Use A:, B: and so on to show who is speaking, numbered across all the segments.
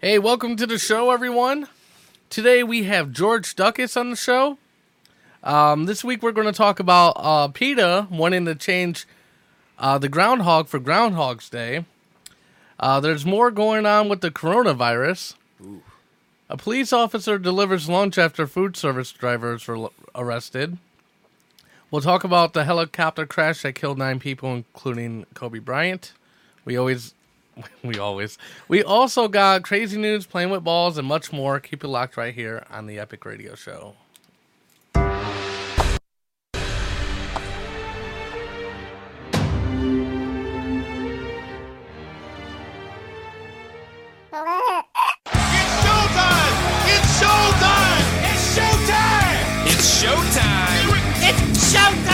A: Hey, welcome to the show, everyone. Today we have George Duckus on the show. Um, this week we're going to talk about uh, PETA wanting to change uh, the groundhog for Groundhog's Day. Uh, there's more going on with the coronavirus. A police officer delivers lunch after food service drivers were l- arrested. We'll talk about the helicopter crash that killed nine people, including Kobe Bryant. We always, we always, we also got crazy news, playing with balls, and much more. Keep it locked right here on the Epic Radio Show.
B: It's showtime! It's showtime! It's showtime! It's showtime! It's showtime!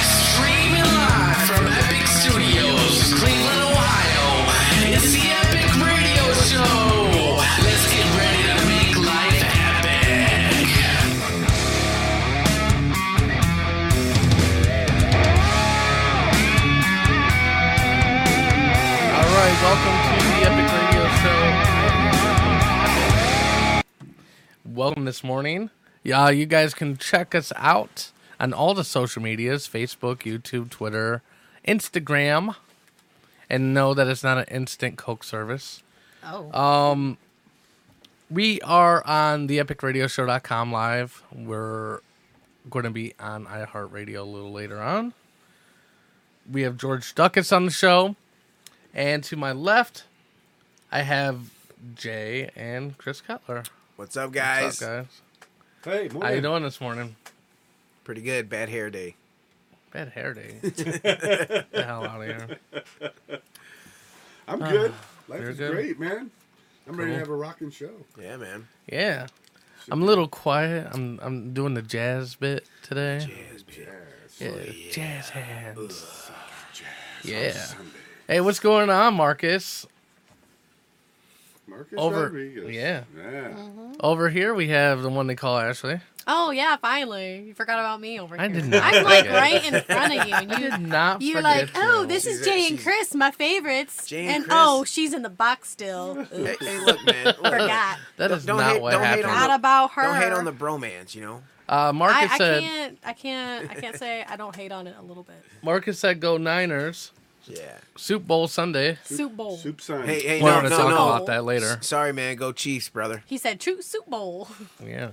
C: Streaming live from Epic Studios, Cleveland, Ohio. It's the Epic Radio Show. Let's get ready to make life epic.
A: All right, welcome to the Epic Radio Show. Welcome this morning. Yeah, you guys can check us out on all the social medias Facebook, YouTube, Twitter, Instagram. And know that it's not an instant Coke service. Um,
D: Oh.
A: We are on the epicradioshow.com live. We're going to be on iHeartRadio a little later on. We have George Duckus on the show. And to my left, I have Jay and Chris Cutler.
E: What's up,
A: What's
E: guys?
A: up, guys?
F: Hey,
A: How you doing this morning?
E: Pretty good. Bad hair day.
A: Bad hair day. Get the hell out of here.
F: I'm good. Life
A: you're
F: is
A: good?
F: great, man. I'm ready
A: Cool.
F: to have a rocking show.
E: Yeah, man.
A: Yeah. I'm a little quiet. I'm I'm doing the jazz bit today. Yeah, Jazz hands. Yeah. Hey, what's going on, Marcus?
F: Marcus
A: Over-
F: Rodriguez.
A: yeah.
F: Yeah.
A: Over here we have the one they call Ashley.
D: oh yeah, finally. You forgot about me over
A: I
D: here.
A: did not
D: I'm like
A: forget.
D: right in front of you and
A: I
D: you
A: did not
D: you
A: forget
D: like, oh,
A: you."
D: this is
E: She's a-
D: Jay and
E: she's-
D: Chris, my favorites.
E: Jay and
D: and
E: Chris.
D: oh, she's in the box still.
E: Hey, hey, look, man. Look,
D: Forgot.
A: that is
E: don't
A: not
E: hate-
A: what
E: don't hate
A: happened.
E: on
D: Not about her.
E: don't hate on the bromance, you know?
A: Uh,
D: I,
A: Marcus
D: I
A: said
D: can't I can't I can't say I don't hate on it a little bit.
A: Marcus said go Niners.
E: Yeah.
A: Soup Bowl Sunday.
D: Soup bowl.
F: Soup sign.
E: Hey, hey,
A: We're
E: no,
A: gonna
E: no,
A: talk
E: no.
A: about that later.
E: Sorry, man. Go Chiefs, brother.
D: He said true soup bowl.
A: Yeah.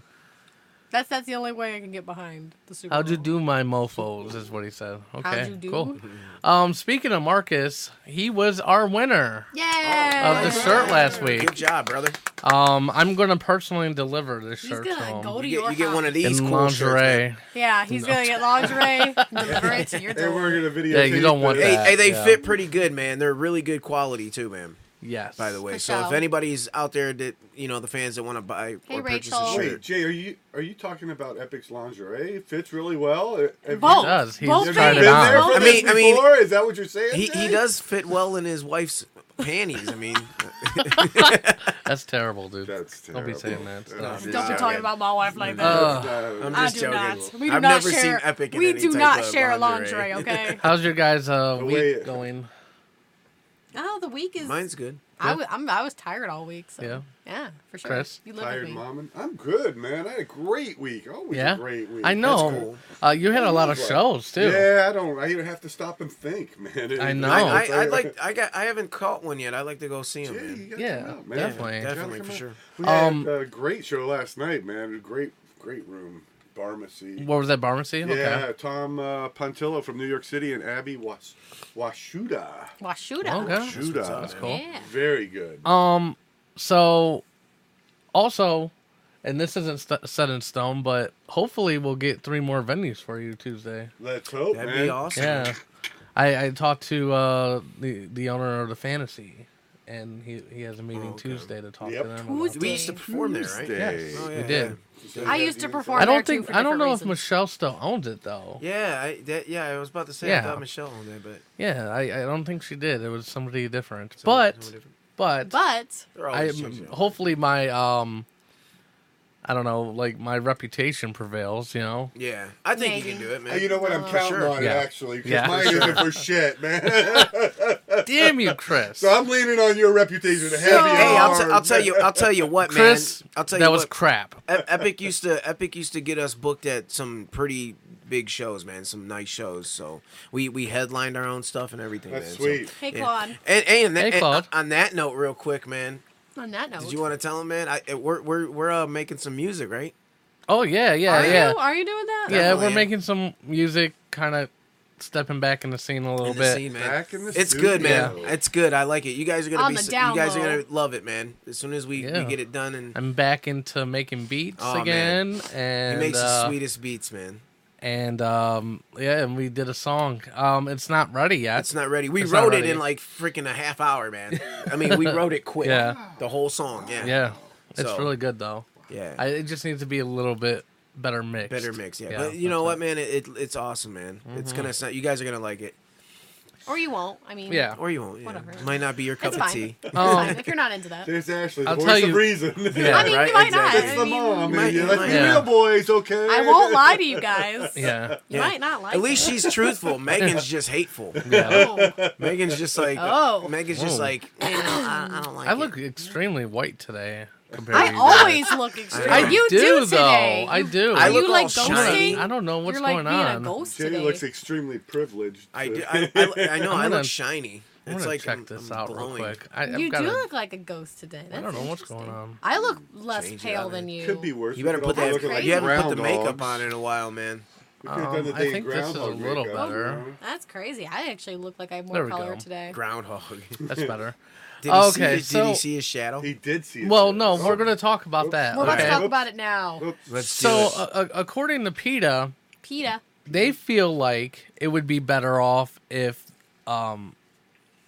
D: That's that's the only way I can get behind the soup
A: How'd you
D: bowl.
A: do my mofos is what he said. Okay.
D: you do?
A: Cool. Um speaking of Marcus, he was our winner
D: Yeah.
A: Oh, of the shirt last
E: Good
A: week.
E: job, brother.
A: Um I'm gonna personally deliver this
D: He's
A: shirt to
D: gonna
A: him.
D: go to
E: You
D: your
E: get, you get one
D: house.
E: of these
A: in
E: cool shirts.
A: lingerie.
D: Yeah, he's gonna get lingerie, deliver it to your
F: Hey,
D: door.
F: we're gonna video.
A: Yeah, you don't want
E: man. Hey,
A: that.
E: hey, they
A: Yeah.
E: fit pretty good, man. They're really good quality too, man.
A: Yes.
E: By the way,
D: For
E: so if
D: sure.
E: anybody's out there that you know the fans that want to buy
D: Hey,
E: or purchase
D: Rachel.
E: a
F: Wait,
E: shirt,
F: Jay, are you are you talking about Epic's lingerie? It fits really well. Uh, Have you-
D: Both.
A: does. He's
D: Both
F: Have you
A: tried
D: things.
A: it
F: been
A: on.
F: there for
E: I
F: this
E: mean- I mean-
F: before? is that what you're saying?
E: he he
F: Jay?
E: does fit well in his wife's panties. I mean,
A: That's terrible, dude.
F: That's
A: Don't
F: terrible.
A: be saying that.
F: That's
A: No.
F: just
D: Don't be
E: Yeah.
D: talking about my wife
E: Mm-hmm.
D: like that.
A: Uh,
F: no.
E: I'm
D: I
E: just
D: do
E: joking.
D: not. We do
E: I've
D: not
E: never
D: share,
E: seen Epic in
D: We
E: any
D: do
E: type
D: not
E: of
D: share
E: lingerie.
D: a lingerie, okay?
A: How's your guys' uh, week
F: wait.
A: going?
D: oh, the week is.
E: Mine's good.
D: I, w- I'm, I was tired all week. So.
A: Yeah.
D: for sure.
A: Chris?
D: You live
F: Tired
D: with me.
F: mom and I'm good, man. I had a great week. Always
A: Yeah.
F: a great week.
A: I know.
E: cool.
A: Uh, you had a lot of shows too.
F: Yeah, I don't. I even have to stop and think, man. It-
A: I know.
E: I,
A: Oh,
E: I,
F: it's
E: I'd like. I got. I haven't caught one yet. I'd like to go see him.
F: Yeah, you
E: man.
F: gotta
A: Yeah,
F: come out, man.
A: definitely.
F: You gotta
E: Definitely,
F: come
E: for
F: out.
E: sure.
F: We
A: Um,
F: had a great show last night, man. Great, great room, Barmacy.
A: What was that, Barmacy?
F: yeah, Tom uh, Pontillo from New York City and Abby Was- Washuda.
D: Washuda.
A: Oh, Okay. Okay.
F: Washuda.
A: That's cool.
D: Yeah.
F: Very good.
A: Um. So, also, and this isn't st- set in stone, but hopefully we'll get three more venues for you Tuesday.
F: Let's hope,
E: That'd
F: man.
E: be awesome.
A: Yeah. I, I talked to uh, the the owner of the fantasy and he he has a meeting
E: okay.
A: Tuesday to talk
G: Yep.
A: to them.
D: Tuesday.
A: About.
E: We used to perform there, right?
G: Tuesday.
E: Oh, yeah,
A: We did.
G: yeah.
D: I used to perform.
A: I don't
D: there, too,
A: think
D: for
A: I don't
D: different
A: know if
D: reasons.
A: Michelle still owns it though. Yeah,
E: Yeah, I, that, yeah, I was about to say
A: Yeah.
E: I thought Michelle on that, but
A: I, I don't think she did. It was somebody different.
E: Someone-
A: but,
E: someone different.
A: but
D: But
E: They're
A: I
E: always changing.
A: hopefully my um I don't know like my reputation prevails. You know.
E: yeah, I think you can
D: Maybe.
E: do it,
G: Uh,
E: man.
G: You know what? I'm counting
E: sure.
G: on
A: Yeah.
G: it actually because
A: Yeah.
G: mine
A: For
G: isn't for shit, man.
A: Damn you, Chris.
G: so I'm leaning on your reputation to have you.
E: Hey, I'll,
G: on.
E: t- I'll tell you. I'll tell you what,
A: Chris,
E: man. I'll tell
A: that
E: you
A: was
E: what.
A: crap.
E: E- Epic used to Epic used to get us booked at some pretty big shows, man. Some nice shows. So we we headlined our own stuff and everything.
G: That's
E: man.
G: sweet.
E: So,
D: Hey,
E: yeah.
D: Claude.
E: And, and,
A: Hey,
E: and
A: Claude.
E: on that note, real quick, man.
D: on that note,
E: Did you want to tell him, man? I, it- we're we're we're uh, making some music, right?
A: Oh yeah, yeah,
D: are
A: yeah,
D: you are you doing that?
A: yeah. We're
E: Definitely.
A: making some music, kind of stepping back in the scene a little
E: In the
A: bit.
E: scene, man.
G: Back in the
E: it's good, man.
G: studio.
E: It's good. I like it. You guys are gonna
D: On
E: be.
D: the
E: s-
D: down
E: you guys
D: low.
E: are gonna love it, man. As soon as we,
A: Yeah.
E: we get it done and
A: I'm back into making beats
E: Aw,
A: again,
E: he
A: and
E: makes the
A: uh,
E: sweetest beats, man.
A: and um, yeah, and we did a song. Um, it's not ready yet.
E: It's not ready. We
A: It's not
E: wrote it
A: ready.
E: in like freaking a half hour, man. I mean, we wrote it quick.
A: Yeah.
E: The whole song. Yeah.
A: yeah, it's
E: So-
A: really good though.
E: Yeah.
A: I, it just needs to be a little bit better mixed.
E: Better mix. Yeah. But you know what, man? It, it it's awesome, man. It's gonna
A: Mm-hmm.
E: sound. You guys are gonna like it,
D: Or you won't. I mean,
A: Yeah.
E: or you won't. Yeah.
D: Whatever.
E: Might not be your cup
D: It's
E: of
D: fine.
E: tea.
D: It's
A: Um,
D: fine if you're not into that.
G: There's Ashley.
A: I'll
G: voice
A: tell
G: of
A: you-
G: reason.
D: I mean,
A: right,
D: why not?
E: exactly.
G: It's
D: I
G: the
D: mean,
G: mom.
E: might-
G: in you. Let's be
A: Yeah.
G: real, boys. Okay.
D: I won't lie to you guys.
A: Yeah.
D: You
E: Yeah.
D: might not like
E: At least
D: it.
E: she's truthful. Megan's just hateful.
A: yeah.
D: Oh,
E: Megan's just like.
D: Oh.
E: Megan's just
A: Whoa.
E: like. You know, I, I don't like.
A: I
E: it."
A: look extremely white today. Compared to
D: I
A: you
D: always look extreme.
E: I
D: you do,
A: do,
D: today.
A: though. I
D: You-
A: do.
D: Are
E: I
D: you
E: look
D: like
E: all
D: ghosting?
E: shiny.
A: I don't know what's
D: You're like
A: going
D: being
A: on.
D: a ghost
G: Jenny
D: today.
G: looks extremely privileged.
E: I,
G: so-
E: do- I, I, I know. I
A: I'm gonna-
E: look shiny.
A: I'm
E: It's
A: gonna
E: like
A: check
E: I'm-
A: this
E: I'm
A: out
E: glowing.
A: real quick. I, I've
D: you
A: got
D: do
A: a-
D: look like a ghost today.
A: I
D: That's
A: don't know what's
D: interesting.
A: going on.
D: I look less
E: Change it
D: pale
E: up.
D: than you.
G: Could be worse.
E: You better
G: We could
E: put
G: all
E: that.
G: look like
E: you haven't put the
G: groundhogs.
E: makeup on in a while, man.
G: We could have
A: Um,
G: done the
A: I
G: day
A: think this is a
G: groundhog
A: little
G: makeup,
A: better.
G: you know?
D: That's crazy. I actually look like I have
A: There
D: more
A: we
D: color
A: go.
D: today.
E: Groundhog.
A: That's better.
E: Did he
A: Okay,
E: see, did
A: so-
E: he see his shadow?
G: He did see it.
A: Well,
G: too.
A: no,
G: Oh.
A: we're gonna talk about
G: Oops.
A: that.
D: We're about
A: okay?
D: to talk about it now.
G: Oops.
E: Let's
A: so,
E: do
A: uh, uh, according to PETA,
D: PETA.
A: they feel like it would be better off if um,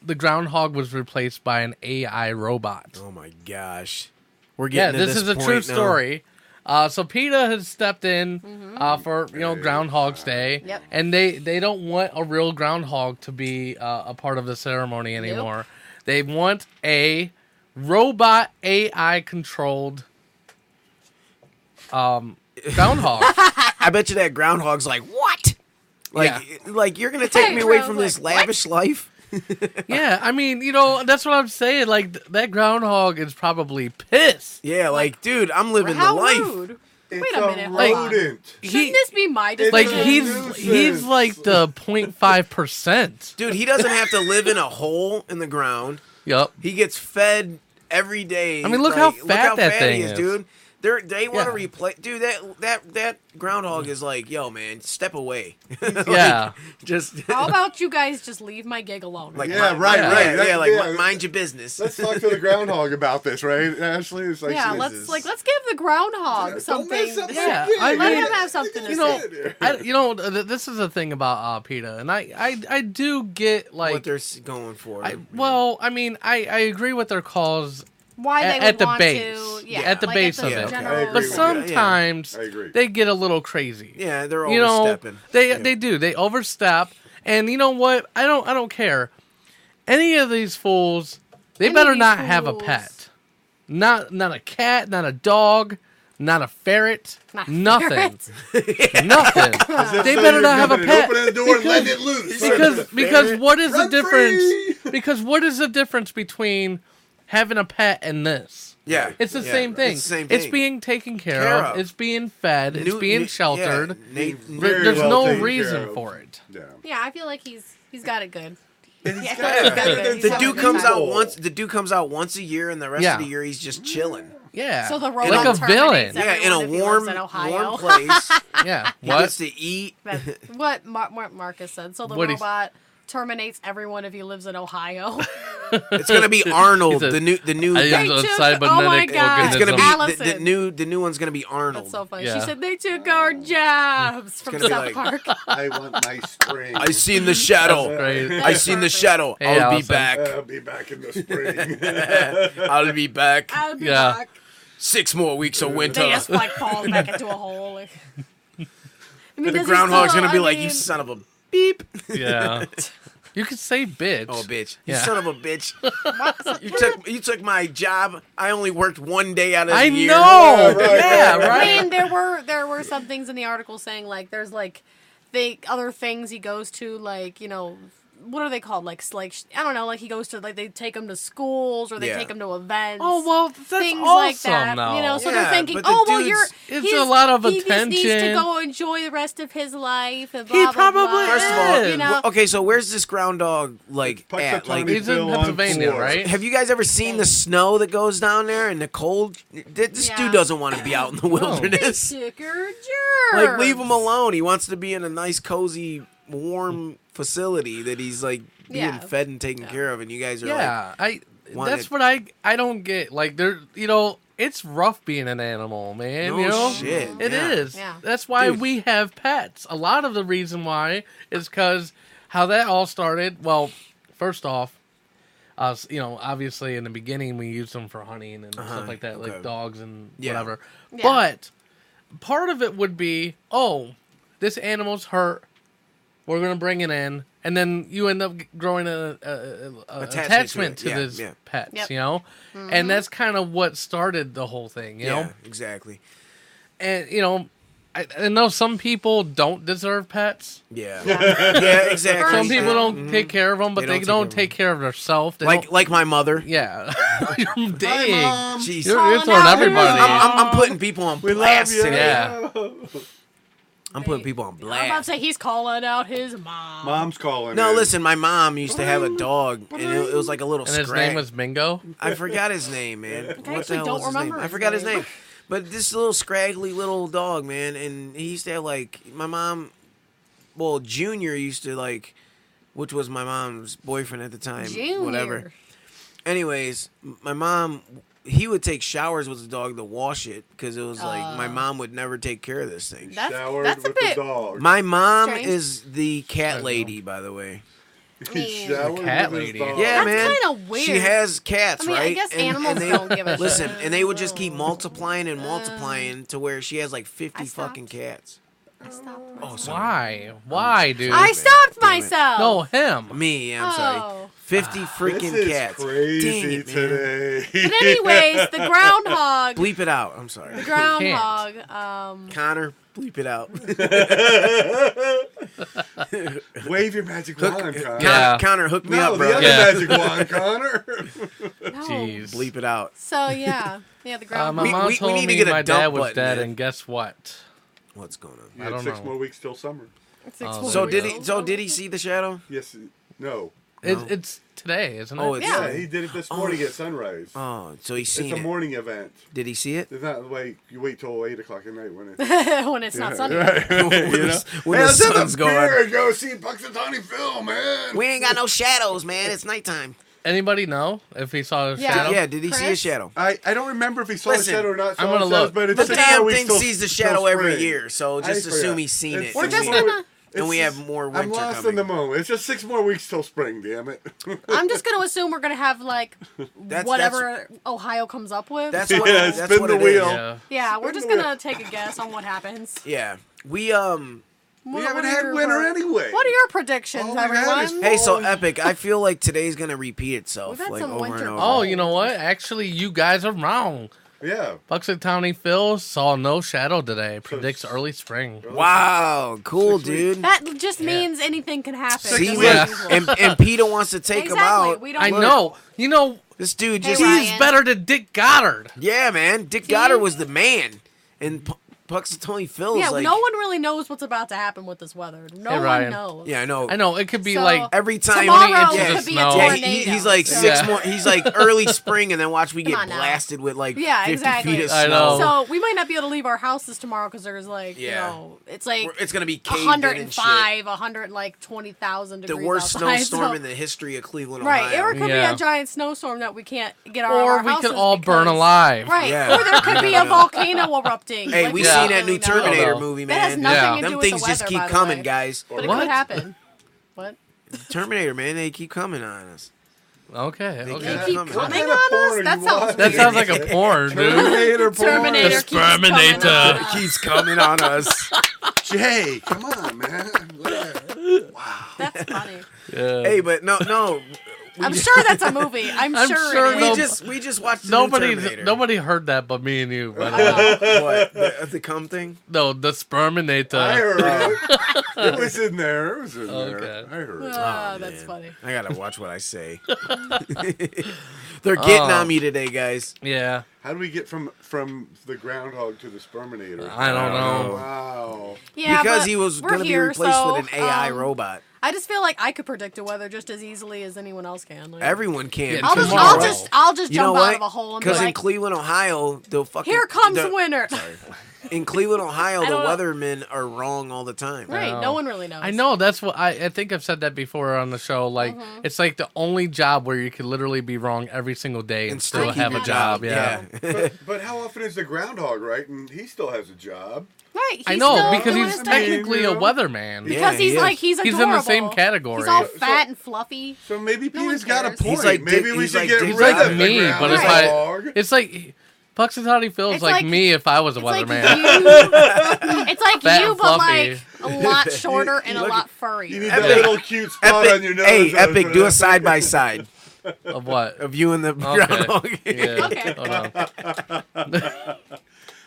A: the groundhog was replaced by an AI robot.
E: this. oh my gosh, we're
A: Yeah,
E: getting. to
A: this, is a true
E: point now.
A: story. Uh, so PETA has stepped in uh, for you know Groundhog's Day,
D: Yep.
A: and they they don't want a real groundhog to be uh, a part of the ceremony anymore. They want a robot AI controlled um, groundhog.
E: I bet you that groundhog's like, what? Like, eh, like you're gonna take me away from
D: Groundhog's
E: this
D: like,
E: lavish life?
A: Yeah, I mean, you know, that's what I'm saying. Like th- that groundhog is probably pissed.
E: Yeah, like, dude, I'm living the
D: How
E: life.
D: rude.
G: It's
D: Wait a minute.
G: Like,
D: Hold on.
G: rodent.
A: He,
D: Shouldn't this be my decision?
A: like
G: a
A: he's
G: nuisance.
A: he's like the 0.5 percent.
E: Dude, he doesn't have to live in a hole in the ground.
A: Yup.
E: He gets fed every day.
A: I mean, look how
E: look
A: fat
E: how
A: that
E: fat
A: thing
E: he is,
A: is.
E: dude. They're, they want to
A: Yeah.
E: replace, dude. That that that groundhog is like, yo, man, step away. Like,
A: Yeah.
E: just
D: How about you guys just leave my gig alone?
E: like,
G: Yeah,
E: mi-
G: right,
E: yeah,
G: right.
E: yeah,
G: That-
E: like
G: yeah.
E: mi- mind your business.
G: Let's talk to the groundhog about this, right, Ashley? It's like,
D: yeah,
G: Oh, Jesus.
D: let's like let's give the groundhog
G: Don't
D: something.
G: mess up the
A: Yeah,
G: kid.
A: I
G: You
A: mean,
D: Let him
G: gotta-
D: have something to
A: You know,
D: say.
A: I, you know, th- th- this is the thing about uh, PETA, and I, I, I do get
E: what
A: like,
E: they're s- going for.
A: I, well, I mean, I, I agree with their cause,
D: Why
A: at-
D: they would
A: at the
D: want
A: base.
D: to?
A: Yeah,
D: Yeah,
A: at the
D: like
A: base
D: at
A: of
D: the
E: it. Yeah, okay.
D: general-
G: I agree
A: but
G: with
E: some-
A: sometimes
G: I agree.
A: they get a little crazy.
E: yeah, they're
A: you know
E: overstepping.
A: they
E: Yeah.
A: they do they overstep and you know what i don't i don't care any of these fools they
D: Any of
A: better
D: these
A: not have a
D: fools.
A: pet not not a cat not a dog not a ferret
D: Not a
A: nothing nothing they
G: So
A: better
G: you're
A: not have a
G: coming
A: pet
G: and Opening the door and letting it loose.
A: because because what is the
G: Run
A: difference
G: free!
A: because what is the difference between having a pet and this
E: Yeah,
A: it's the
E: yeah,
A: same thing.
E: It's the same thing.
A: It's being taken care,
E: Care
A: of.
E: of.
A: It's being fed. it's
E: Nu-
A: being
E: nu-
A: sheltered.
E: yeah, na-
A: There-
E: nu-
G: Very
A: there's
G: well
A: no
G: taken
A: reason
G: care of.
A: for it.
G: yeah.
D: Yeah, I feel like he's he's got it good. Yeah, I feel
G: got
D: like he's
G: it.
D: got it
G: The
D: good. He's
E: the
D: having a
E: dude
D: good
E: comes
D: time.
E: out once. The dude comes out once a year, and the rest
A: Yeah.
E: of the year he's just chilling.
A: Yeah.
D: So the robot
A: like a
D: terminates
A: villain.
D: it.
E: Yeah, in a
D: Everyone that
E: warm,
D: lives in Ohio.
E: warm place.
A: Yeah.
E: he gets
A: What?
E: to eat.
D: That's what Mar- Mar- Marcus said. So the
A: What he's-
D: robot terminates everyone if he lives in Ohio.
E: It's gonna be Arnold,
A: He said,
E: the new the new.
A: I
E: guy.
A: am
D: They
A: the
D: took- oh my
A: cybernetic
D: God.
E: It's
A: organism.
E: gonna be the- the,
D: Allison.
E: new the new one's gonna be Arnold.
D: That's so funny.
A: Yeah.
D: She said they took our jobs from
E: gonna
D: South
E: be like-
D: Park.
G: I want my spring.
E: I seen the shadow.
A: Crazy.
E: I seen the shadow.
A: Hey,
E: I'll
A: Allison.
E: be back.
G: I'll be back in the spring.
E: I'll be back.
D: I'll be
A: Yeah.
D: back.
E: Six more weeks of winter.
D: Uh, They just like fall back into a hole. I mean,
E: the
D: this is
E: groundhog's
D: still-
E: gonna be
D: I
E: like,
D: mean,
E: "You son of a beep."
A: Yeah. You could say bitch.
E: Oh, bitch! You
A: Yeah.
E: son of a bitch! you took you took my job. I only worked one day out of the
A: I
E: year.
A: know.
G: right,
A: Yeah,
G: right,
D: I
A: right.
D: mean, there were there were some things in the article saying like there's like the other things he goes to like you know what are they called like s- like sh- I don't know like he goes to like they take him to schools or they
E: Yeah.
D: take him to events.
A: Oh well, that's
D: things
A: awesome
D: like that.
A: now.
D: You know, so
E: Yeah,
D: they're thinking,
E: but the
D: oh well, you're
E: dude's-
A: It's a
D: he's-
A: lot of
D: he just needs to
A: attention.
D: go enjoy the rest of his life. And blah,
A: He
D: blah,
A: probably
D: blah.
E: First of all,
D: you know,
E: wh- okay, so where's this groundhog like
G: Punch
E: at?
G: the
E: Like,
G: Tommy
A: He's in
G: Phil on
A: Pennsylvania,
G: floor.
A: right?
E: have you guys ever seen the snow that goes down there and the cold? Th- This
D: Yeah.
E: dude doesn't want to be out in the wilderness.
D: sicker
E: Like, leave him alone. He wants to be in a nice, cozy, warm facility that he's like being
D: Yeah.
E: fed and taken care of, and you guys are like,
A: Yeah, I.
E: wanted-
A: That's what I I don't get. Like there, you know, it's rough being an animal, man.
E: No
A: you know,
E: shit,
A: It
E: yeah.
A: is.
D: Yeah.
A: That's why
E: Dude.
A: we have pets. A lot of the reason why is because how that all started. Well, first off, us, you know, obviously in the beginning we used them for hunting and stuff like that,
E: Uh-huh, okay.
A: like dogs and
E: Yeah.
A: whatever.
D: Yeah.
A: But part of it would be, oh, this animal's hurt. We're gonna bring it in, and then you end up g- growing a, a, a- a
E: Attachment to
A: attachment,
E: it.
A: to,
E: Yeah,
A: this
E: yeah.
A: pets,
D: Yep. Mm-hmm.
A: you know, and that's kind of what started the whole thing, you
E: yeah,
A: know,
E: exactly,
A: and you know, I, I know some people don't deserve pets.
E: yeah, yeah, exactly.
A: Some
E: Yeah.
A: people don't take care of them, but
E: Mm-hmm. They
A: they
E: don't
A: don't,
E: take care of
A: take care of themselves. They
E: like
A: don't-
E: like my mother.
A: yeah, dang,
E: Jeez.
A: you're, you're
D: Calling
A: throwing
D: out your
A: everybody.
D: mom.
E: I'm, I'm, I'm putting people on
G: We love
E: blast
G: you.
E: today.
A: Yeah.
E: I'm putting people on
D: I'm about to
E: blast.
D: say he's calling out his mom.
G: Mom's calling.
E: No,
G: in.
E: listen, my mom used to have a dog, and it, it was like a little
A: And his
E: scratch.
A: name was Mingo.
E: I forgot his name, man. what the
D: actually
E: hell
D: don't
E: was his
D: remember
E: name? I
D: his
E: forgot his
D: name.
E: name. But this little scraggly little dog, man, and he used to have like my mom. Well, Junior used to like, which was my mom's boyfriend at the time.
D: Junior.
E: Whatever. Anyways, m- my mom, he would take showers with the dog to wash it because it was like my mom would never take care of this thing.
D: That's,
G: Showered
D: that's a
G: with
D: bit.
G: the dog.
E: My mom
D: Strange.
E: is the cat lady, by the way.
G: He
D: mean-
G: showered
A: The cat
G: with his
A: lady.
G: dog.
E: Yeah,
D: That's
E: man.
D: kinda weird.
E: She has cats,
D: I mean, I
E: right?
D: guess animals
E: they,
D: don't give a
E: Listen,
D: shit. Uh.
E: and they would just keep multiplying and multiplying to where she has like 50
D: I stopped.
E: fucking cats.
D: I stopped,
E: Oh, sorry.
A: Why? Why, dude?
D: I stopped
E: Damn it.
D: myself.
A: no, him.
E: Me, yeah, I'm sorry.
D: Oh.
E: 50 freaking
G: Ah, This is
E: cats. Dang
G: crazy
E: it, man.
G: today.
D: But anyways, the groundhog.
E: Bleep it out. I'm sorry.
D: groundhog. Um,
E: Connor, bleep it out.
G: Wave your magic
E: uh,
G: wand, Connor.
A: Yeah.
E: Connor, Connor, hook me
G: No,
E: up,
G: the
E: bro.
G: other
A: Yeah.
G: magic wand, Connor.
D: no.
A: Jeez.
E: Bleep it out.
D: So yeah, yeah, the
A: Uh, my
D: groundhog.
E: We-
A: mom
E: we
A: told
E: need to
A: me
E: get a
A: my
E: dump
A: dad was
E: button,
A: dead,
E: man.
A: and guess what?
E: What's going on?
G: You
A: I
G: had
A: don't
G: six
A: know.
G: more weeks till summer.
D: It's like
A: Oh,
D: spoiled.
E: um, So did he so did he see the shadow?
G: Yes. No.
A: It's, it's today, isn't it?
E: Oh, it's
G: Yeah,
D: Yeah.
G: he did it this morning at sunrise.
E: Oh, so he's
G: it's a
E: seen it.
G: morning event.
E: Did he see it?
G: It's not like you wait till eight o'clock at night when it's
D: when it's not sunny.
E: When the- when
G: Hey,
E: the
G: let's have a
E: sun's going.
G: beer, Go see Puxatawny film, man.
E: We ain't got no shadows, man. It's nighttime.
A: Anybody know if he saw a
D: Yeah.
A: shadow?
E: Yeah, did he see a
D: Chris?
E: shadow?
G: I, I don't remember if he saw
E: Listen,
G: the shadow or not.
A: I'm
G: so
A: gonna
G: it says,
A: look.
G: But it's
E: The
G: six more
E: damn
G: weeks
E: thing
G: till-
E: sees the
G: till
E: shadow every
G: spring.
E: year, so
G: I
E: just
G: forgot.
E: assume he's seen
G: It's
E: it.
D: We're
E: and
G: six
D: just
E: we-
G: more-
D: gonna-
E: and
G: it's
E: we have
G: just-
E: more
G: I'm
E: winter
G: lost
E: coming.
G: in the moment. It's just six more weeks till spring. Damn it.
D: I'm just gonna assume we're gonna have like
E: that's-
D: whatever Ohio comes up with.
E: That's what.
G: Yeah,
E: that's
G: spin
E: what
G: the
E: it is.
G: wheel.
A: Yeah.
D: yeah, we're
G: been
D: just
G: weird.
D: gonna take a guess on what happens.
E: Yeah, we um.
G: we
D: What-
G: haven't
D: what are
G: had
D: your-
G: winter anyway.
D: What are your predictions,
G: All we had is
D: everyone?
E: Oh Hey, so
G: Oh.
E: epic. I feel like today's gonna repeat itself,
D: We've had
E: like
D: some
E: over
D: winter-
E: and over.
A: Oh, you know what? Actually, you guys are wrong.
G: Yeah.
A: Buxatawny Phil saw no shadow today. Predicts early spring.
E: Oh, wow, cool, dude.
D: That just means anything can happen.
E: See,
D: as
E: look,
A: Yeah.
D: usual.
E: and, and Peter wants to take him
D: Exactly,
E: out.
D: we don't-
A: I know. You know,
E: This dude
D: Hey,
E: just.
D: Ryan.
A: he's better than Dick Goddard.
E: Yeah, man. Dick Goddard was the man, and P- Puxatony Phil's
D: Yeah,
E: like.
D: no one really knows what's about to happen with this weather. No
A: Hey,
D: one
A: Ryan.
D: knows.
E: Yeah, I know.
A: I know it could be
D: So-
A: like
E: Every time.
D: Tomorrow
A: inches
D: it
A: of
D: could be a
A: snow.
E: Yeah,
D: tornado.
E: he- he- he's like six
A: Yeah.
E: more. He's like early spring, and then watch we
D: Come
E: get
D: on now.
E: blasted with like
D: Yeah,
E: 50
D: exactly.
E: feet of snow.
A: I know.
D: So we might not be able to leave our houses tomorrow because there's like,
E: Yeah.
D: you know, it's like
E: We're- it's gonna be caved in and shit.
D: 105, 100 like 20,000 degrees
E: The worst
D: outside,
E: snowstorm
D: so-
E: in the history of Cleveland,
D: Right,
E: Ohio.
D: or it could
A: Yeah.
D: be a giant snowstorm that we can't get out of
A: or
D: our
A: we could
D: houses
A: all burn
D: because-
A: alive.
D: Right,
E: Yeah.
D: or there could be a volcano erupting.
E: hey,
D: Like,
E: we
A: Yeah.
D: don't
E: seen that
D: really
E: new
D: know.
E: Terminator
A: Although-
E: movie,
D: That has
E: man.
D: nothing
A: Yeah.
D: to do
E: Them
D: with
E: things
D: the
E: just
D: weather,
E: keep
D: by the
E: coming,
D: way.
E: guys.
D: But it
A: What?
D: could happen. What?
E: Terminator, man, they keep coming on us.
A: Okay.
E: They
A: okay.
E: keep coming.
D: coming
F: What kind of
D: on us?
F: porn are
D: That
F: you
D: sounds
F: watching?
A: That sounds like a porn, dude.
F: Terminator porn.
D: Terminator keeps coming
A: Terminator.
D: up.
E: It keeps coming on us.
F: Jay, come on, man.
D: That's funny.
A: Yeah.
E: hey, but no, no.
D: I'm sure that's a movie. I'm,
A: I'm
D: sure,
A: sure
D: it
E: We
D: is.
A: no-
E: just we just watched the new
A: Nobody,
E: Terminator.
A: nobody heard that but me and you. By the way.
D: Uh-huh.
E: what the, the cum thing.
A: No, the
F: I
E: Uh,
A: sperminator.
F: heard it. It was in there. It was in there.
A: Okay.
F: I heard it.
E: Oh,
D: Ah, that's funny.
E: I gotta watch what I say. They're getting
A: Oh.
E: on me today, guys.
A: Yeah,
F: How do we get from from the groundhog to the sperminator?
A: I don't know.
F: Wow.
D: Yeah,
E: because
D: but
E: he was
D: we're
E: gonna be
D: here,
E: replaced
D: so,
E: with an AI
D: um,
E: robot.
D: I just feel like I could predict the weather just as easily as anyone else can. Like,
E: Everyone can.
A: Yeah,
D: I'll just,
A: tomorrow.
D: I'll just, I'll just
E: you know
D: jump
E: what?
D: out of a hole and be
E: Because in
D: like,
E: Cleveland, Ohio, the fucking
D: "Here comes
E: the,
D: winter."
E: In Cleveland, Ohio,
D: I
E: the
D: don't know.
E: weathermen are wrong all the time.
D: right?
A: know.
D: No one really knows.
A: I know that's what I, I think I've said that before on the show. Like
D: Mm-hmm.
A: it's like the only job where you could literally be wrong every single day and, still
E: keep
A: have a
E: your
A: job. Yeah.
F: But, but how often is the groundhog, right? And he still has a job.
D: Right? He's
A: I know
D: still
A: because
D: doing
A: he's
D: his thing.
A: technically a
F: Yeah.
A: weatherman.
E: Yeah.
D: because he's
E: he is.
D: like he's
A: He's in
D: adorable.
A: the same category.
D: He's all
A: So-
D: fat and fluffy.
F: So maybe
D: No one
F: Peter's got a
D: cares.
F: point.
E: He's like
F: maybe
E: Dick-
F: we
E: he's
F: should
E: like
F: get
E: Dick-
A: He's
F: rid
A: like
F: of
A: me,
F: the
A: but it's
F: groundhog.
A: like it's like Puxatawny feels
D: It's
A: like,
D: like-
A: me if I was a
D: It's like you.
A: weatherman.
D: it's like
A: Fat
D: you,
A: and
D: but
A: fluffy.
D: like a lot shorter and a
E: Look-
D: lot
F: you need
D: furrier.
F: that
E: Epic-
F: little cute spot on your
E: Epic,
F: nose.
E: hey,
F: that was
E: Epic,
F: right
E: do a
F: up.
E: side by side
A: of what?
E: of you and the groundhog.
A: Okay. Yeah.
D: Okay.
A: Hold on.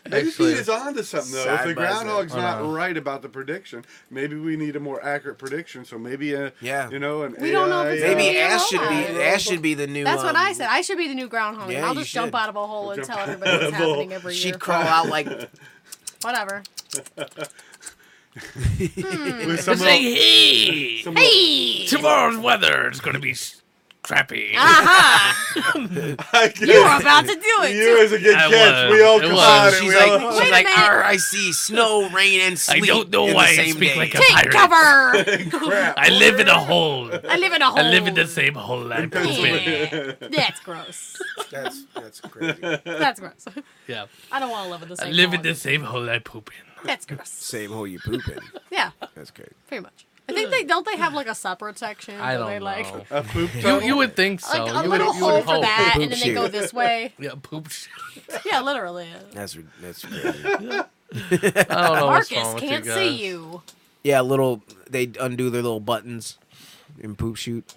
F: Maybe
A: Actually-
F: Peter's on to something though. If
E: Side
F: the
E: by side.
F: groundhog's not
A: no.
F: right about the prediction, maybe we need a more accurate prediction. So maybe a
E: Yeah.
F: you know, an
D: We don't know if
F: AI,
D: it's
E: Maybe
D: Yeah.
E: Ash should be
D: Yeah.
E: Ash should be the new.
D: That's what
E: um,
D: I said. I should be the new groundhog.
E: Yeah,
D: and I'll
E: you
D: just jump
E: should.
D: out of a hole and
F: Jump
D: tell
F: out
D: everybody what's
F: of a hole.
D: happening every year.
E: She'd crawl out like
D: Whatever.
F: with some little-
A: Say hey.
F: some little-
D: Hey!
A: Tomorrow's weather is gonna be s- crappy.
D: Aha!
F: I get
D: You were about to do it.
F: You was a good
A: I
F: catch.
A: was.
F: We all
A: It
F: combined.
A: was.
F: and
E: she's
F: we
E: like
F: all-
D: Wait
E: she's
D: a
E: like
D: minute.
E: "Arr, I see snow, rain, and
C: I
E: sleep.
C: don't know
E: in
C: why
E: the
C: I
E: same
C: speak
E: day.
C: like a
D: Take
C: pirate.
D: cover!
F: crap.
C: I live in a hole.
D: I live in a hole.
C: I live in the same hole I poop in.
D: Yeah. That's gross.
E: That's that's crazy.
D: That's gross.
A: Yeah.
D: I don't want to live in the
C: I
D: same
C: live
D: hole.
C: in the same hole I poop in.
D: That's gross.
E: Same hole you poop in.
D: Yeah,
E: That's crazy.
D: pretty much. I think they don't they have like a separate section.
A: I
D: Where
A: don't
D: they,
A: know.
D: like,
F: A poop
A: You,
F: tunnel.
A: you would think so.
D: Like
A: you
D: a
A: would,
D: little
A: you
D: hole
A: would
D: for
A: hope.
D: that,
E: Poop
D: and then they
E: shoot.
D: go this way.
A: Yeah, poop. shit.
D: Yeah, literally.
E: That's re- that's crazy.
A: I don't know what's
D: Marcus
A: wrong with
D: can't
A: you guys.
D: see you.
E: yeah, little they undo their little buttons and poop shoot.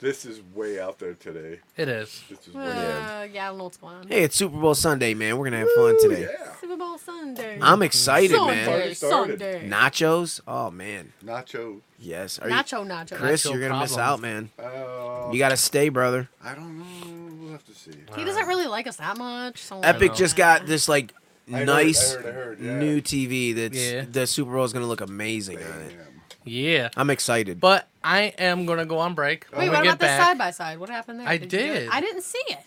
F: This is way out there today.
A: It is.
F: This is
D: Uh,
F: way
D: yeah, I don't know what's going on.
E: Hey, it's Super Bowl Sunday, man. We're gonna have fun today.
F: Yeah.
D: Super Bowl Sunday.
E: I'm excited, man.
D: Sunday,
F: Already started.
D: Sunday.
E: Nachos? Oh man,
F: Nacho.
E: yes. Are you-
D: Nacho, nacho.
E: Chris,
A: Nacho
E: you're gonna miss
A: problems.
E: out, man.
F: Uh,
E: You gotta stay, brother.
F: I don't know. We'll have to see.
D: He doesn't really like us that much. So
E: Epic just got this like
F: heard-
E: nice
F: I heard- I heard, yeah.
E: new TV. That's
A: Yeah.
E: the Super Bowl is gonna look amazing on it.
F: Damn.
A: Yeah.
E: I'm excited.
A: But I am gonna go on break. When
D: Wait,
A: we
D: what
A: get
D: about the
A: back,
D: side by side? What happened there?
A: I
D: you do it?
A: did.
D: I didn't see it.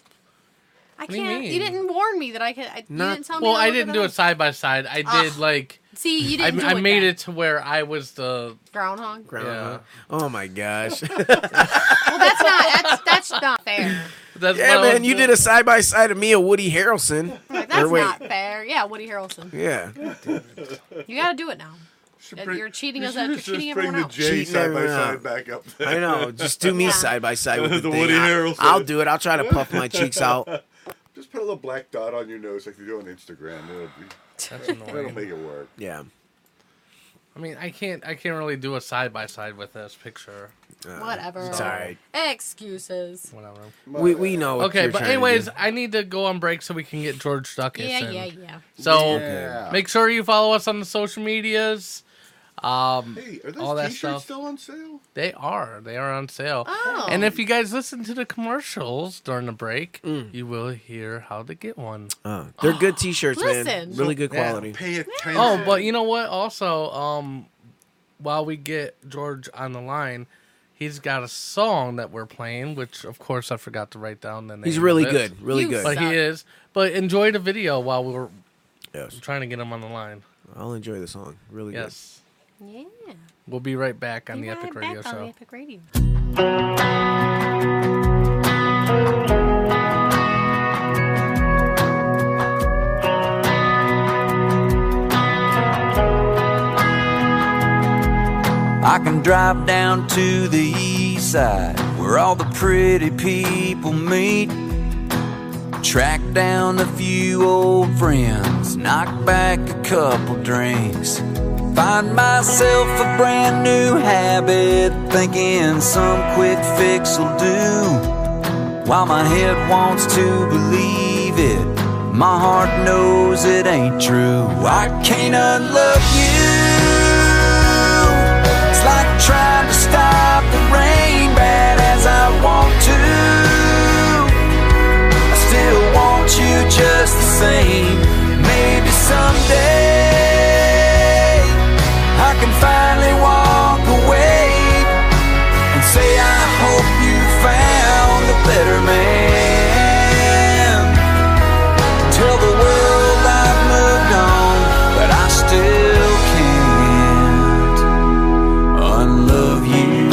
D: I
A: do you
D: can't. You,
A: mean?
D: didn't warn me that I could. I,
E: Not-
D: you didn't tell me.
A: Well,
D: to
A: I
D: look
A: didn't do
D: up.
A: it side by side. I did
D: Ugh.
A: like
D: See, you
A: I,
D: Ah, didn't. do
A: I
D: it
A: made
D: then.
A: it to where I was the
D: groundhog.
E: Groundhog. Oh my gosh.
D: Well, that's not. That's that's not fair.
A: that's
E: yeah,
A: what I was
E: man, you
A: doing.
E: did a side by side of me and Woody Harrelson.
D: Like,
E: Or
D: that's
E: wait.
D: not fair. Yeah, Woody Harrelson.
E: Yeah.
D: You got to do it now.
F: Should
D: That
F: bring-
D: you're cheating
F: you
D: us
F: should
D: out. You're
F: just
D: cheating
F: bring
D: everyone
F: the
D: out.
F: J
E: Cheating
F: side by
E: everyone
F: side
E: out.
F: back up.
E: I know. Just do me
D: Yeah.
E: side by side with the,
F: The
E: thing.
F: Woody
E: I-
F: Harrelson.
E: I'll do it. I'll try to puff my cheeks out.
F: Just put a little black dot on your nose like they do on Instagram. That'll, be,
A: That's
F: that'll
A: annoying.
F: make it work.
E: Yeah.
A: I mean, I can't. I can't really do a side by side with this picture.
D: Whatever.
E: Uh, It's all right.
D: Excuses.
A: Whatever.
E: We, we know. what
A: Okay,
E: you're
A: but
E: trying to do.
A: anyways, I need to go on break so we can get George Duckett.
D: Yeah,
A: in.
D: yeah, yeah.
A: So
F: Yeah.
A: make sure you follow us on the social medias.
G: Hey, are
A: all
G: those
A: that
G: t-shirts
A: stuff.
G: still on sale?
A: They are. They are on sale.
D: Oh.
A: And if you guys listen to the commercials during the break,
E: Mm.
A: you will hear how to get one.
E: Oh, they're good T-shirts, man.
D: Listen.
E: Really good
G: Yeah,
E: quality.
G: pay attention.
A: Oh, but you know what? Also, um, while we get George on the line, he's got a song that we're playing, which of course I forgot to write down the name.
E: He's really
A: of it.
E: good. Really
D: You
E: good.
A: But he is. But enjoy the video while we were
E: Yes.
A: trying to get him on the line.
E: I'll enjoy the song. Really good.
A: Yes.
D: Yeah.
A: We'll be right back on
D: Be
A: the
D: right
A: Epic
D: back
A: Radio
D: on
A: Show.
D: the Epic Radio.
C: I can drive down to the east side where all the pretty people meet. Track down a few old friends, knock back a couple drinks. Find myself a brand new habit, thinking some quick fix will do. While my head wants to believe it, my heart knows it ain't true. I can't unlove you. It's like trying to stop the rain, bad as I want to. I still want you just the same. Maybe someday I can finally walk away and say, I hope you found a better man. Tell the world I've moved on, but I still can't unlove you.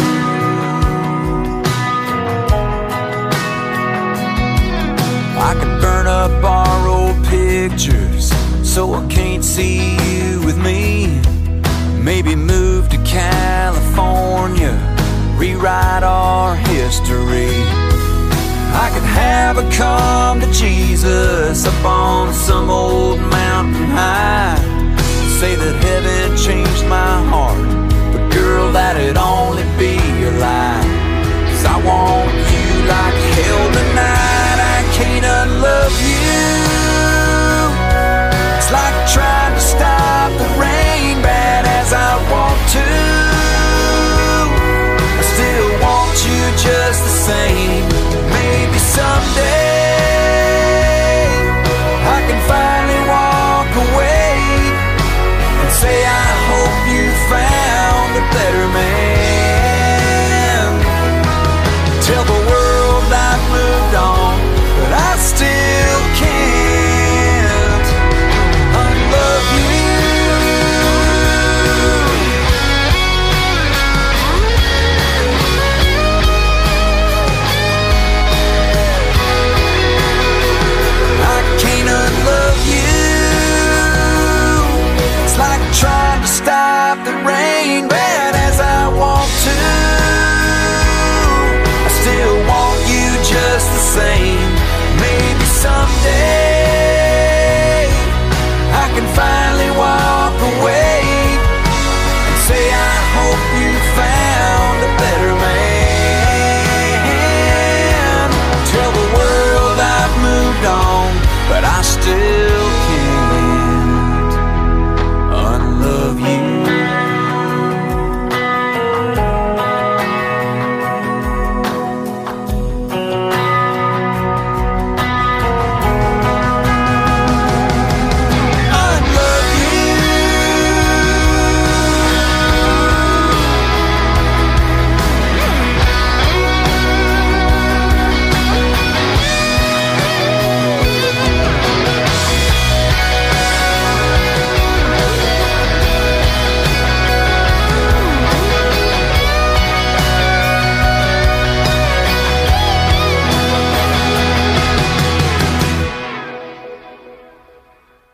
C: I could burn up our old pictures so I can't see you with me. Maybe move to California, rewrite our history. I could have a come to Jesus up on some old mountain high. Say that heaven changed my heart, but girl, that'd only be a lie. Cause I want you like hell tonight. I can't unlove you. It's like trying to stop the rain, bad as I want to. I still want you just the same. Maybe someday I can finally walk away and say, I hope you found a better man. Tell the world I've moved on, but I still can't unlove you. I can't unlove you. It's like trying to stop the rain, bad as I want to. I still want you just the same. Maybe someday I can finally walk away and say I hope you found a better man. Tell the world I've moved on, but I still can't unlove you. Unlove you.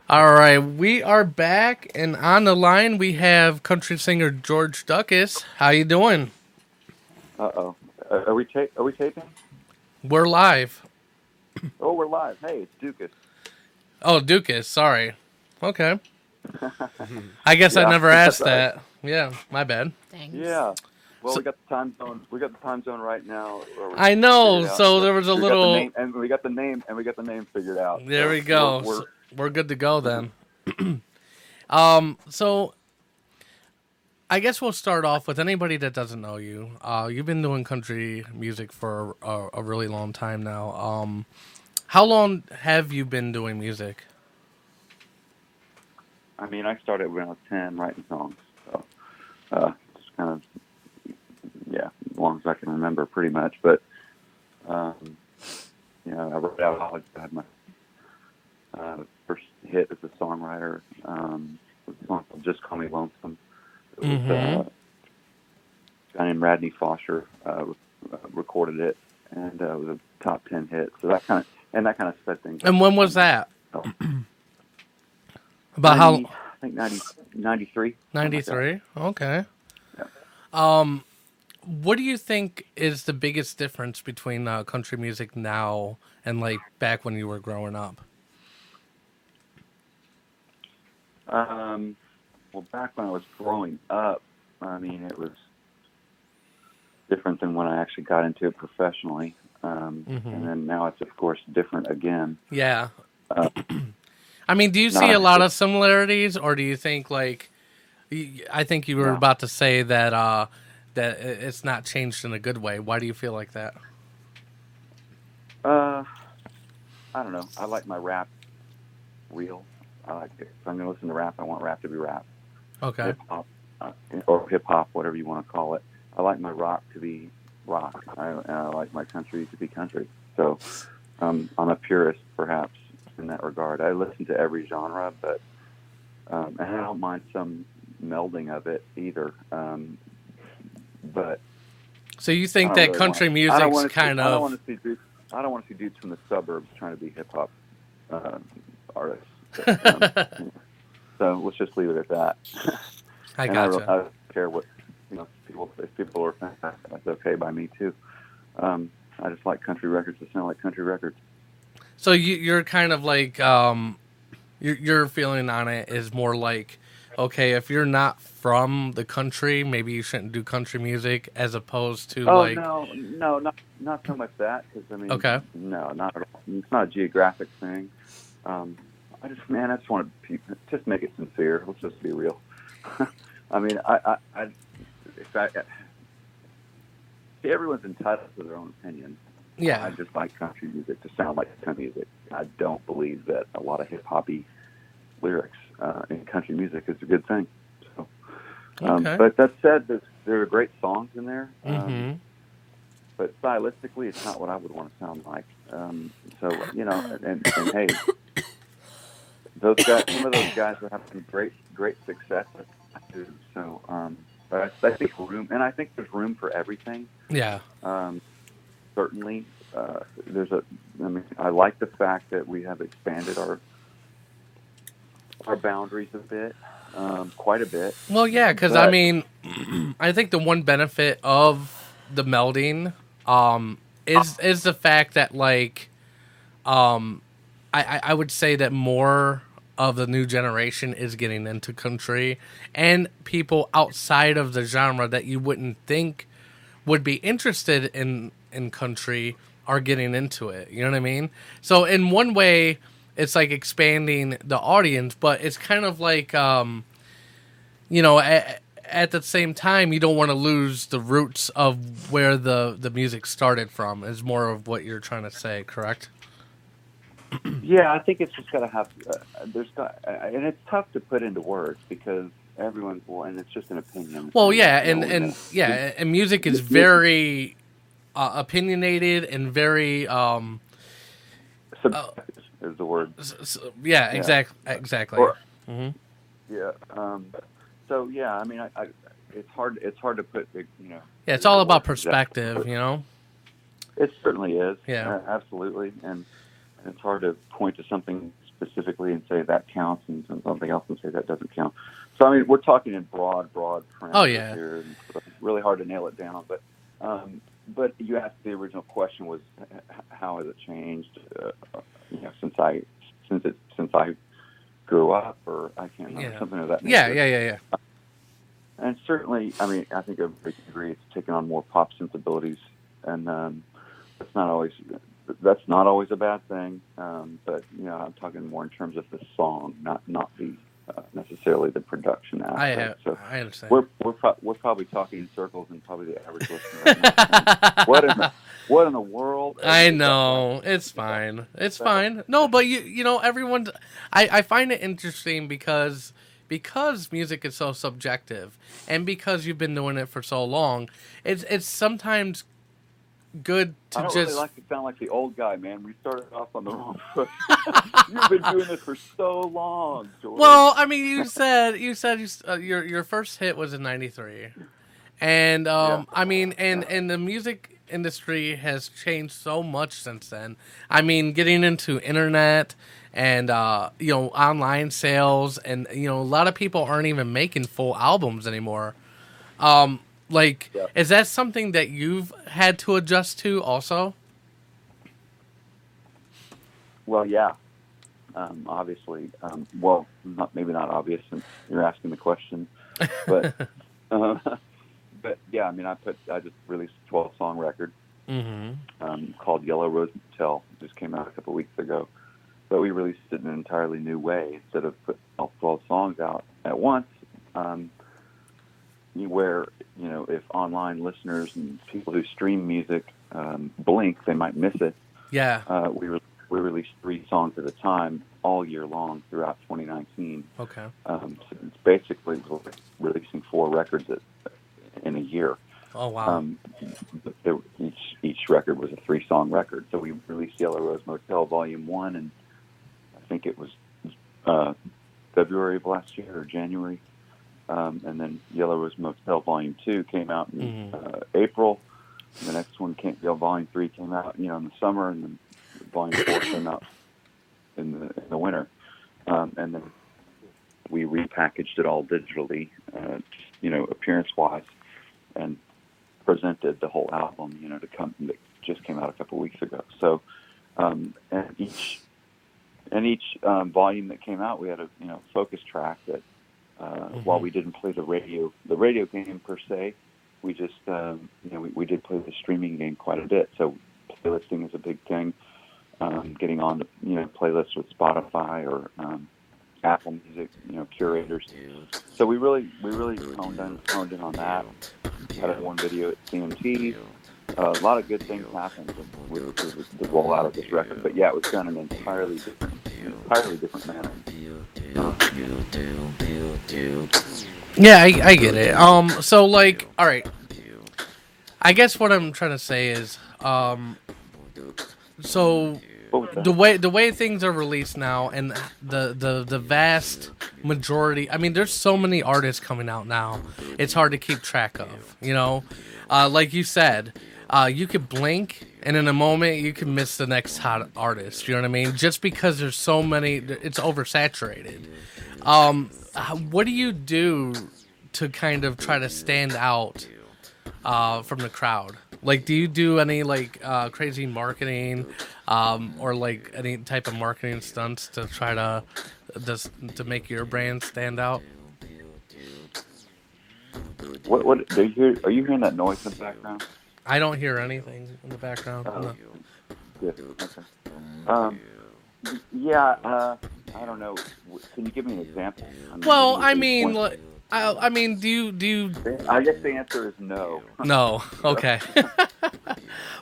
A: All right, we are back, and on the line we have country singer George Ducas. How you doing?
H: Uh oh. Are are we ta- are we taping?
A: We're live.
H: Oh, we're live. Hey, it's Dukas.
A: Oh, Ducas, sorry. Okay. I guess
H: Yeah,
A: I never asked
H: that's
A: that. Yeah, my bad.
D: Thanks.
H: Yeah. Well,
A: So-
H: we got the time zone. We got the time zone right now. where we
A: I know.
H: figured out-
A: So there was a
H: we got the
A: little.
H: name- and we got the name, and we got the name figured out.
A: There
H: So
A: we go.
H: We're,
A: So we're good to go then. um, so I guess we'll start off with anybody that doesn't know you. Uh, you've been doing country music for a, a really long time now. Um, how long have you been doing music?
H: I mean, I started when I was 10 writing songs. So, uh, just kind of, yeah, as long as I can remember, pretty much. But, um, you know, I wrote out college. I had my uh, first hit as a songwriter. Um, with a song called Just Call Me Lonesome. It was,
A: Mm-hmm.
B: Mhm.
H: uh, a guy named Radney Fosher uh, re- recorded it, and uh, it was a top 10 hit. So that kind of, and that kind of sped things up.
A: And when was that?
H: So-
A: About how?
H: 90 I think 90, 93. something like that.
A: 93 okay um what do you think is the biggest difference between uh, country music now and like back when you were growing up
H: Um, well, back when I was growing up, I mean, it was different than when I actually got into it professionally. Um,
A: Mhm.
H: And then now it's, of course, different again.
A: yeah
H: Uh,
A: i mean do you see
H: Nah.
A: a lot of similarities or do you think like y- i think you were
H: No.
A: about to say that uh that i- it's not changed in a good way why do you feel like that
H: uh, I don't know. I like my rap real. I like it. If I'm going to listen to rap, I want rap to be rap.
A: okay
H: Hip hop, uh, or hip hop, whatever you want to call it. I like my rock to be rock. I, and I like my country to be country. So um, I'm a purist, perhaps, in that regard. I listen to every genre, but um, and I don't mind some melding of it either. Um, but
A: so you
H: I
A: think
H: don't
A: that
H: really
A: country
H: want- I
A: music's
H: don't wanna see-
A: kind
H: I
A: of
H: don't want to see dudes. I don't want to see dudes from the suburbs trying to be hip hop uh, artists. But, um, so let's just leave it at that.
A: I
H: And I,
A: gotcha.
H: don't- I don't care what you know. People, if people are fans, that's okay by me too. Um, I just like country records that sound like country records.
A: So you, you're kind of like um, your your feeling on it is more like, okay, if you're not from the country, maybe you shouldn't do country music, as opposed to
H: oh
A: like,
H: no, no, not not so much that because I mean,
A: Okay.
H: no, not at all. It's not a geographic thing. Um, I just man, I just want to be, just make it sincere. Let's just be real. I mean, I, I, I if I. See, everyone's entitled to their own opinion.
A: Yeah.
H: I just like country music to sound like country music. I don't believe that a lot of hip hoppy lyrics uh, in country music is a good thing. So, um,
B: Okay.
H: but that said, there's, there are great songs in there. Um,
B: Mm-hmm.
H: but stylistically, it's not what I would want to sound like. Um, so you know, and, and hey, those guys, some of those guys are having great, great success. too. So, um, but I, I think room, and I think there's room for everything.
A: yeah,
H: Um, certainly, uh, there's a. I mean, I like the fact that we have expanded our our boundaries a bit, um, quite a bit.
A: well, yeah, because I
H: But-
A: mean, I think the one benefit of the melding um, is is the fact that like, um, I, I I would say that more of the new generation is getting into country and people outside of the genre that you wouldn't think would be interested in in country are getting into it. You know what I mean? So in one way, it's like expanding the audience, but it's kind of like um, you know, at, at the same time, you don't want to lose the roots of where the the music started from. Is more of what you're trying to say, correct? Hmm.
H: Yeah, I think it's just got to have. Uh, there's got, uh, and it's tough to put into words because everyone will, and it's just an opinion.
A: Well, yeah, and
H: You know,
A: and yeah, and music is
H: Yeah.
A: very uh, opinionated and very um,
H: subjective is the word.
A: yeah, exact- exactly.
H: Or-
A: Mhm.
H: Yeah. Um, so yeah, I mean, I, I, it's hard. It's hard to put. the- You know.
A: yeah. It's all about
H: exactly.
A: perspective, you know.
H: It certainly is.
A: Yeah.
H: uh, absolutely. And, and it's hard to point to something specifically and say that counts, and some- something else and say that doesn't count. So I mean, we're talking in broad, broad parameters
A: Oh, yeah.
H: here. and it's really hard to nail it down, but um, but you asked the original question was h- how has it changed? Uh, you know, since I since it since I grew up, or I can't remember
A: Yeah.
H: something of that nature.
A: Yeah, yeah, yeah, yeah.
H: And certainly, I mean, I think everybody can agree it's taken on more pop sensibilities, and um, that's not always that's not always a bad thing. Um, but you know, I'm talking more in terms of the song, not not the uh, necessarily the production aspect.
A: I have-
H: so
A: I understand.
H: We're we're, pro- we're probably talking in circles, and probably the average listener. Right now. what in the what in the world?
A: I know it's fine. It's fine. No, but you you know everyone. I I find it interesting because because music is so subjective, and because you've been doing it for so long, it's it's sometimes good to
H: I don't
A: just
H: really like to sound like the old guy, man. We started off on the wrong foot. You've been doing this for so long, George.
A: Well, I mean, you said you said you, s- uh, your your first hit was in '93, and um, I mean, and and the music industry has changed so much since then. I mean, getting into internet and uh, you know online sales, and you know a lot of people aren't even making full albums anymore. Um, like, is that something that you've had to adjust to also?
H: Well, yeah, um, obviously. Um, well, not maybe not obvious since you're asking the question, but uh, but yeah, I mean, I put I just released a 12 song record
B: Mm-hmm.
H: um, called Yellow Rose Motel. It Just came out a couple weeks ago, but we released it in an entirely new way. Instead of putting all 12 songs out at once, um, you- where you know if online listeners and people who stream music um, blink, they might miss it.
A: Yeah.
H: Uh, we re- we released three songs at a time all year long throughout 2019.
A: Okay.
H: Um, so it's basically like releasing four records at, in a year.
A: Oh wow.
H: Um, but there, each each record was a three song record. So we released Yellow Rose Motel Volume One, and I think it was uh, February of last year or January. Um, and then Yellow Rose Motel Volume Two came out in uh, April. And the next one came. You know, volume Three came out, you know, in the summer, and then Volume Four came out in the in the winter. Um, and then we repackaged it all digitally, uh, you know, appearance wise, and presented the whole album, you know, to come that just came out a couple weeks ago. So, um, and each and each um, volume that came out, we had a you know focus track that uh, while we didn't play the radio the radio game per se, we just um, you know we, we did play the streaming game quite a bit. So playlisting is a big thing. Um, getting on the you know playlists with Spotify or um, Apple Music, you know, curators. So we really, we really honed in, honed in on that. Had our one video at CMT. Uh, a lot of good things happened with, with, with the rollout of this record. But yeah, it was done in an entirely different, entirely different manner.
A: Yeah, I, I get it. Um, so like, all right. I guess what I'm trying to say is, um, so the way the way things are released now, and the the the vast majority. I mean, there's so many artists coming out now. It's hard to keep track of. You know, uh, like you said, uh, you could blink, and in a moment you can miss the next hot artist. You know what I mean? Just because there's so many, it's oversaturated. Um, h- what do you do to kind of try to stand out uh, from the crowd? Like, do you do any like uh, crazy marketing, um, or like any type of marketing stunts to try to just to make your brand stand out?
H: What, what do you hear? Are you hearing that noise in the background?
A: I don't hear anything in the background. No.
H: Yeah. Okay. Um, y- yeah. Uh, I don't know. W- Can you give me an example? I mean,
A: Well,
H: what do
A: I
H: you
A: mean,
H: point-
A: like, I, I mean, do you do you
H: I guess the answer is no.
A: No. Okay.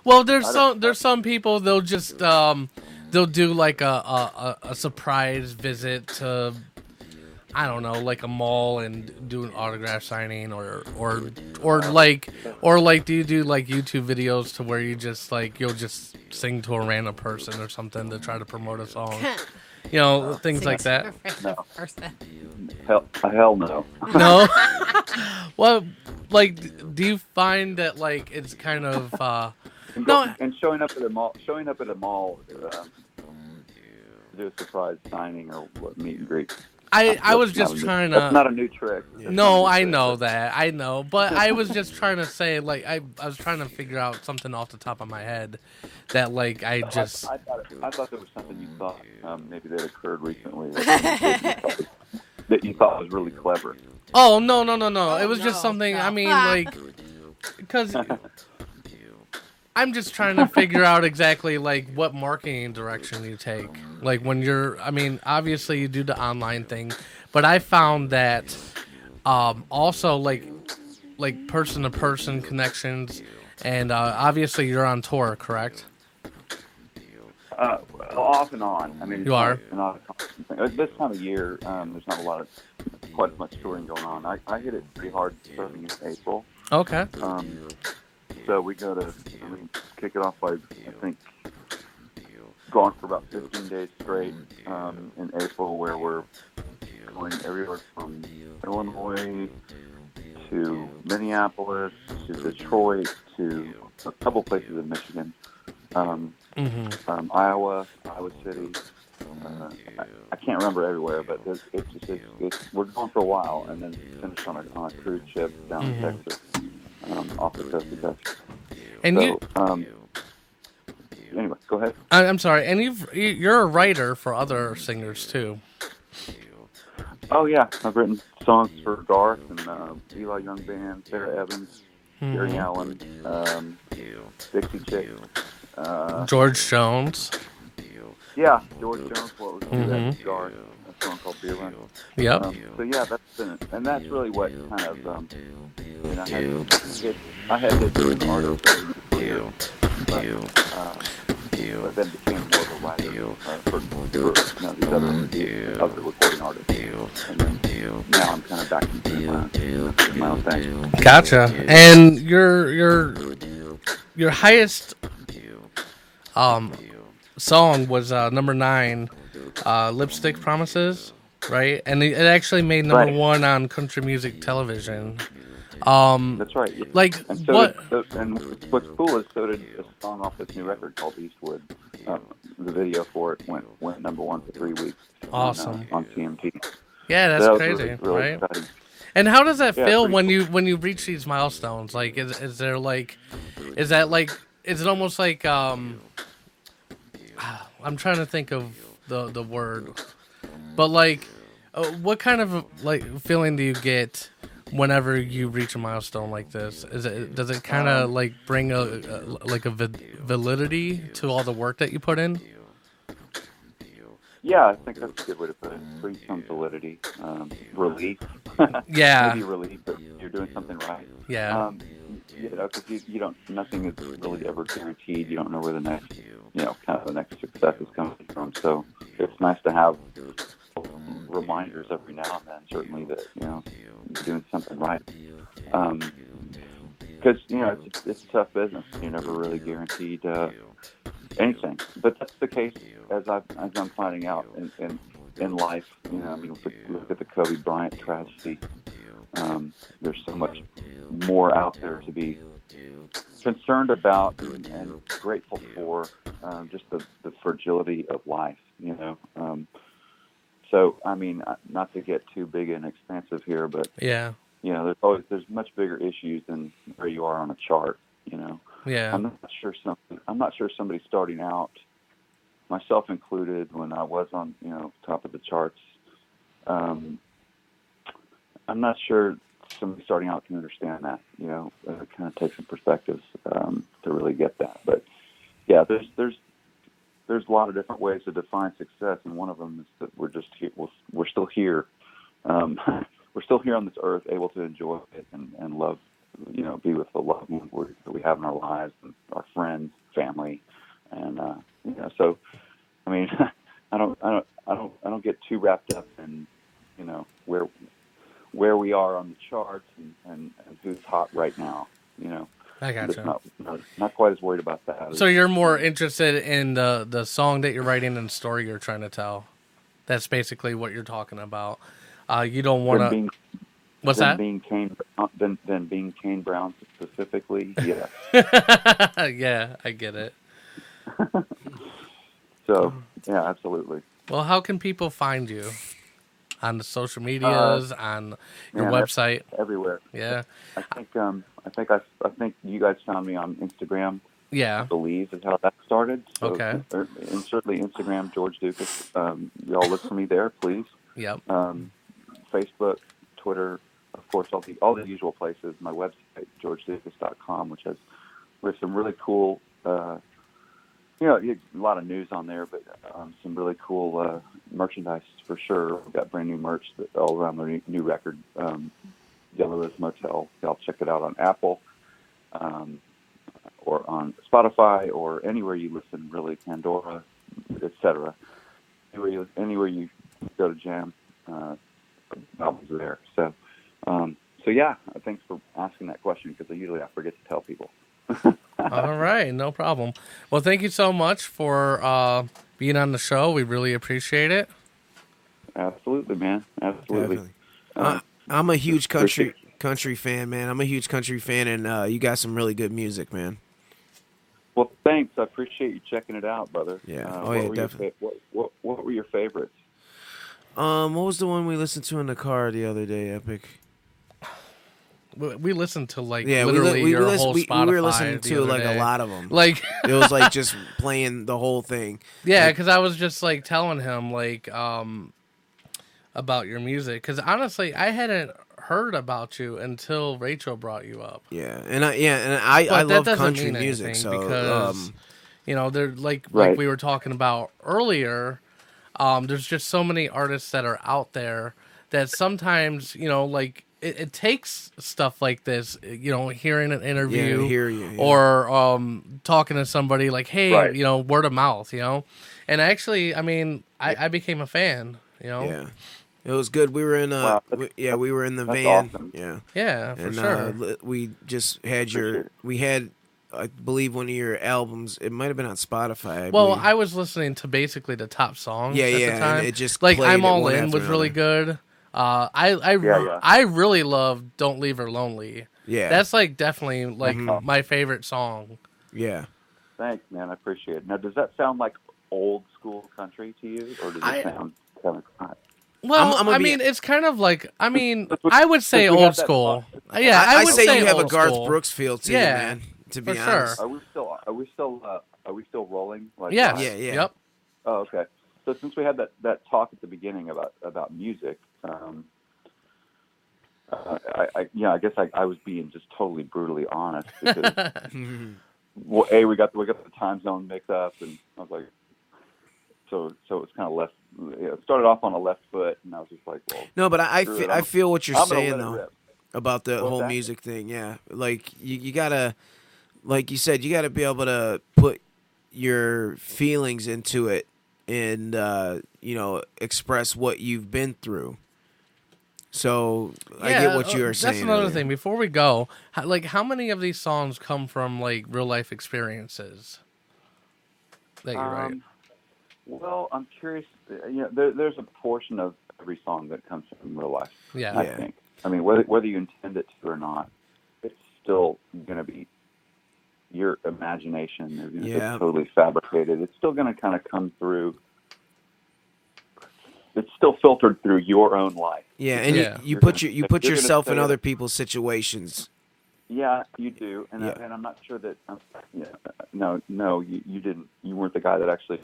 A: well, there's
H: I don't-
A: some there's some people they'll just um they'll do like a a, a a surprise visit to I don't know like a mall and do an autograph signing or or or like or like do you do like YouTube videos to where you just like you'll just sing to a random person or something to try to promote a song. You know, things
D: Sing
A: like
D: to
A: that.
D: a random person.
H: Hell, uh, hell no.
A: No. well, like, d- do you find that like it's kind of uh,
H: And,
A: No,
H: go- and showing up at a mall, showing up at a mall, uh, do a surprise signing or what meet and greet.
A: I I was
H: That's not
A: just
H: a new-
A: trying to.
H: That's not a new trick.
A: No, I know that. I know, but I was just trying to say like I I was trying to figure out something off the top of my head that like I just
H: I, thought, I thought there was something you thought um, maybe that occurred recently that you, that you thought was really clever.
A: Oh, no, no, no, no. Ah. it was just something I mean like cuz I'm just trying to figure out exactly like what marketing direction you take. Like when you're I mean, obviously you do the online thing, But I found that um, also like like person to person connections, and uh, obviously you're on tour, correct?
H: Uh, off and on. I mean, it's
A: You
H: not-
A: are.
H: it's not a constant thing. At this time of year, um, there's not a lot of quite as much touring going on. I, I hit it pretty hard starting in April.
A: Okay.
H: Um, so we go to I mean, kick it off by I think gone for about 15 days straight um, in April, where we're going everywhere from Illinois to Minneapolis to Detroit to a couple places in Michigan, um, um, Iowa, Iowa City. Uh, I, I can't remember everywhere, but it's, it's just it's, it's, we're going for a while, and then finish on a, on a cruise ship down
A: Mhm.
H: to Texas, um, off the coast of Texas.
A: And
H: so,
A: you-
H: um, anyway, go ahead.
A: I, I'm sorry, and you've you- you're a writer for other singers too.
H: Oh yeah, I've written songs for Garth and uh, Eli Young Band, Sarah Evans, Gary
A: Mhm.
H: Allen, um, Dixie Chick, uh,
A: George Jones.
H: Yeah, George Jones. What was
A: Mhm.
H: that? Garth. A song called Beer Run.
A: Yep.
H: Um, so yeah, that's been it, and that's really what kind of um, you know, I had hit, I had hit an artist, but, uh, but then became more of a writer uh, for, for you know, these other, other recording artists, and then now I'm kind of back into my, into my own thing.
A: Gotcha. And your your your highest um song was uh, number nine, uh, "Lipstick Promises," right? And it, it actually made number
H: Right.
A: one on country music television. Um,
H: That's right. yeah.
A: Like,
H: and so
A: what-
H: Did, so, and what's cool is so did a song off this new record called Eastwood. Um, the video for it went went number one for three weeks.
A: Awesome.
H: On, uh, on TMT.
A: yeah, that's
H: That was
A: crazy,
H: really- really
A: right?
H: exciting.
A: And how does that
H: Yeah,
A: feel
H: pretty
A: when you when you reach these milestones? Like, is is there like, is that like, is it almost like um, I'm trying to think of the the word, but like, uh, what kind of like feeling do you get whenever you reach a milestone like this? Is it does it kind
H: Um,
A: of like bring a, a like a vid- validity to all the work that you put in?
H: Yeah, I think that's a good way to put it. Bring some validity, um, relief.
A: Yeah.
H: Maybe relief that you're doing something right.
A: Yeah.
H: Um, you know, 'cause you, you don't, nothing is really ever guaranteed. You don't know where the next, you know, kind of the next success is coming from. So it's nice to have reminders every now and then, certainly that you know you're doing something right. Um, because you know it's, it's a tough business. You're never really guaranteed uh, anything, but that's the case as I as I'm finding out in, in, in life. You know, I mean, look at- look at the Kobe Bryant tragedy. Um, there's so much more out there to be concerned about and, and grateful for. Um, just the, the fragility of life. You know. Um, so I mean, uh, not to get too big and expansive here, but
A: Yeah.
H: you know, there's always there's much bigger issues than where you are on a chart. You know,
A: Yeah.
H: I'm not sure some I'm not sure somebody starting out, myself included, when I was on you know top of the charts. Um, I'm not sure somebody starting out can understand that. You know, Uh, it kind of takes some perspectives um, to really get that. But yeah, there's there's there's a lot of different ways to define success, and one of them is that we're just here, we're, we're still here. Um, we're still here on this earth, able to enjoy it and, and love, you know, be with the loved ones we're- that we have in our lives, and our friends, family, and uh, you know. So, I mean, I don't, I don't, I don't, I don't get too wrapped up in, you know, where where we are on the charts and, and, and who's hot right now. You know,
A: I
H: I'm just
A: gotcha.
H: not, not not quite as worried about that.
A: So you're more interested in the the song that you're writing and the story you're trying to tell. That's basically what you're talking about. Uh, you don't
H: Than
A: want to.
H: being
A: What's
H: than
A: that?
H: Being Kane, than, than being Kane Brown specifically, yeah.
A: yeah, I get it.
H: so, yeah, absolutely.
A: Well, how can people find you on the social medias, on your
H: Uh, yeah, that's-
A: website?
H: Everywhere.
A: Yeah,
H: I think um, I think I, I think you guys found me on Instagram. I
A: yeah,
H: believe is how that started. So,
A: Okay.
H: er, and certainly Instagram, George Dukas. Um, y'all look for me there, please.
A: yep.
H: Um, Facebook, Twitter, of course, all the all the usual places. My website, georgedukas.com, which has we have some really cool uh, you know, you, a lot of news on there, but um, some really cool uh, merchandise for sure. We've got brand new merch that all around the new, new record, um, Yellow is Motel. Y'all check it out on Apple um, or on Spotify or anywhere you listen, really, Pandora, etc. Anywhere you, anywhere you go to jam, uh, albums are there. So, um, so yeah, thanks for asking that question because usually I forget to tell people.
A: All right, no problem. Well, thank you so much for uh, being on the show. We really appreciate it.
H: Absolutely, man. Absolutely.
E: Definitely. I, Uh, I'm a huge country country fan, man. I'm a huge country fan, and uh, you got some really good music, man.
H: Well, thanks. I appreciate you checking it out, brother.
E: Yeah.
H: Uh,
E: Oh, yeah,
H: what were your
E: definitely.
H: fa- what, what, what were your favorites?
E: Um, what was the one we listened to in the car the other day? Epic.
A: We, we listened to like
E: Yeah, we,
A: literally
E: li- we,
A: your
E: lis-
A: whole
E: we,
A: Spotify.
E: we were listening
A: the
E: to
A: other
E: like
A: day.
E: a lot of them.
A: Like
E: it was like just playing the whole thing.
A: yeah, because I was just like telling him like um about your music because honestly I hadn't heard about you until Rachel brought you up.
E: Yeah, and I yeah, and I,
A: But
E: I
A: that
E: love
A: doesn't
E: country
A: mean
E: music.
A: anything
E: So
A: because
E: um,
A: you know they're like like
H: Right.
A: we were talking about earlier. Um, there's just so many artists that are out there that sometimes you know like it, it takes stuff like this. You know, hearing an
E: yeah,
A: interview
E: I hear you. yeah.
A: or um, talking to somebody like, hey,
H: Right.
A: you know, word of mouth, you know. And actually, I mean, I, I became a fan. You know, yeah,
E: yeah, it was good. We were in a
H: Wow,
E: we, yeah, we were in the
H: that's
E: van.
H: awesome.
E: Yeah,
A: for
E: and
A: sure.
E: uh, li- we just had
H: For
E: your
H: sure.
E: we had I believe one of your albums. It might have been on Spotify. I
A: well,
E: believe.
A: I was listening to basically the top songs.
E: Yeah,
A: at
E: yeah,
A: The
E: and
A: time.
E: it just
A: like
E: played
A: I'm
E: it
A: all
E: one
A: in
E: after
A: was really good. Uh, I I
H: Yeah, yeah.
A: I really love "Don't Leave Her Lonely."
E: yeah
A: That's like definitely like
E: Mhm.
A: my favorite song.
E: yeah.
H: Thanks, man. I appreciate it. Now, does that sound like old school country to you, or does it
A: I-
H: sound kind of hot?
A: Well, i
E: I'm- I'm gonna be-
A: mean, it's kind of like I mean,
H: what-
A: I would say
H: that's what we
A: old
H: got that
A: school. Uh,
H: song.
A: Yeah, I,
E: I,
A: would
E: say, you have a
A: old
E: Garth
A: school.
E: Brooks feel to
A: Yeah,
E: you, man. To be
A: for sure.
E: honest,
H: Are we still? Are we still? Uh, are we still rolling? Like,
A: Yeah,
E: Yeah, yeah.
A: Yep.
H: Oh, okay. So since we had that, that talk at the beginning about about music, um, uh, I, I yeah, I guess I, I was being just totally brutally honest because well, a we got we got the time zone mixed up, and I was like, so so it's kind of left. Yeah, it started off on a left foot, and I was just like, well,
E: no, but I I,
H: Screw
E: fe-
H: it,
E: I
H: I'm-
E: feel what you're
H: I'm gonna
E: saying
H: let it
E: though.
H: rip.
E: about the
H: Well,
E: whole
H: that-
E: music thing. Yeah, like you, you gotta, like you said, you gotta be able to put your feelings into it and uh, you know express what you've been through. So I get what
A: uh,
E: you are
A: that's
E: saying.
A: another
E: earlier.
A: thing. Before we go, how, like, how many of these songs come from like real life experiences that you write?
H: Um, Well, I'm curious. uh, You know, there, there's a portion of every song that comes from real life.
A: Yeah.
H: I
E: Yeah.
H: think. I mean, whether whether you intend it to or not, it's still going to be your imagination. Is gonna,
E: Yeah.
H: It's totally fabricated. It's still going to kind of come through. It's still filtered through your own life.
E: Yeah, and
A: Yeah.
E: you, you
H: You're
E: put
H: gonna-
E: your you
H: if
E: put
H: you're gonna
E: yourself in
H: say it-
E: other people's situations.
H: Yeah, you do, and
E: Yeah.
H: I, and I'm not sure that. Um, yeah, no, no, you, you didn't. You weren't the guy that actually,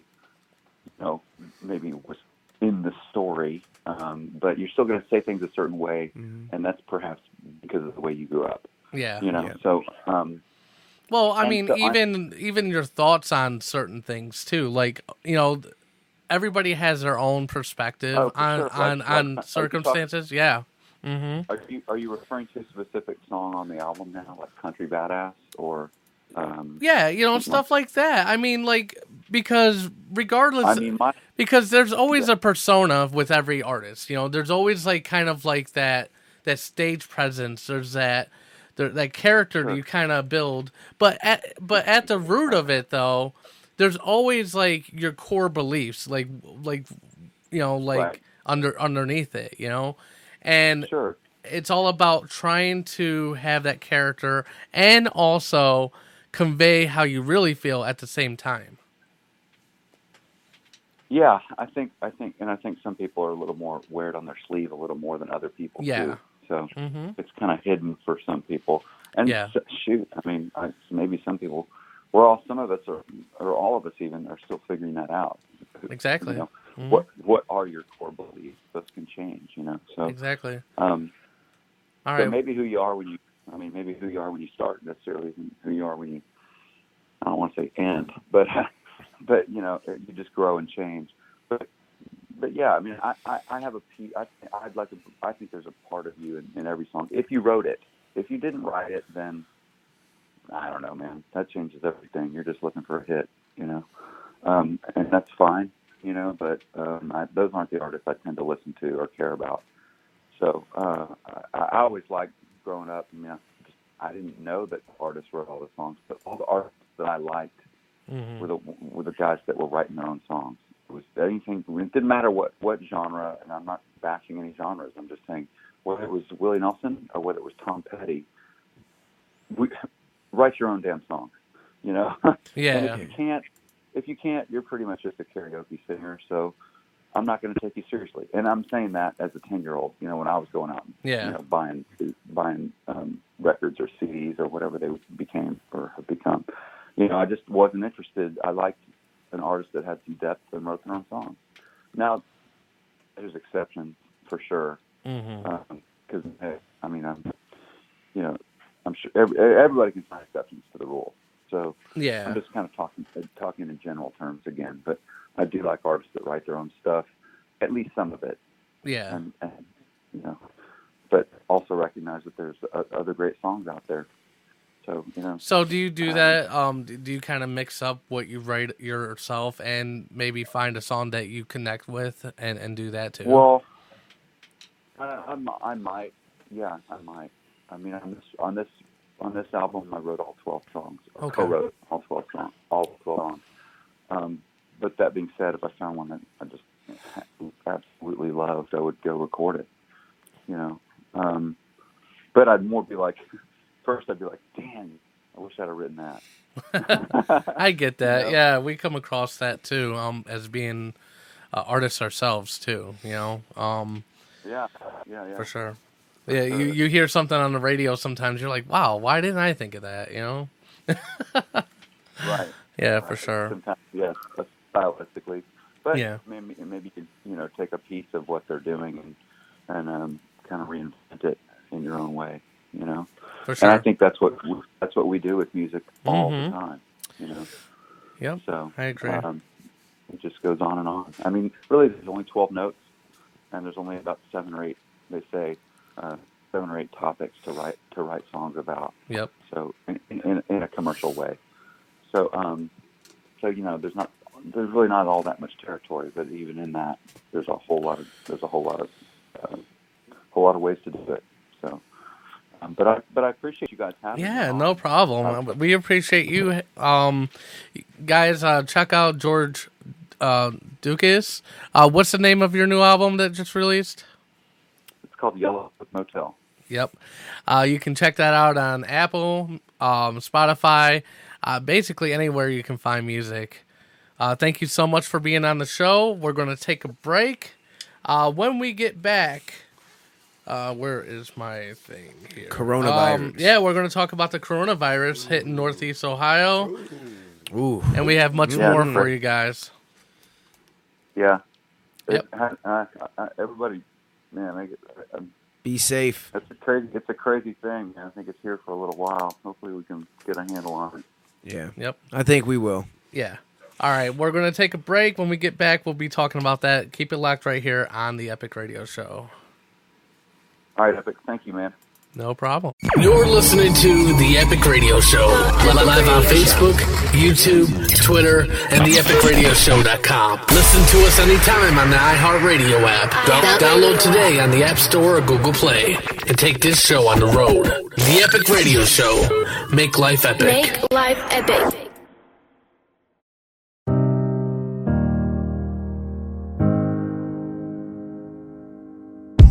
H: you know, maybe was in the story. Um, but you're still going to say things a certain way,
E: Mm-hmm.
H: and that's perhaps because of the way you grew up.
A: yeah.
H: You know,
E: Yeah.
H: so um,
A: Well, I
H: And
A: mean,
H: so I-
A: even even your thoughts on certain things too. Like, you know, everybody has their own perspective
H: Oh, for
A: on
H: sure. Like-
A: on
H: like-
A: on
H: like you
A: circumstances. Yeah.
H: are you are you referring to a specific song on the album now, like "Country Badass" or? Um,
A: Yeah, you know, stuff like that. I mean, like because regardless
H: I mean, my
A: because there's always a persona with every artist you know there's always like kind of like that that stage presence there's that there, that character you kind of build but at but at the root of it though there's always like your core beliefs like like you know like
H: Right.
A: under underneath it you know and
H: sure.
A: it's all about trying to have that character and also convey how you really feel at the same time
H: Yeah, I think I think, and I think some people are a little more wear it on their sleeve a little more than other people.
A: Yeah.
H: too. So
A: Mhm.
H: it's kind of hidden for some people. And
A: Yeah.
H: s- shoot, I mean, I, maybe some people, we're all, some of us are, or all of us even, are still figuring that out.
A: exactly Mm-hmm.
H: You know, what what are your core beliefs? Those can change. You know, so
A: exactly
H: um,
A: all
H: Oh. so
A: right
H: maybe who you are when you, I mean, maybe who you are when you start necessarily isn't who you are when you, I don't want to say end, but but you know, you just grow and change. But but yeah, I mean, I I, I have a p. I I'd like to. I think there's a part of you in, in every song. If you wrote it, if you didn't write it, then I don't know, man. That changes everything. You're just looking for a hit, you know, um, and that's fine, you know. But um, I, those aren't the artists I tend to listen to or care about. So uh, I, I always liked growing up. I mean, I, just, I didn't know that artists wrote all the songs, but all the artists that I liked
A: Hmm. Mm-hmm.
H: were the were the guys that were writing their own songs. It was anything. It didn't matter what what genre, and I'm not bashing any genres. I'm just saying whether it was Willie Nelson or whether it was Tom Petty, we, write your own damn song. You know.
A: Yeah.
H: And if you can't, if you can't, you're pretty much just a karaoke singer. So. I'm not going to take you seriously, and I'm saying that as a ten-year-old. You know, when I was going out, and,
A: Yeah.
H: you know, buying buying um, records or CDs or whatever they became or have become you know, I just wasn't interested. I liked an artist that had some depth and wrote their own songs. Now, there's exceptions for sure,
A: Mm-hmm.
H: because hey, I mean, I'm, you know, I'm sure every, everybody can find exceptions to the rule. So
A: Yeah.
H: I'm just kind of talking talking in general terms again, but I do like artists that write their own stuff, at least some of it,
A: Yeah.
H: and, and you know, but also recognize that there's uh, other great songs out there. So you know,
A: So do you do
H: Um,
A: that? Um, d- do you kind of mix up what you write yourself and maybe find a song that you connect with and and do that too?
H: Well, I, I, mi- I might. Yeah, I might. I mean, on this on this on this album, I wrote all twelve songs. Or
A: Okay.
H: Co-wrote all twelve songs. All twelve songs. Um, but that being said, if I found one that I just absolutely loved, I would go record it. You know. Um, but I'd more be like, first I'd be like, dang, I wish I'd have written that.
A: I get that.
H: know.
A: Yeah, we come across that too. Um, as being uh, artists ourselves too. You know. Um,
H: Yeah, yeah, yeah.
A: for sure. Yeah, you, you hear something on the radio sometimes. You're like, wow, why didn't I think of that? You know?
H: Right.
A: Yeah, for sure.
H: Sometimes, yes, but stylistically. But
A: Yeah.
H: maybe, maybe you could, you know, take a piece of what they're doing and, and um, kind of reinvent it in your own way, you know.
A: For
H: And I
A: sure.
H: think that's what we, that's what we do with music all
A: Mhm.
H: the time, you know.
A: Yep.
H: So
A: I agree.
H: Um, it just goes on and on. I mean, really, there's only 12 notes, and there's only about seven or eight. They say uh, seven or eight topics to write to write songs about
A: Yep.
H: so in, in, in a commercial way. So um, so you know, there's not there's really not all that much territory, but even in that, there's a whole lot of there's a whole lot of uh, whole lot of ways to do it. So, um, but I but I appreciate you guys having me
A: Yeah,
H: on.
A: no problem.
H: Uh,
A: Uh, we appreciate you, um, guys. Uh, check out George uh, Dukas. Uh, what's the name of your new album that just released?
H: It's called Yellow Hook Motel.
A: Yep. Uh, you can check that out on Apple, um, Spotify, uh, basically anywhere you can find music. Uh, thank you so much for being on the show. We're going to take a break. Uh, when we get back, uh, where is my thing here?
E: Coronavirus.
A: Um, yeah, we're going to talk about the coronavirus hitting Northeast Ohio,
E: Ooh.
A: and we have much
H: Yeah,
A: more
H: that's
A: for
H: right.
A: you guys.
H: Yeah.
A: Yep.
H: It had- uh, uh, everybody, man, I, get- I,
E: Be safe.
H: That's a crazy. It's a crazy thing. and I think it's here for a little while. Hopefully, we can get a handle on it.
E: Yeah.
A: Yep.
E: I think we will.
A: Yeah. All right, we're going to take a break. When we get back, we'll be talking about that. Keep it locked right here on the Epic Radio Show.
H: All right, Epic. Thank you, man.
A: No problem.
I: You're listening to The Epic Radio Show. Live on Facebook, YouTube, Twitter, and TheEpicRadioShow.com. Listen to us anytime on the iHeartRadio app. Down- download today on the App Store or Google Play. And take this show on the road. The Epic Radio Show. Make life epic.
J: Make life epic.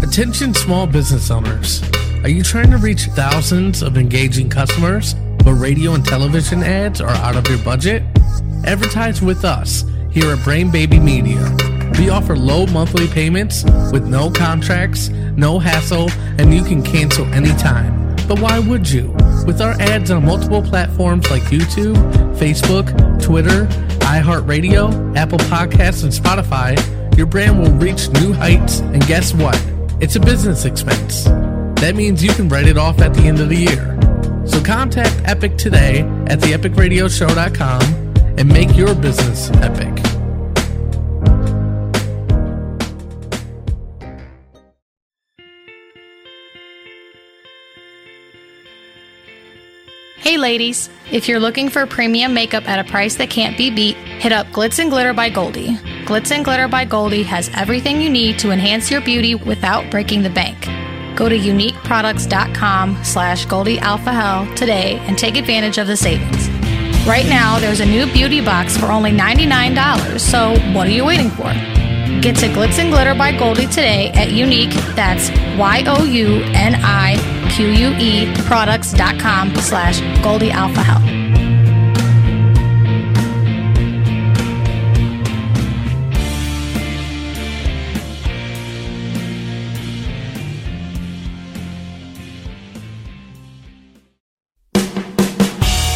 A: Attention small business owners. Are you trying to reach thousands of engaging customers, but radio and television ads are out of your budget? Advertise with us here at Brain Baby Media. We offer low monthly payments with no contracts, no hassle, and you can cancel anytime. But why would you? With our ads on multiple platforms like YouTube, Facebook, Twitter, iHeartRadio, Apple Podcasts, and Spotify, your brand will reach new heights, and guess what? It's a business expense. That means you can write it off at the end of the year. So contact Epic today at theepicradioshow.com and make your business epic.
K: Hey ladies, if you're looking for premium makeup at a price that can't be beat, hit up Glitz and Glitter by Goldie. Glitz and Glitter by Goldie has everything you need to enhance your beauty without breaking the bank. Go to uniqueproducts.com slash Goldie Alpha Hell today and take advantage of the savings. Right now, there's a new beauty box for only $99, so what are you waiting for? Get to Glitz and Glitter by Goldie today at Unique, that's Y-O-U-N-I-Q-U-E products.com slash Goldie Alpha Hell.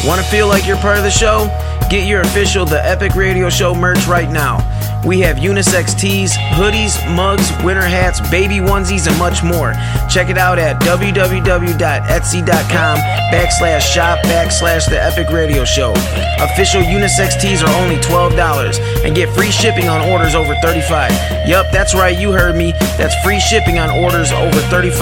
E: Want to feel like you're part of the show? Get your official The Epic Radio Show merch right now. We have unisex tees, hoodies, mugs, winter hats, baby onesies, and much more. Check it out at www.etsy.com backslash shop backslash The Epic Radio Show. Official unisex tees are only $12 and get free shipping on orders over $35. Yup, that's right, you heard me. That's free shipping on orders over $35.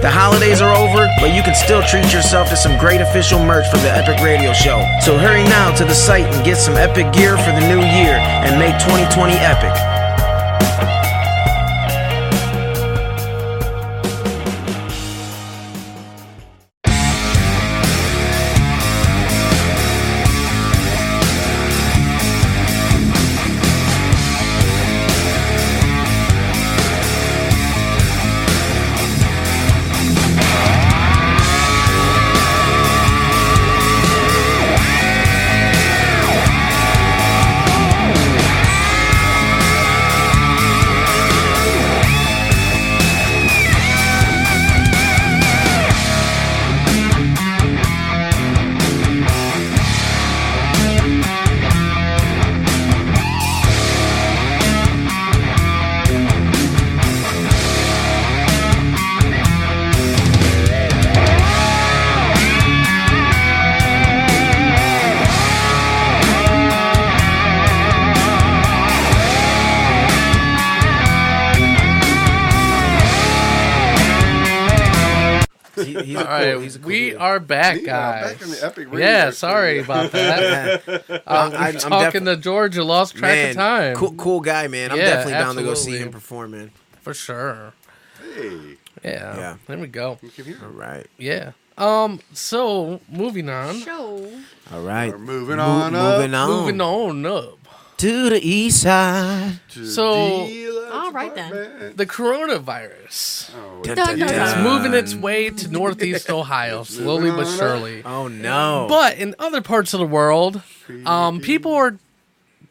E: The holidays are over, but you can still treat yourself to some great official merch for the Epic Radio Show. So hurry now to the site and get some epic gear for the new year and make 2020 epic.
A: All right, we are back, guys.
G: back in the epic radio
A: yeah,
G: show.
A: sorry about that. uh,
E: I'm-
A: I'm,
E: I'm
A: talking
E: defi-
A: to Georgia, lost track
E: Man,
A: of time.
E: Cool, cool guy, man. I'm
A: Yeah,
E: definitely down to go see
A: absolutely.
E: him perform, man.
A: For sure.
G: Hey.
A: Yeah.
E: Yeah.
A: There we go.
E: All right.
A: Yeah. Um. So moving on.
D: Show.
E: All right.
G: We're moving
E: Mo-
G: on up.
E: Moving on.
A: Moving on up.
E: To the east side.
G: to
A: So-
G: Deluxe
D: All right then.
G: Apartment.
A: The coronavirus.
G: Oh,
E: Dun,
D: Dun, dun,
A: It's
D: dun.
A: moving its way to Northeast Ohio, slowly but surely.
E: Oh, no.
A: But in other parts of the world, um, people are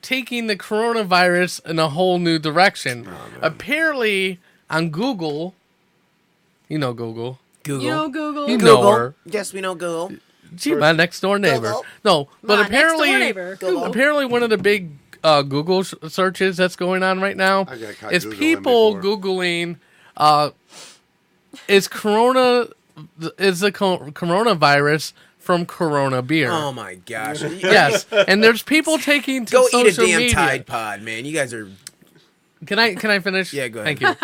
A: taking the coronavirus in a whole new direction.
E: Oh,
A: Apparently, on Google, you know Google,
E: Google.
D: You know Google.
A: you know
E: Google.
A: her.
E: Yes, we know Google.
A: She my next door neighbor.
E: Google.
A: No, but
D: My
A: apparently, Hmm,
D: next-door neighbor. Google.
A: apparently one of the big uh, Google s- searches that's going on right now
G: I got caught
A: is
G: Googling
A: people
G: before.
A: googling, uh, is Corona is the co- coronavirus from Corona beer?
E: Oh my gosh.
A: yes, and there's people taking to
E: Go eat a
A: social
E: damn
A: media.
E: Tide Pod, man. You guys are.
A: Can I can I finish?
E: Yeah, go
A: Thank you.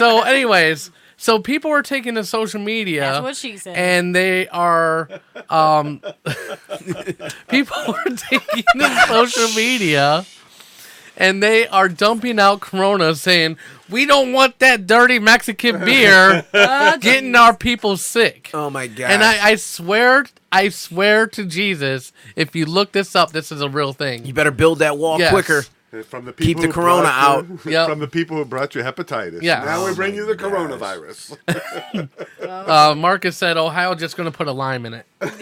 A: so, anyways, so people are taking to social media.
D: That's what she said.
A: uh, And they are um people are taking to social media and they are dumping out Corona saying, We don't want that dirty Mexican beer
D: Uh,
A: getting our people sick.
E: Oh my gosh.
A: And I, I swear I swear to Jesus, if you look this up, this is a real thing.
E: you better build that wall
A: Yes.
E: quicker.
G: From the people
E: Keep the
G: who
E: corona
G: brought you-
A: Yep.
G: From the people who brought you hepatitis.
A: Yeah.
G: Now
E: Oh
G: we bring
E: my
G: you the
E: gosh.
G: coronavirus.
A: Uh, Marcus said Ohio just going to put a lime in it.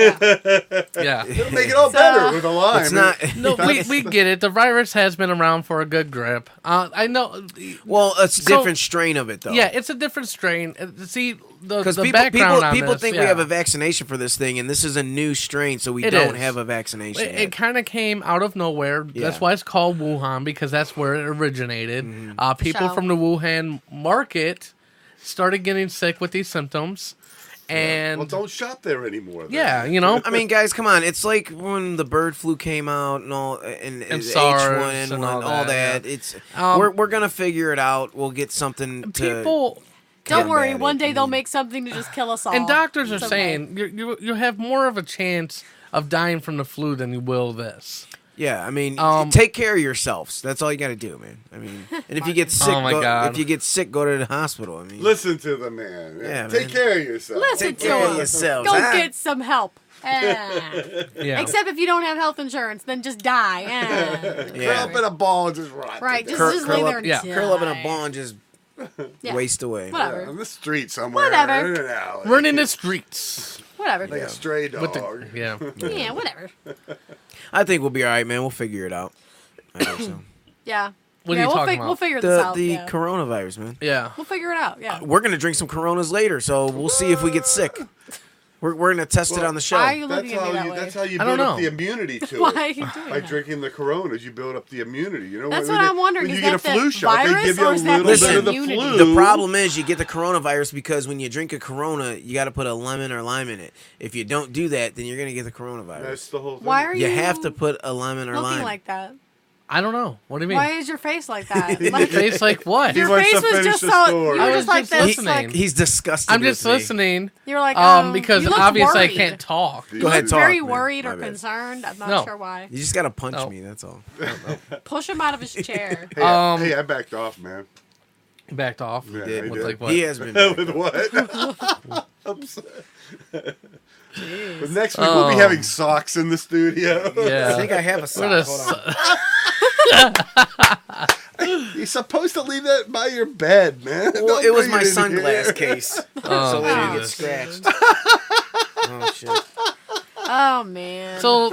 A: yeah.
G: Make it all better with a lime.
E: It's not.
A: No, we, we get it. The virus has been around for a good grip. Uh, I know.
E: well, it's a different strain of it though.
A: Yeah, it's a different strain. Uh, See the,
E: Because
A: the
E: people
A: background
E: people,
A: on
E: people
A: this,
E: think
A: yeah.
E: we have a vaccination for this thing, and this is a new strain, so we
A: It
E: don't
A: is.
E: have a vaccination.
A: It,
E: yet.
A: kind of came out of nowhere.
E: Yeah. Mm-hmm.
A: That's why it's called Wuhan because that's where it originated. Uh, people
D: Shall.
A: from the Wuhan market started getting sick with these symptoms, and
F: well, don't shop there anymore. then.
E: I mean, guys, come on. It's like when the bird flu came out and all, and,
A: And
E: H1N1,
A: SARS and all
E: all,
A: that,
E: that.
A: yeah.
E: It's
A: Um,
E: we're we're gonna figure it out. We'll get something. To,
A: people
D: Don't
E: combat
D: worry.
E: it.
D: One day they'll make something to just kill us all.
A: and doctors are
D: Oh, It's okay.
A: saying you you you have more of a chance of dying from the flu than you will this.
E: Yeah, I mean,
A: Um,
E: take care of yourselves. That's all you got to do, man. I mean, and if you get sick,
A: Oh my
E: go,
A: God.
E: if you get sick, go to the hospital. I mean,
F: Listen to the man.
E: Yeah,
F: Take
E: man.
F: care of yourself.
D: Listen
E: Take
D: to
E: care of
D: him.
E: yourselves, Ah,
D: Go
E: huh?
D: get some help. Eh. Except if you don't have health insurance, then just die. Eh.
E: yeah,
F: Curl up in a ball and just rot. to
D: Right,
F: death.
D: just- just lay there
E: up,
D: and
E: yeah.
D: die.
E: curl up in a ball and just
D: Yeah.
E: waste away.
D: Whatever.
F: Yeah, on the street somewhere.
D: Whatever.
F: In an alley.
A: We're in the streets.
D: Whatever.
F: Like a stray dog.
A: With the- yeah.
D: yeah, whatever.
E: I think we'll be all right, man. We'll figure it out. I hope so.
D: Yeah.
A: What are
D: yeah,
A: you
D: we'll
A: talking
D: fig-
A: about?
D: We'll figure this
E: the
D: out.
E: the
D: yeah.
E: coronavirus, man.
A: Yeah.
D: we'll figure it out. Yeah.
E: We're gonna drink some Coronas later, so we'll see if we get sick. We're, we're gonna test it on the show.
D: Why are you
F: That's
D: looking at
F: how
D: me that
F: you.
D: way?
F: That's how you
A: I don't
F: build up
A: know.
F: the immunity to
D: Why
F: it.
D: are you doing
F: By
D: that?
F: drinking the Coronas, you build up the immunity. You know
D: That's
F: when
D: what
F: you-
D: I'm wondering.
F: When
D: Is
F: you get a
D: that
F: flu
D: the
F: shot, they
D: virus
F: give you
D: or
F: a
D: is
F: little
D: that the
F: bit of the
D: immunity?
F: flu.
E: The problem is you get the coronavirus because when you drink a Corona, you got to put a lemon or lime in it. If you don't do that, then you're gonna get the coronavirus.
F: That's the whole thing.
D: Why are
E: you,
D: you,
E: have to put a lemon or
D: looking
E: lime.
D: like that?
A: I don't know. What do you mean?
D: Why is your face like that? Like,
A: It's like what?
F: He
D: your
F: wants
D: face
F: to
D: was
F: finish
D: just
F: the
D: so
F: story.
D: you
A: I
D: were
A: was
D: just like
A: just
D: this.
A: listening.
D: Like,
E: He's disgusted.
A: I'm
E: with
A: just
E: me.
A: listening.
D: you're like
A: Um,
D: um,
A: because
D: you looked
A: obviously
D: worried.
A: I can't talk.
E: Go ahead, talk.
D: Very
E: man.
D: worried
E: My
D: or
E: bad.
D: concerned. I'm not
A: No.
D: sure why.
E: You just gotta punch
A: No.
E: me. That's all.
D: Push him out of his chair.
F: Hey, I-
A: Um,
F: hey, I backed off, man.
A: Backed off.
F: Yeah,
E: Yeah,
F: I
A: With
F: did.
A: like what?
E: He has been.
F: With what? Oops. But next week
E: Um,
F: we'll be having socks in the studio.
E: I
A: Yeah.
E: think I have a
A: What
E: sock.
A: a
E: Hold
A: s-
E: on.
F: You're supposed to leave that by your bed, man.
E: Well,
F: Don't
E: it was
F: bring
E: my
F: in here.
E: sunglass case, so we didn't get
C: Jesus.
E: scratched. oh shit!
D: oh man.
A: so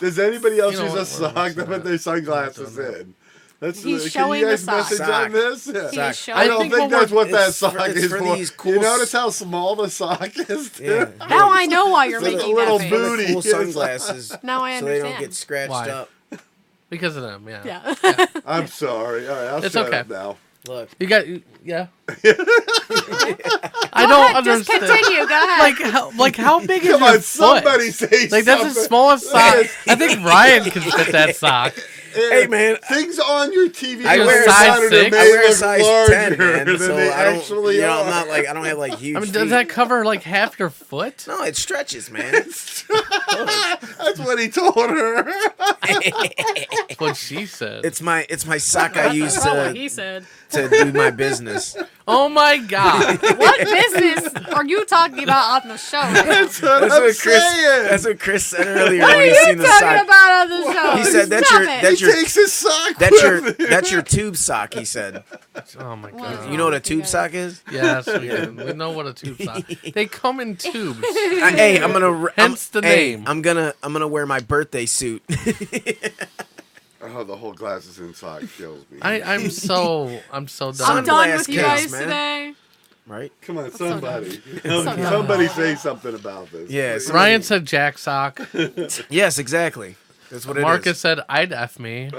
F: Does anybody else
A: You know
F: use a
A: what, we're
F: sock to
A: not-
F: put their sunglasses
A: we're not doing
F: in? That's
D: He's
F: can
D: showing
F: you
D: the
F: guys
D: sock.
F: message
E: Sock.
F: on this? Yeah.
D: He's
E: Sock.
D: showing.
F: I don't think,
A: what
F: that's
A: we're-
F: what that
E: it's for-
F: sock
E: it's
F: is
E: for
F: for.
E: these
F: you
E: cool
F: notice
E: s-
F: how small the sock is? dude?
E: Yeah.
D: now I know why you're
F: It's a
D: making
F: little
D: that face.
F: boob.
E: Cool
F: Yes.
E: sunglasses.
D: Now I
E: so they don't
D: understand.
E: get scratched
A: Why?
E: up.
A: because of them, yeah.
D: Yeah.
F: I'm sorry. All right, I'll
A: It's
F: shut
A: okay.
F: up now.
E: Look,
A: You got you- yeah. I don't
D: Just
A: understand.
D: continue. Go ahead.
A: Oh, Like how like how big is
F: Come
A: your
F: on, somebody
A: foot?
F: say
A: Like that's
F: something.
A: the smallest sock. I think Ryan can fit that sock.
E: hey man,
F: Things on your TV
E: I
F: on
E: wear a
F: the
E: size
F: monitor
A: six.
F: may
E: I wear a
F: look
E: size
F: larger
E: ten, man.
F: than
E: So
F: they
E: I don't,
F: actually
E: you know,
F: are.
E: I'm not like I don't have like huge.
A: I mean, does
E: feet.
A: that cover like half your foot?
E: No, it stretches, man.
F: That's what he told her.
A: That's what she said.
E: it's my it's my sock I use
D: That's not what he
E: to
D: said.
E: to do my business.
A: Oh my god.
D: What business are you talking about on the show?
F: That's what
E: That's
F: I'm
E: what Chris.
F: saying.
E: That's what Chris said earlier
D: What are
E: when he
D: you
E: seen the
D: talking
E: sock.
D: about on the show?
E: He said that's
D: Stop
E: your
D: it.
E: that's
F: he
E: your
F: takes his sock.
E: that's your
F: with him.
E: that's your tube sock. He said.
A: Oh my
D: What is
A: god.
E: You know what a
D: Okay,
E: tube
D: guys.
E: sock is?
A: Yes, we do. We know what a tube sock. They come in tubes.
E: I- hey, I'm gonna. I'm-
A: Hence the
E: hey,
A: name.
E: I'm gonna. I'm gonna wear my birthday suit.
F: Oh, the whole glasses in sock kills me.
A: I, I'm so I'm so
D: I'm
A: done.
D: done
E: Sunglass
D: with you
E: case,
D: guys
E: man. Oh,
D: today. oh,
E: right?
F: Come on, somebody.
D: dumb.
F: somebody say something about this.
E: Yeah. somebody-
A: Ryan said jack sock.
E: Yes, exactly. That's what it is.
A: Marcus said I'd F me.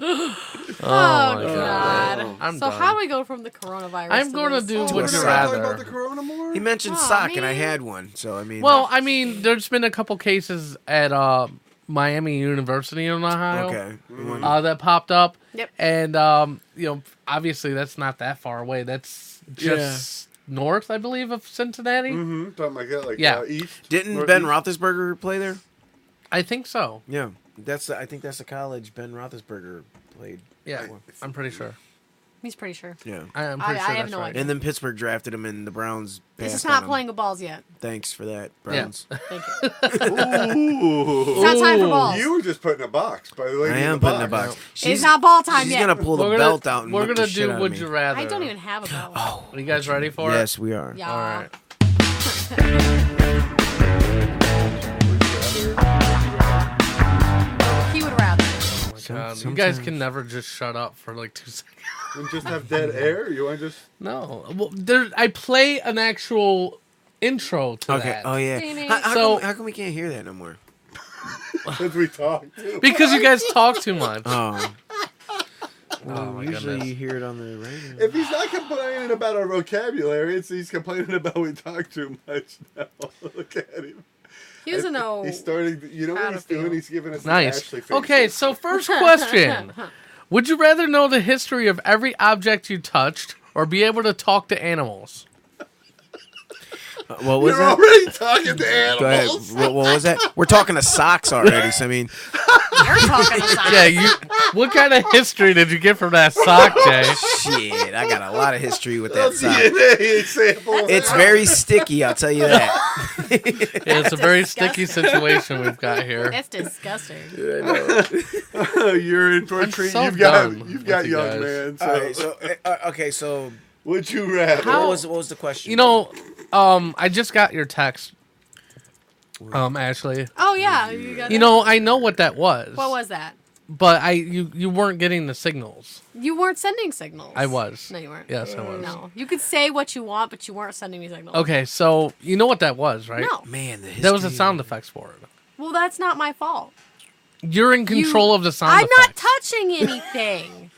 D: Oh,
A: my
D: God.
E: Oh,
A: I'm
D: so
A: done.
D: how do we go from the coronavirus?
A: I'm
D: to
A: gonna
D: this?
A: do
D: Oh,
A: what
F: We're
A: Would you
F: not
A: rather?
F: talking about the corona more?
E: He mentioned
D: Aw,
E: sock, and I
D: man.
E: had one. So I mean,
A: Well, I mean, there's been a couple cases at uh, Miami University in Ohio
E: okay. One-
A: uh, that popped up.
D: Yep.
A: And um, you know, obviously that's not that far away. That's just north, I believe, of Cincinnati.
F: Mm-hmm. Something like that. Like
A: Yeah.
F: uh, east.
E: Didn't
F: Northeast?
E: Ben Roethlisberger play there?
A: I think so.
E: Yeah, that's. The, I think that's the college Ben Roethlisberger played.
A: Yeah,
E: for.
A: I'm pretty sure.
D: He's pretty sure.
E: Yeah.
A: I, I'm
D: I-
A: pretty
D: I
A: sure
D: have
A: that's
D: no
A: right.
D: idea.
E: And then Pittsburgh drafted him, and the Browns.
D: This is
E: passed on
D: not
E: him.
D: playing with balls yet.
E: Thanks for that, Browns.
D: Thank you. It's
F: Ooh.
D: not time for balls.
F: You were just put in a box by the way.
E: I am putting a box. She's,
D: it's not ball time
E: she's
D: yet.
E: gonna pull the
A: We're
E: belt
A: gonna,
E: out. And
A: we're
E: whip the
A: gonna
E: shit
A: do
E: out of
A: Would
E: me.
A: You Rather.
D: I don't even have a ball. Oh,
A: Are you guys ready for
E: Yes, we are.
A: it?
D: yeah.
A: All right.
D: He would rather.
A: Oh my God. You guys can never just shut up for like two seconds.
F: And just have dead air. You want to just
A: No, well, there. I play an actual intro to
E: Okay.
A: that.
E: Oh yeah.
D: Ding, ding.
E: How, how
A: So-
E: come, how come we can't hear that no more?
F: as we talk. too.
A: Because you guys talk too much.
E: Oh. Well, usually you hear it on the radio.
G: If he's not complaining about our vocabulary, it's he's complaining about we talk too much now. Look at him.
D: He doesn't
G: I-
D: know
G: He's starting. You know
D: how
G: what
D: to
G: he's doing? He's giving us the
A: Nice.
G: Ashley face.
A: Okay, so first question. Would you rather know the history of every object you touched or be able to talk to animals?
E: What was
G: You're
E: that?
G: already talking to
E: Go ahead.
G: animals.
E: What, what was that? We're talking to socks already. So I mean,
D: You're talking about
A: Yeah, you. What kind of history did you get from that sock, Jay?
E: shit, I got a lot of history with that sock.
G: DNA example.
E: It's very sticky. I'll tell you that.
A: Yeah, it's a very sticky situation we've got here.
D: That's disgusting.
G: You're in for a
A: I'm
G: treat.
A: so
G: you've got
A: done
G: you've
A: with
G: got
A: you
G: young
A: guys.
G: man. So,
E: All right. So uh, okay. So
G: would you rather?
E: what
A: How-
E: was what was the question?
A: You know, um, I just got your text, um, Ashley.
D: Oh yeah, you got.
A: You know, I know what that was.
D: what was that?
A: But I, you, you weren't getting the signals.
D: You weren't sending signals.
A: I was.
D: No, you weren't.
A: Yes, I was.
D: No, you could say what you want, but you weren't sending me signals.
A: Okay, so you know what that was, right?
D: No.
E: man, the history.
A: That was the sound effects for it.
D: Well, that's not my fault.
A: You're in control of the sound
D: I'm not
A: effects.
D: touching anything.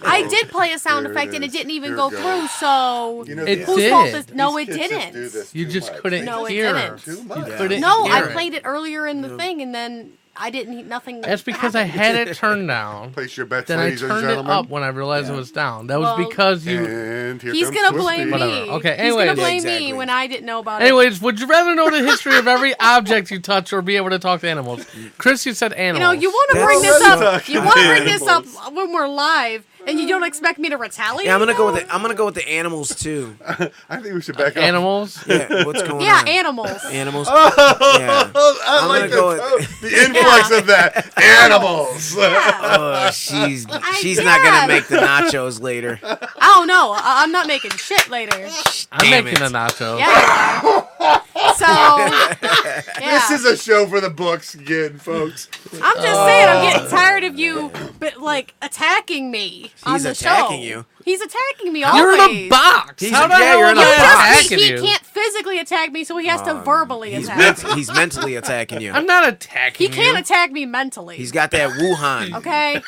D: I did play a sound
G: There it
D: effect and it
G: is.
D: didn't even
G: Here
D: go
G: it goes.
D: through. So
G: You know,
A: It
G: these-
D: whose
A: did.
D: fault is? No, it
G: these kids just do
D: didn't.
G: this
A: You
G: too
A: just
G: much.
A: couldn't
G: They
D: No, it
A: hear.
D: didn't.
G: Too much.
E: Yeah.
A: Couldn't
D: No,
A: hear
D: I
A: it.
D: played it earlier in the thing and then I didn't. he- Nothing.
A: That's because I had it turned down.
G: Place your bets,
A: Then I
G: ladies and
A: turned it
G: gentlemen.
A: up when I realized it was down. That was
D: Well-
A: because you.
G: And here
D: He's
G: comes
D: gonna
G: Swifty.
D: blame
A: Whatever.
D: me.
A: Okay,
D: He's
A: anyways.
D: gonna
A: Yeah,
D: blame
E: exactly.
D: me when I didn't know about it.
A: Anyways, would you rather know the history of every object you touch or be able to talk to animals? Chris, you said
D: You
A: animals.
D: know, you want to
E: That's
D: bring this
E: already
D: up.
G: talking
D: You want to bring this up
G: animals.
D: when we're live, and you don't expect me to retaliate.
E: Yeah, I'm gonna go with
D: now?
E: it. I'm gonna go with the animals too.
G: I think we should back up.
A: animals.
E: Yeah, what's going
D: Yeah,
E: on?
D: animals.
E: animals.
G: Oh, I
E: I'm
G: like
E: gonna
G: that-
E: go with-
G: oh, the influx of that. Animals.
E: Oh, she's she's not
D: did.
E: gonna make the nachos later.
D: I don't know. I- I'm not making shit later.
A: I'm
E: Damn
A: making
E: it.
A: a nacho.
D: Yeah. you are. so. Yeah.
G: This is a show for the books again, folks.
D: I'm just saying, I'm
A: Oh.
D: getting tired of you, but like attacking me on
E: He's
D: the
E: attacking
D: show.
E: you.
D: He's attacking me
A: You're
D: always.
A: in a box.
E: He's
A: How
E: a-
A: do I
E: yeah,
A: know
E: you're
A: when
E: in a
A: I'm
E: box.
D: Just,
A: attacking
D: he, he
A: you?
D: can't physically attack me, so he has to verbally
E: Um, He's
D: attack.
E: ment- he's mentally attacking you.
A: I'm not attacking
D: he
A: you.
D: can't attack me mentally.
E: He's got that Wuhan.
D: okay.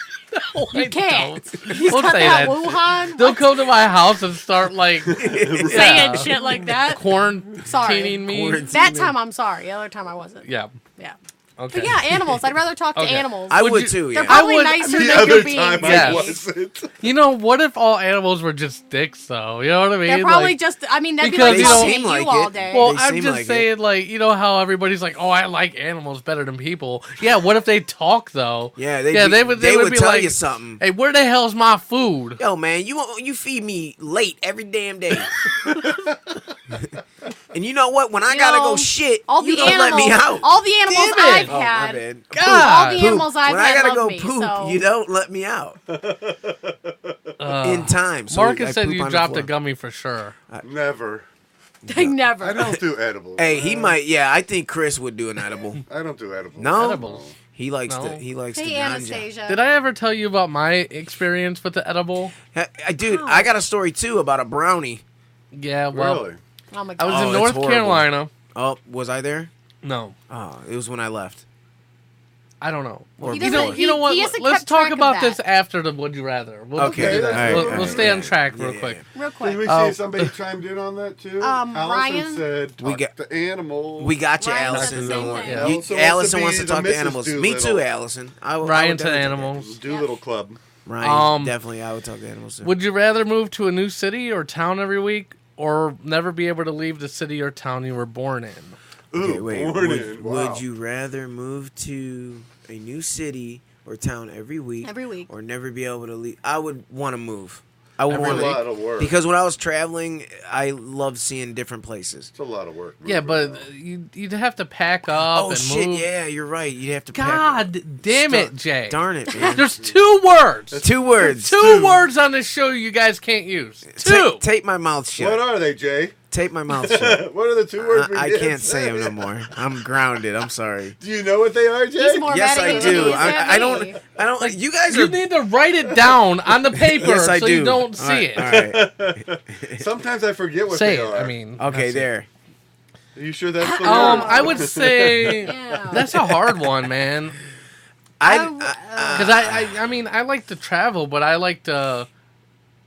A: No, I
D: You can't.
A: don't.
D: He's
A: Don't
D: got
A: say
D: that
A: that.
D: Wuhan
A: They'll come to my house and start like
D: saying shit like that. Sorry.
A: quarantining me.
E: Quarantine.
D: That time I'm sorry. The other time I wasn't.
A: Yeah.
D: Yeah.
A: Okay.
D: But yeah, animals. I'd rather talk to
A: Okay.
D: animals.
E: I
A: Would
E: would,
A: you-
E: too.
D: They're
E: Yeah.
D: probably
A: would-
D: nicer
G: The
D: than
G: other
D: you're being.
G: time I
A: Yes.
G: wasn't.
A: You know, what if all animals were just dicks, though? You know what I mean?
D: They're probably
A: Like-
D: just. I mean, that'd
A: Because
D: be
A: they
D: like talking
E: seem
D: to you
E: like
D: all
E: it.
D: day.
A: Well,
E: They
A: I'm
E: seem
A: just
E: like it.
A: saying, like, you know how everybody's like, "Oh, I like animals better than people." Yeah, what if they talk though?
E: Yeah, they'd
A: yeah,
E: be-
A: they would. They,
E: they
A: would,
E: would
A: be
E: tell
A: like,
E: you something.
A: Hey, where the hell's my food?
E: Yo, man, you you feed me late every damn day. and you know what? When I gotta
D: Yo,
E: go shit,
D: all
E: you
D: the
E: don't
D: animals.
E: let me out.
D: All the animals
A: Damn it.
D: I've
E: oh, my
D: had.
E: bad.
D: all
A: God,
D: the
E: Poop.
D: animals I've
E: when
D: had
E: I gotta
D: love
E: go
D: me.
E: poop,
D: so
E: you don't let me out
A: Uh,
E: in time. So
A: Marcus
E: I
A: said
E: poop
A: you
E: on the
A: dropped a
E: floor.
A: gummy for sure.
G: Never.
D: they never.
G: I don't do edibles. Uh,
E: Hey,
D: Uh.
E: he might. Yeah, I think Chris would do an edible.
G: I don't do edibles.
D: Oh.
E: No,
A: Edibles.
E: he likes
A: No.
E: to. He likes to.
D: Hey, Anastasia.
A: Did I ever tell you about my experience with the edible?
E: dude, I got a story too about a brownie.
A: Yeah, well,
G: Really?
D: Oh my
A: I
D: god.
A: was
E: Oh,
A: in
E: it's
A: North
E: horrible.
A: Carolina.
E: Oh, was I there?
A: No,
E: Oh, it was when I left.
A: I don't know.
E: Or
D: He
A: You
D: doesn't-
A: know,
E: before.
A: you know what?
D: he hasn't
A: Let's
D: kept
A: talk
D: track of
A: about
D: that.
A: this after the Would You Rather. We'll,
E: Okay,
A: we'll, do
E: all
A: that.
E: right,
A: we'll,
E: all
A: we'll
E: right,
A: stay
E: all
A: on
E: right.
A: track
E: Yeah,
A: real
E: yeah,
A: quick.
D: Real
G: Did we
D: quick.
G: see
A: Oh.
G: somebody chimed in on that too?
D: Um,
G: Allison
D: Ryan?
G: said,
E: We
G: "Talk
E: got-
G: to animals."
E: We got you,
D: Ryan said
E: Allison.
D: the
E: Don't
D: same
E: worry.
D: thing.
G: Allison wants
E: You-
G: to
E: Allison
G: be
E: wants to
G: the
E: talk to
G: Mrs.
E: animals. Me
G: Doolittle.
E: too, Allison. I, would- I
A: Ryan
E: would
A: to
E: definitely-
A: animals.
G: Do little club.
E: Ryan,
A: Um,
E: definitely, I would talk to animals. Too.
A: Would you rather move to a new city or town every week, or never be able to leave the city or town you were born in?
G: Ooh,
E: Okay, wait,
G: born
E: would,
G: in.
E: would
G: Wow.
E: you rather move to a new city or town every week?
D: Every week.
E: Or never be able to leave? I would want to move. I would
A: Every
E: want
G: It's a lot
E: to.
G: of work.
E: Because when I was traveling, I loved seeing different places.
G: it's a lot of work.
A: Yeah, but
G: moving
A: uh,
G: around.
A: you, you'd have to pack up.
E: Oh
A: and
E: shit!
A: Move.
E: Yeah, you're right. You'd have to. pack-
A: God damn it,
E: Stuff.
A: Jay.
E: Darn it, man.
A: There's two words.
E: Two words.
A: Two words on this show you guys can't use. Two.
E: Ta- tape my mouth shut.
G: what are they, Jay?
E: Tape my mouth shut.
G: What are the two words?
E: I,
G: we
E: I
G: did
E: can't say them no more. I'm grounded. I'm sorry.
G: Do you know what they are, Jay?
D: He's more
E: Yes,
D: mad at
E: I
D: you than he
E: do.
D: is at
E: I, I don't.
D: me.
E: I don't. Like, you guys
A: You
E: are.
A: need to write it down on the paper
E: yes, I
A: so
E: do.
A: you don't
E: All
A: see
E: right,
A: it.
E: all right.
G: Sometimes I forget what
A: Say
G: they
A: it.
G: are.
A: I mean.
E: Okay,
A: that's it.
E: there.
G: Are you sure that's the
A: Um,
G: word?
A: I would say
D: Yeah.
A: that's a hard one, man. because I, I I mean I like to travel, but I like to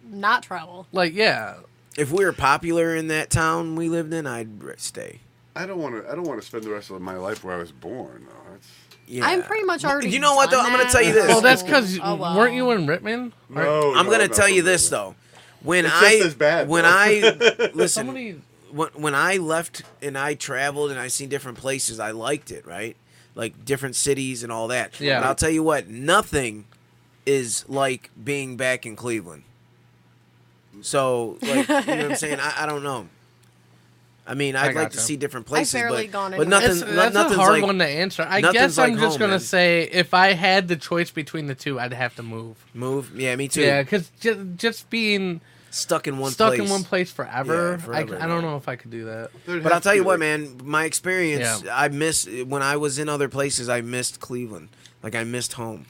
D: Not travel.
A: like yeah.
E: If we were popular in that town we lived in, I'd r- stay.
G: I don't want to. I don't want to spend the rest of my life where I was born. Though. That's...
E: Yeah.
D: I'm pretty much already.
E: You know what though?
D: done
E: I'm gonna
D: that.
E: tell you this.
A: Well, that's because
D: Oh, well.
A: weren't you in Rittman?
G: No,
E: I'm
G: no,
E: gonna
G: not
E: tell you
G: from
E: this though. When
G: It's
E: I
G: just as bad,
E: when
G: though.
E: I listen
A: Somebody
E: when, when I left and I traveled and I seen different places, I liked it, right? Like different cities and all that.
A: Yeah.
E: But I'll tell you what, nothing is like being back in Cleveland. So, like, you know what I'm saying? I, I don't know. I mean, I'd like to
A: gotcha.
E: see different places,
D: barely
E: but,
D: gone
E: but
D: anywhere.
E: nothing.
A: It's-
E: no-
A: that's
E: nothing's
A: a hard
E: like,
A: one to answer. I
E: nothing's
A: guess I'm
E: like
A: just
E: home,
A: gonna
E: man.
A: say if I had the choice between the two, I'd have to move.
E: Move, yeah, me too.
A: Yeah, because just, being
E: Stuck in one
A: stuck
E: place.
A: in one place forever,
E: Yeah, forever,
A: I, I don't
E: yeah.
A: know if I could do that.
G: There'd
E: But
G: have
E: I'll tell
G: to
E: you
G: be,
E: what,
G: like,
E: man, my experience,
A: Yeah.
E: I miss when I was in other places. I missed Cleveland, like I missed home.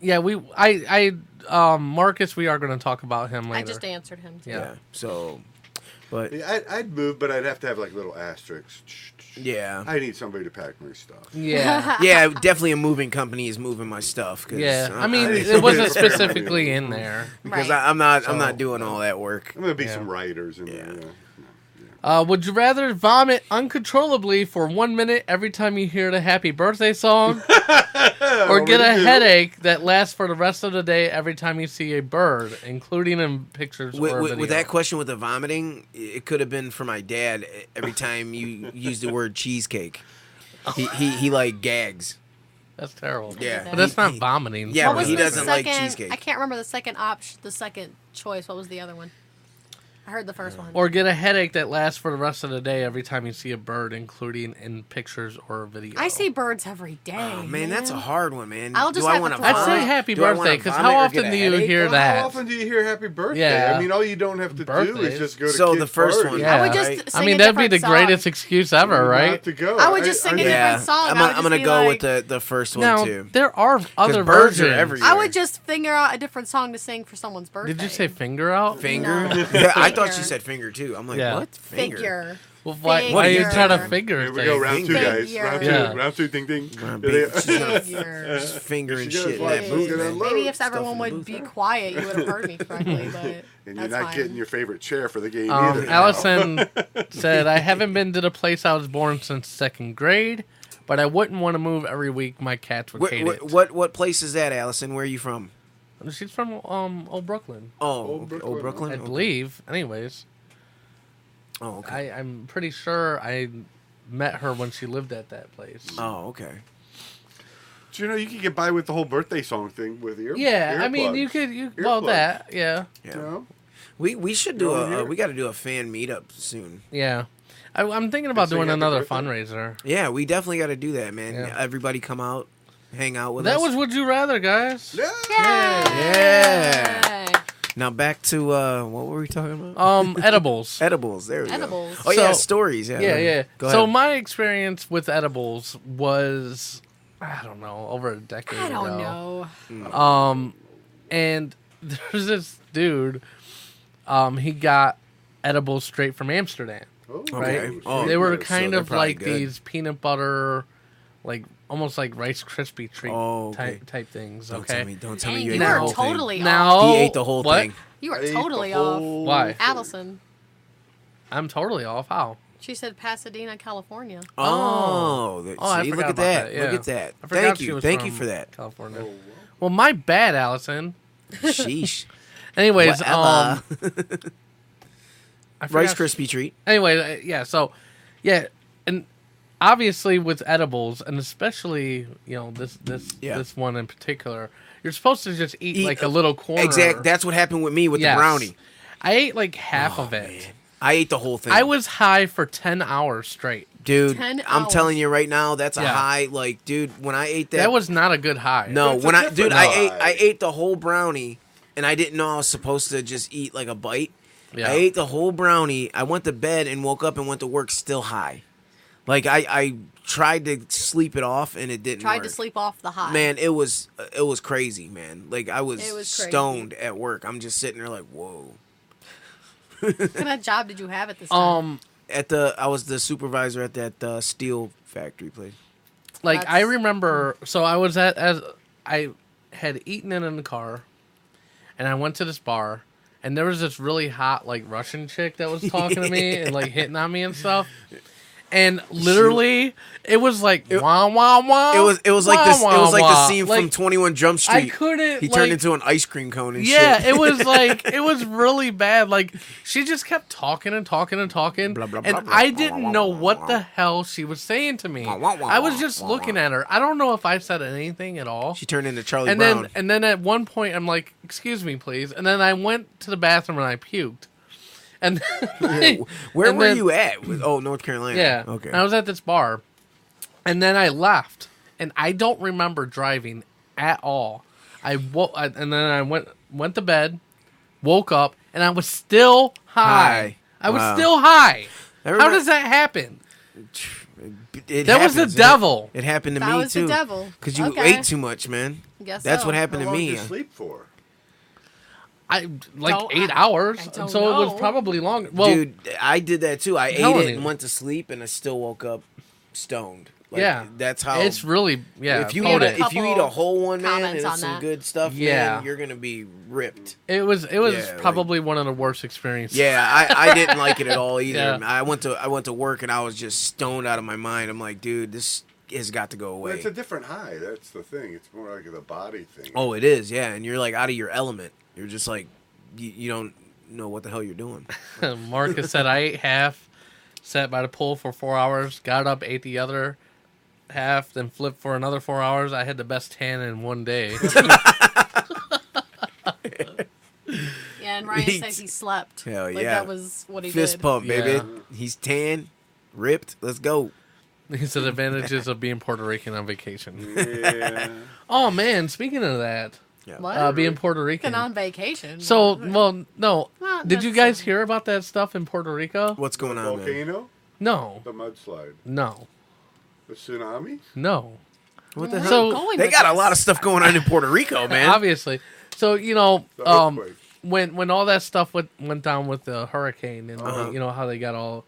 A: Yeah, we I I um Marcus, we are going to talk about him later.
D: I just answered him.
A: Yeah.
E: Yeah. So, but
G: Yeah, I'd, I'd move, but I'd have to have like little asterisks.
E: yeah,
G: I need somebody to pack my stuff.
A: yeah.
E: yeah, definitely a moving company is moving my stuff. Cause,
A: Yeah,
E: uh,
A: I mean,
E: I-
A: it wasn't specifically in there.
E: because
D: Right.
E: I, I'm not, I'm not doing all that work.
G: I'm gonna be some writers in there.
E: Yeah.
G: you know.
A: Uh, would you rather vomit uncontrollably for one minute every time you hear the happy birthday song, or get a
G: Already do.
A: headache that lasts for the rest of the day every time you see a bird, including in pictures
E: With,
A: or
E: with, with
A: video?
E: that question with the vomiting, it could have been for my dad. e, Every time you use the word cheesecake, he he, he like gags.
A: That's terrible.
E: Yeah.
A: but that's not
E: He-
A: vomiting.
E: yeah,
D: What
E: but
D: was
E: he
D: the
E: doesn't like
D: second-
E: cheesecake.
D: I can't remember the second option. The second choice. What was the other one? I heard the first one.
A: Or get a headache that lasts for the rest of the day every time you see a bird, including in pictures or video.
D: I see birds every day.
E: Oh man, that's a hard one, man.
D: I'll just
E: do I
D: have
E: want
D: to
E: to?
D: throw
A: I'd
D: I'd
A: say
D: say
A: happy birthday because how often do you hear
G: Well,
A: that?
G: How often do you hear "Happy Birthday"?
A: Yeah.
G: I mean, all you don't have to do
A: Birthdays.
G: is just go to
E: So
G: kids'
E: the first
G: parties.
E: one,
A: Yeah.
D: I would just.
E: right?
A: I
D: Sing
A: mean,
D: a
A: that'd be the
D: different song.
A: greatest excuse ever, right?
G: Not to go.
D: I would just sing it
G: I-
D: different
E: Yeah,
D: song,
E: I'm,
D: I would
E: gonna- I'm
D: just
E: gonna
D: be
E: go
D: like-
E: with the the first one
A: Now
E: too.
A: there are other
E: birds are
A: versions.
E: everywhere.
D: I would just figure out a different song to sing for someone's birthday.
A: Did you say finger out?
E: Finger.
D: No.
E: Yeah, I thought she
D: Finger.
E: said finger too. I'm like,
A: Yeah.
E: what? Finger.
D: figure?
A: Well, why,
D: Finger.
A: why are you trying to
D: Finger.
A: figure?
G: Here we
A: things?
G: go, round two,
D: Big
G: guys.
D: year.
G: Round
A: Yeah.
G: two, round two, ding ding.
E: Gonna
G: There they
E: be-
G: are.
E: she's gonna
D: Figure.
E: finger and
G: She goes
E: shit in
G: like
E: that
G: this
E: booth,
G: and
E: man.
G: load
D: Maybe if
E: stuff in
D: everyone
E: the
D: would
E: booth.
D: be quiet, you would have heard me correctly. But
G: And you're
D: that's
G: not
D: fine.
G: getting your favorite chair for the game
A: Um,
G: either.
A: Allison said, "I haven't been to the place I was born since second grade, but I wouldn't want to move every week. My cats would
E: What,
A: hate
E: what,
A: it."
E: what what place is that, Allison? Where are you from?
A: She's from um old Brooklyn,
E: Oh,
G: Old
E: okay.
G: Brooklyn.
E: Old Brooklyn.
A: I
E: Okay.
A: believe. Anyways,
E: Oh, okay.
A: I, I'm pretty sure I met her when she lived at that place.
G: Uh,
E: oh, okay.
G: Do you know you can get by with the whole birthday song thing with ear?
A: yeah, I mean, you
G: earplugs,
A: could you well
G: Earplugs.
A: that yeah
E: Yeah.
G: You know?
E: We we should do
G: Going
E: a uh,
G: here.
E: we got to do a fan meetup soon.
A: yeah. I, I'm thinking about
G: so you
A: doing
G: have to
A: another
G: birthday.
A: fundraiser.
E: Yeah, we definitely got to do that, man.
A: Yeah.
E: Everybody come out, hang out with
A: That
E: us.
A: was would you rather, guys?
G: Yeah.
E: yeah.
D: Yay.
E: Now back to uh, what were we talking about?
A: Um, edibles.
E: edibles. There we
D: Edibles.
E: go. Oh yeah,
A: So-
E: stories. Yeah,
A: yeah, yeah.
E: Go
A: So
E: ahead.
A: my experience with edibles was, I don't know, over a decade
D: I don't
A: ago.
D: know.
A: Um, and there's this dude. Um, he got edibles straight from Amsterdam.
G: Oh,
A: Right?
E: Okay. Oh,
A: they were
E: so
A: kind
E: they're
A: of
E: probably
A: like
E: good.
A: these peanut butter, like almost like Rice Krispie treat
E: Oh, okay.
A: type type things.
E: Don't
A: Okay.
E: tell me. Don't tell
D: Dang,
E: me you
D: you
E: ate
A: are
E: the
D: were
E: whole thing.
D: totally off.
A: Now
E: He ate the whole
A: what?
E: thing.
D: You
G: I
D: were
G: ate the
D: totally off.
G: whole
A: Why?
D: Allison.
A: I'm totally off. How?
D: She said Pasadena, California.
E: Oh, that-
A: Oh, I
E: see,
A: forgot
E: look at
A: about
E: that.
A: that, yeah.
E: Look at that.
A: I forgot
E: Thank
A: she
E: you.
A: was
E: Thank you
A: from
E: for that.
A: California. Well, my bad, Allison.
E: Sheesh.
A: Anyways, um,
E: Whatever.
A: I forgot
E: Rice
A: she-
E: Krispie treat.
A: anyway, uh, yeah. So, yeah, and obviously with edibles, and especially you know this this
E: Yeah.
A: this one in particular, you're supposed to just eat,
E: Eat,
A: like a
E: uh,
A: little corner.
E: Exact. That's what happened with me with
A: Yes.
E: the brownie.
A: I ate like half of it.
E: I ate the whole thing.
A: I was high for ten hours straight.
E: dude.
D: 10
E: I'm
D: hours.
E: telling you right now, that's a
A: Yeah.
E: high. Like, dude, when I ate that,
A: That, was not a good high.
E: no.
G: That's a
E: When I, dude,
G: different
E: I
G: high.
E: ate, I ate the whole brownie, and I didn't know I was supposed to just eat like a bite.
A: Yeah.
E: I ate the whole brownie. I went to bed and woke up and went to work still high. Like I, I tried to sleep it off and it didn't.
D: Tried to
E: work.
D: sleep off the high.
E: Man, it was it was crazy, man. Like I was,
D: It was crazy.
E: stoned at work. I'm just sitting there like, whoa.
D: What kind of job did you have at this time?
A: Um.
E: At the I was the supervisor at that uh, steel factory place.
A: Like I remember, so I was at as I had eaten it in the car, and I went to this bar, and there was this really hot like Russian chick that was talking to me and like hitting on me and stuff. And literally, it was like wah wah wah.
E: It was it was like
A: wah,
E: this. It
A: wah,
E: was like
A: wah.
E: the scene from
A: Like,
E: Twenty One Jump Street.
A: I couldn't,
E: He turned
A: like-
E: into an ice cream cone and
A: yeah,
E: shit.
A: it was like it was really bad. Like she just kept talking and talking and talking, and I didn't know what the hell she was saying to me. I was just looking at her. I don't know if I said anything at all.
E: she turned into Charlie
A: And
E: Brown.
A: then and then at one point I'm like, "Excuse me, please." And then I went to the bathroom and I puked. And
E: Yeah, wh- Where
A: and
E: were
A: then-
E: you at? With, oh, North Carolina.
A: Yeah.
E: Okay.
A: And I was at this bar, and then I left, and I don't remember driving at all. I woke, and then I went went to bed, woke up, and I was still high.
E: High.
A: I was
E: Wow.
A: still high.
E: I
A: How
E: remember-
A: does that happen?
E: It
A: That was the
E: happens. It-
A: devil.
E: It, happened to
D: That
E: me
D: was the
E: too.
D: devil.
E: Because you
D: Okay.
E: ate too much, man.
D: Guess
E: That's
D: so.
E: what happened
G: How
E: to
G: long
E: me. uh,
G: did you sleep for?
A: I like
D: Don't-
A: eight
D: I-
A: hours,
D: I
A: so
D: don't
A: it was
D: know.
A: probably longer. Well,
E: Dude, I did that too. I ate
A: telling
E: it and
A: you.
E: went to sleep, and I still woke up stoned. Like,
A: yeah,
E: that's how
A: it's really yeah.
E: If you
A: total-
E: eat
D: had
E: a, if you eat a
D: couple
E: whole one, man, and
D: comments
E: it's
D: on
E: some
D: that.
E: good stuff,
A: Yeah.
E: man, you're gonna be ripped.
A: It was it was
E: Yeah, like-
A: probably one of the worst experiences.
E: Yeah, I, I didn't like it at all either.
A: Yeah.
E: I went to I went to work and I was just stoned out of my mind. I'm like, dude, this has got to go
G: Well,
E: away.
G: it's a different high. That's the thing. It's more like the body thing.
E: oh, it is, yeah. And you're like out of your element. You're just like, you, you don't know what the hell you're doing.
A: Marcus said I ate half, sat by the pool for four hours, got up, ate the other half, then flipped for another four hours. I had the best tan in one day.
D: Yeah, and Ryan says he slept.
E: Hell
D: like,
E: yeah.
D: That was what he
E: Fist
D: did.
E: pump, baby.
A: Yeah.
E: He's tan, ripped. Let's go.
A: He said advantages of being Puerto Rican on vacation.
G: Yeah.
A: Oh man, speaking of that,
D: What?
A: uh, being Puerto
D: Fucking
A: Rican.
D: on vacation.
A: So, well, no.
D: Not
A: Did you guys hear about that stuff in Puerto Rico?
E: What's going on, man?
G: Volcano,
A: No,
G: the mudslide,
A: no,
G: the tsunami.
A: no.
E: What the hell?
A: So-
D: Going
E: They
D: with
E: got a
D: this.
E: lot of stuff going on in Puerto Rico, man.
A: Obviously. So you know,
G: The
A: um,
G: earthquake.
A: when when all that stuff went went down with the hurricane and you know how they got all,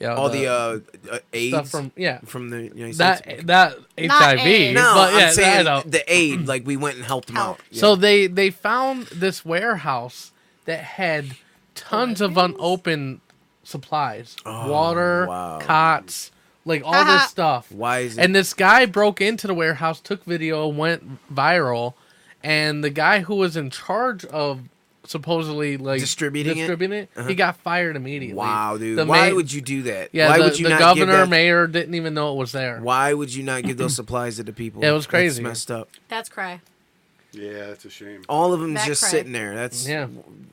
A: yeah,
E: Uh-huh. All the uh, uh,
A: stuff
E: AIDS
A: from yeah
E: from the United
A: that
E: States.
A: that HIV.
D: AIDS.
E: No,
A: but yeah,
E: I'm saying
A: I know.
E: the aid. Like we went and helped them out. Yeah.
A: So they they found this warehouse that had tons of unopened supplies, water,
E: Oh, wow.
A: cots, like all this stuff.
E: Why is it-
A: And this guy broke into the warehouse, took video, went viral, and the guy who was in charge of supposedly like
E: Distributing it? Uh-huh.
A: distributing it, he got fired immediately.
E: wow, dude,
A: The
E: why
A: ma-
E: would you do that?
A: Yeah,
E: why
A: the,
E: would you
A: the
E: not give
A: governor,
E: that-
A: mayor didn't even know it was there.
E: Why would you not give those supplies to the people?
A: Yeah, it was crazy.
E: That's messed up.
D: That's cray.
G: Yeah, that's a shame.
E: All of them
D: That
E: just
D: crack.
E: sitting there. That's
A: Yeah.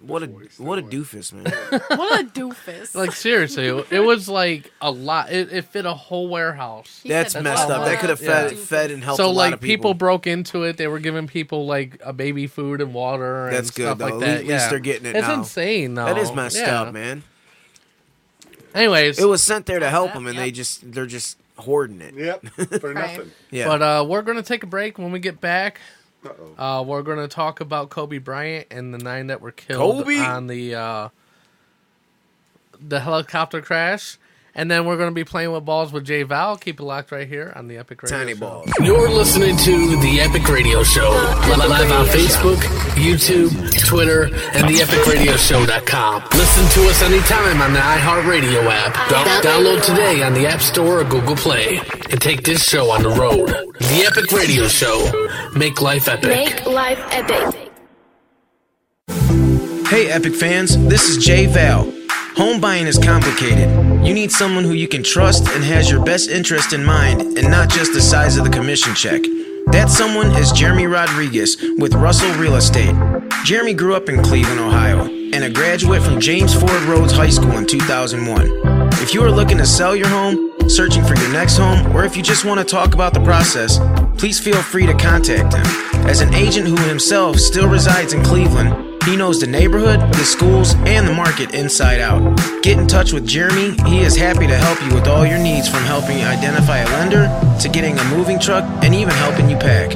E: What a what a doofus, man.
D: What a doofus.
A: Like seriously, it was like a lot. It, it fit a whole warehouse.
D: He
E: That's
D: said,
E: messed
D: "Well,
E: up. That could have
D: what a
E: fed,
D: doofus."
E: fed and helped.
A: so
E: a lot
A: like
E: of people.
A: broke into it. They were giving people like a baby food and water and
E: That's
A: stuff
E: good, though.
A: like
E: At
A: that.
E: least
A: yeah.
E: they're getting it
A: It's
E: now.
A: insane though.
E: that is messed
A: Yeah.
E: up, man.
A: Anyways,
E: It was sent there to help
D: that,
E: them, and
D: yep.
E: they just they're just hoarding it.
G: Yep, for nothing.
E: Yeah,
A: but uh, we're gonna take a break. When we get back,
G: Uh oh.
A: uh, we're gonna talk about Kobe Bryant and the nine that were killed
E: Kobe!
A: on the uh, the helicopter crash. And then we're going to be playing with balls with Jay Val. Keep it locked right here on the Epic Radio
E: tiny
A: Show.
E: balls.
I: You're listening to The Epic Radio Show, live on Facebook, YouTube, Twitter, and theepicradioshow.com. Listen to us anytime on the iHeartRadio app. Down- download today on the App Store or Google Play and take this show on the road. The Epic Radio Show. Make life epic.
J: Make life epic.
E: Hey, Epic fans, this is Jay Val. Home buying is complicated. You need someone who you can trust and has your best interest in mind and not just the size of the commission check. That someone is Jeremy Rodriguez with Russell Real Estate. Jeremy grew up in Cleveland, Ohio, and a graduate from James Ford Rhodes High School in 2001. If you are looking to sell your home, searching for your next home, or if you just want to talk about the process, please feel free to contact him. As an agent who himself still resides in Cleveland, he knows the neighborhood, the schools, and the market inside out. Get in touch with Jeremy. He is happy to help you with all your needs from helping you identify a lender to getting a moving truck and even helping you pack.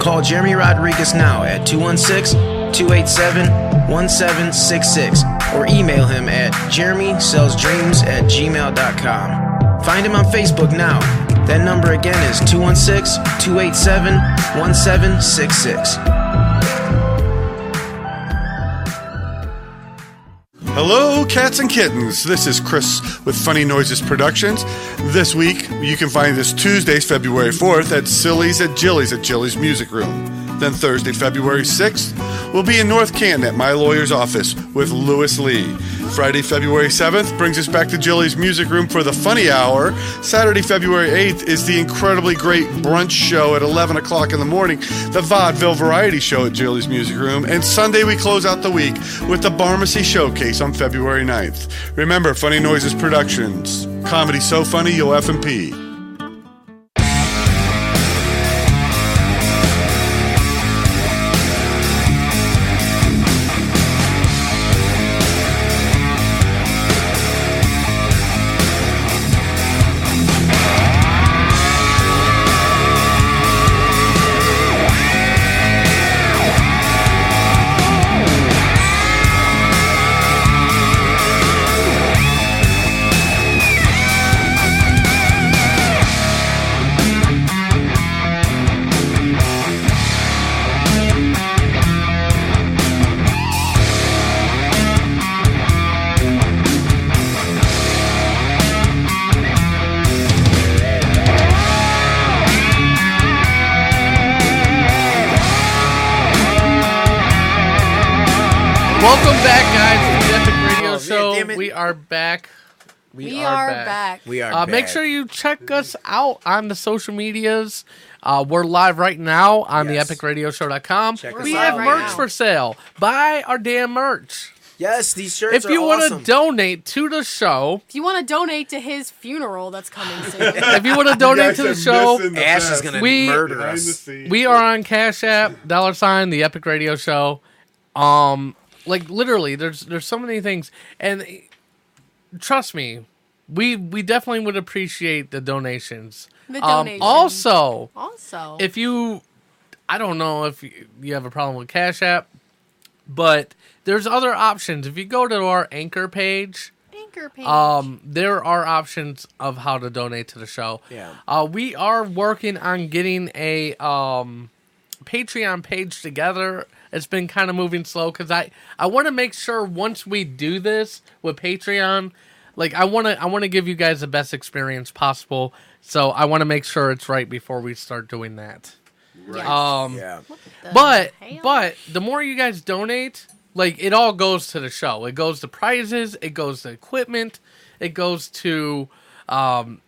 E: Call Jeremy Rodriguez now at 216 287 1766 or email him at jeremysellsdreams at gmail.com. Find him on Facebook now.
L: That number again is 216 287 1766.
F: Hello, cats and kittens. This is Chris with Funny Noises Productions. This week, you can find us Tuesdays, February 4th at Silly's at Jilly's at Jilly's Music Room. Then Thursday, February 6th, we'll be in North Canton at my lawyer's office with Lewis Lee. Friday, February 7th brings us back to Jilly's Music Room for the Funny Hour. Saturday, February 8th is the incredibly great brunch show at 11 o'clock in the morning, the Vaudeville Variety Show at Jilly's Music Room. And Sunday, we close out the week with the Barmacy Showcase on February 9th. Remember, Funny Noises Productions. Comedy so funny you'll F and P.
A: Welcome back, guys, to the Epic Radio
D: Oh, man,
A: Show.
D: damn it.
A: we are back. We,
D: We
A: are,
D: are
A: back.
D: back. We are
A: Uh, Make
D: back.
A: sure you check us out on the social medias. Uh, we're live right now on the epicradioshow.com.
E: us
A: we
E: out.
A: have
E: Right
A: merch
E: now.
A: for sale. Buy our damn merch.
E: Yes, these shirts
A: If you
E: are
A: want to
E: awesome.
A: donate to the show,
D: If you want to donate to his funeral that's coming soon.
A: if you want to donate to the show,
E: Ash is gonna
A: we,
E: murder Behind us. the scenes.
A: We are on Cash App, dollar sign, the Epic Radio Show. Um, like literally, there's there's so many things, and eh, trust me, we we definitely would appreciate the donations.
D: The
A: Um,
D: donations.
A: also,
D: Also.
A: if you, I don't know if you, you have a problem with Cash App, but there's other options. If you go to our Anchor page.
D: Anchor page.
A: Um, there are options of how to donate to the show.
D: Yeah.
A: Uh, we are working on getting a um, Patreon page together. It's been kind of moving slow because I I want to make sure once we do this with Patreon, like I want to I want to give you guys the best experience possible. So I want to make sure it's right before we start doing that.
E: Right.
A: Um,
E: Yeah. What
D: the
A: But but the more you guys donate, like it all goes to the show. It goes to prizes. It goes to equipment. It goes to um,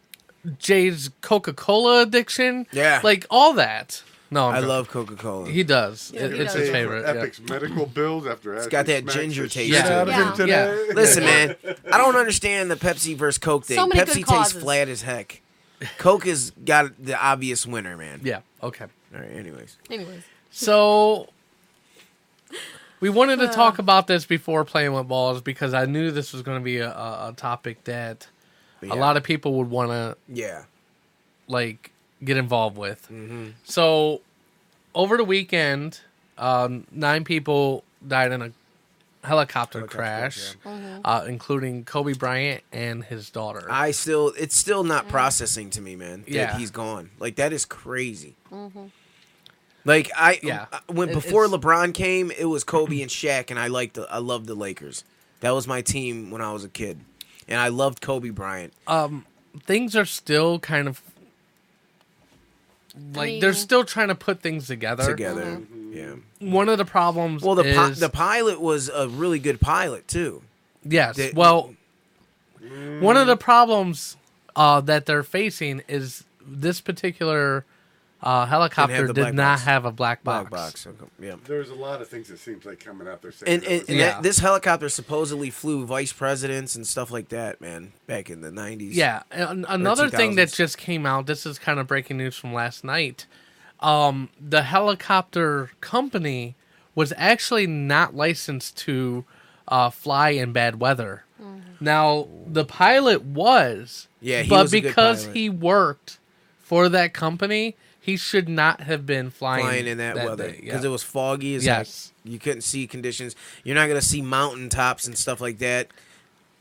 A: Jay's Coca Cola addiction.
E: Yeah.
A: like all that. No, I'm
E: I
A: joking.
E: love Coca Cola.
A: He does. It- it's his
G: Pay for
A: favorite. yeah.
G: Epic's medical bills after
E: It's
G: Ashley
E: got that
G: smacks
E: ginger
G: the
E: taste.
G: shit
E: to
G: out of him
E: it.
G: today.
E: Listen, man, I don't understand the Pepsi versus Coke thing.
G: So many good
E: Pepsi tastes
G: causes.
E: flat as heck. Coke has got the obvious winner, man.
A: Yeah. Okay.
E: All right. Anyways.
D: Anyways.
A: So we wanted to
D: Uh.
A: talk about this before playing with balls because I knew this was going to be a, a, a topic that
E: Yeah.
A: a lot of people would want to
E: Yeah.
A: like get involved with.
E: Mhm.
A: So over the weekend, um, nine people died in a helicopter, crash,
E: Mhm.
A: uh, including Kobe Bryant and his daughter.
E: I still, it's still not processing to me, man. That
A: Yeah.
E: he's gone. Like that is crazy. Like I,
A: Yeah.
E: I- when
A: It-
E: before
A: it's-
E: LeBron came, it was Kobe and Shaq, and I liked, the, I loved the Lakers. That was my team when I was a kid, and I loved Kobe Bryant.
A: um things are still kind of like
E: mean-
A: they're still trying to put things together
E: Together, yeah.
A: one of the problems
E: Well, the pi-
A: is-
E: the pilot was a really good pilot too.
A: yes
E: the- Mm.
A: well one of the problems uh that they're facing is this particular uh helicopter
E: the
A: did
E: black
A: not
E: box.
A: have a black box,
E: Yeah.
G: There was a lot of things that seems like coming out there. saying
E: And, and,
G: that
E: and
G: was-
E: that, this helicopter supposedly flew vice presidents and stuff like that, man, back in the nineties.
A: Yeah, and another thing that just came out. This is kind of breaking news from last night. Um, the helicopter company was actually not licensed to uh, fly in bad weather. Now the pilot was,
E: Mm-hmm. Yeah, he
A: but
E: was a good
A: because
E: pilot.
A: he worked for that company, he should not have been flying,
E: flying in that, weather
A: day,
E: because
A: yeah.
E: it was foggy. As
A: Yes.
E: heck. you couldn't see conditions. You're not gonna see mountain tops and stuff like that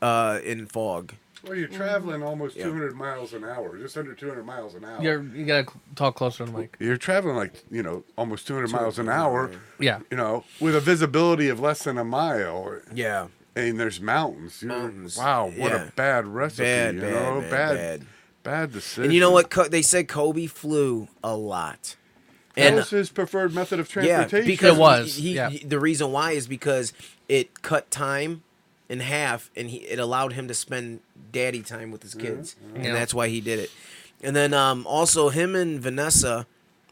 E: uh, in fog.
G: Well, you're traveling almost
F: Yeah.
G: 200 miles an hour, just under 200 miles an hour.
A: You're, you gotta cl- talk closer to the mic.
F: You're traveling like you know almost 200 miles an hour.
A: Yeah.
F: You know, with a visibility of less than a mile.
E: Yeah.
F: And there's mountains. You're-
E: Mountains.
F: Wow, what
E: Yeah.
F: a bad recipe.
E: Bad,
F: you
E: bad,
F: know,
E: bad,
F: bad,
E: bad.
F: bad decision.
E: And you know what? Co- They said Kobe flew a lot.
F: That
E: And
F: was his preferred method of
E: yeah,
F: transportation.
E: because He, he- the reason why is because it cut time in half, and he, it allowed him to spend daddy time with his
F: Mm-hmm.
E: kids,
L: yeah.
E: and
L: Yeah.
E: that's why he did it. And then um, also him and Vanessa,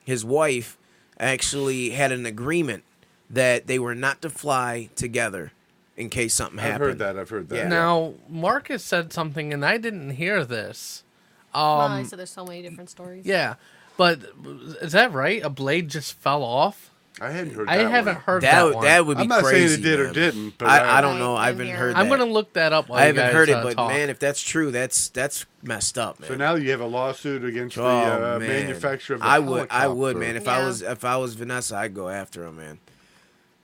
E: his wife, actually had an agreement that they were not to fly together in case something
F: I've heard
E: happened.
F: that, I've heard that.
E: Yeah.
A: Now, Marcus said something, and I didn't hear this. Um,
D: Why? so there's so many different stories.
A: yeah, but is that right? A blade just fell off.
F: I hadn't heard.
A: I
F: that
A: haven't
F: one.
A: heard
E: That
A: that.
E: w-
A: one.
E: that would be
F: I'm not saying it
E: crazy.
F: did or
E: man.
F: didn't, but
E: I,
F: I-
E: I don't know. I haven't heard.
A: I'm
E: that.
A: gonna look that up. While
E: I
A: you
E: haven't
A: guys,
E: heard it,
A: uh,
E: but
A: talk.
E: man, if that's true, that's that's messed up, man.
F: So now you have a lawsuit against the
E: Oh,
F: uh,
E: man.
F: manufacturer of the
E: I would, I would,
F: helicopter.
E: man. If I was, if I was Vanessa, I'd go after him, man.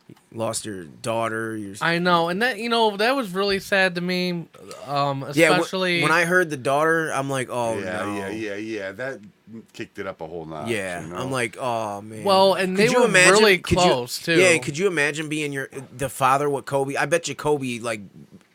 E: You Lost your daughter, your
A: I know, and that you know that was really sad to me. Um,
E: yeah. wh-
A: especially
E: when I heard the daughter, I'm like, oh
F: yeah,
E: no.
F: yeah, yeah, yeah. That kicked it up a whole notch.
E: Yeah,
F: you know?
E: I'm like, oh man.
A: Well, and they were really
E: could you-
A: close, too.
E: Yeah, could you imagine being your the father? What Kobe? I bet you Kobe like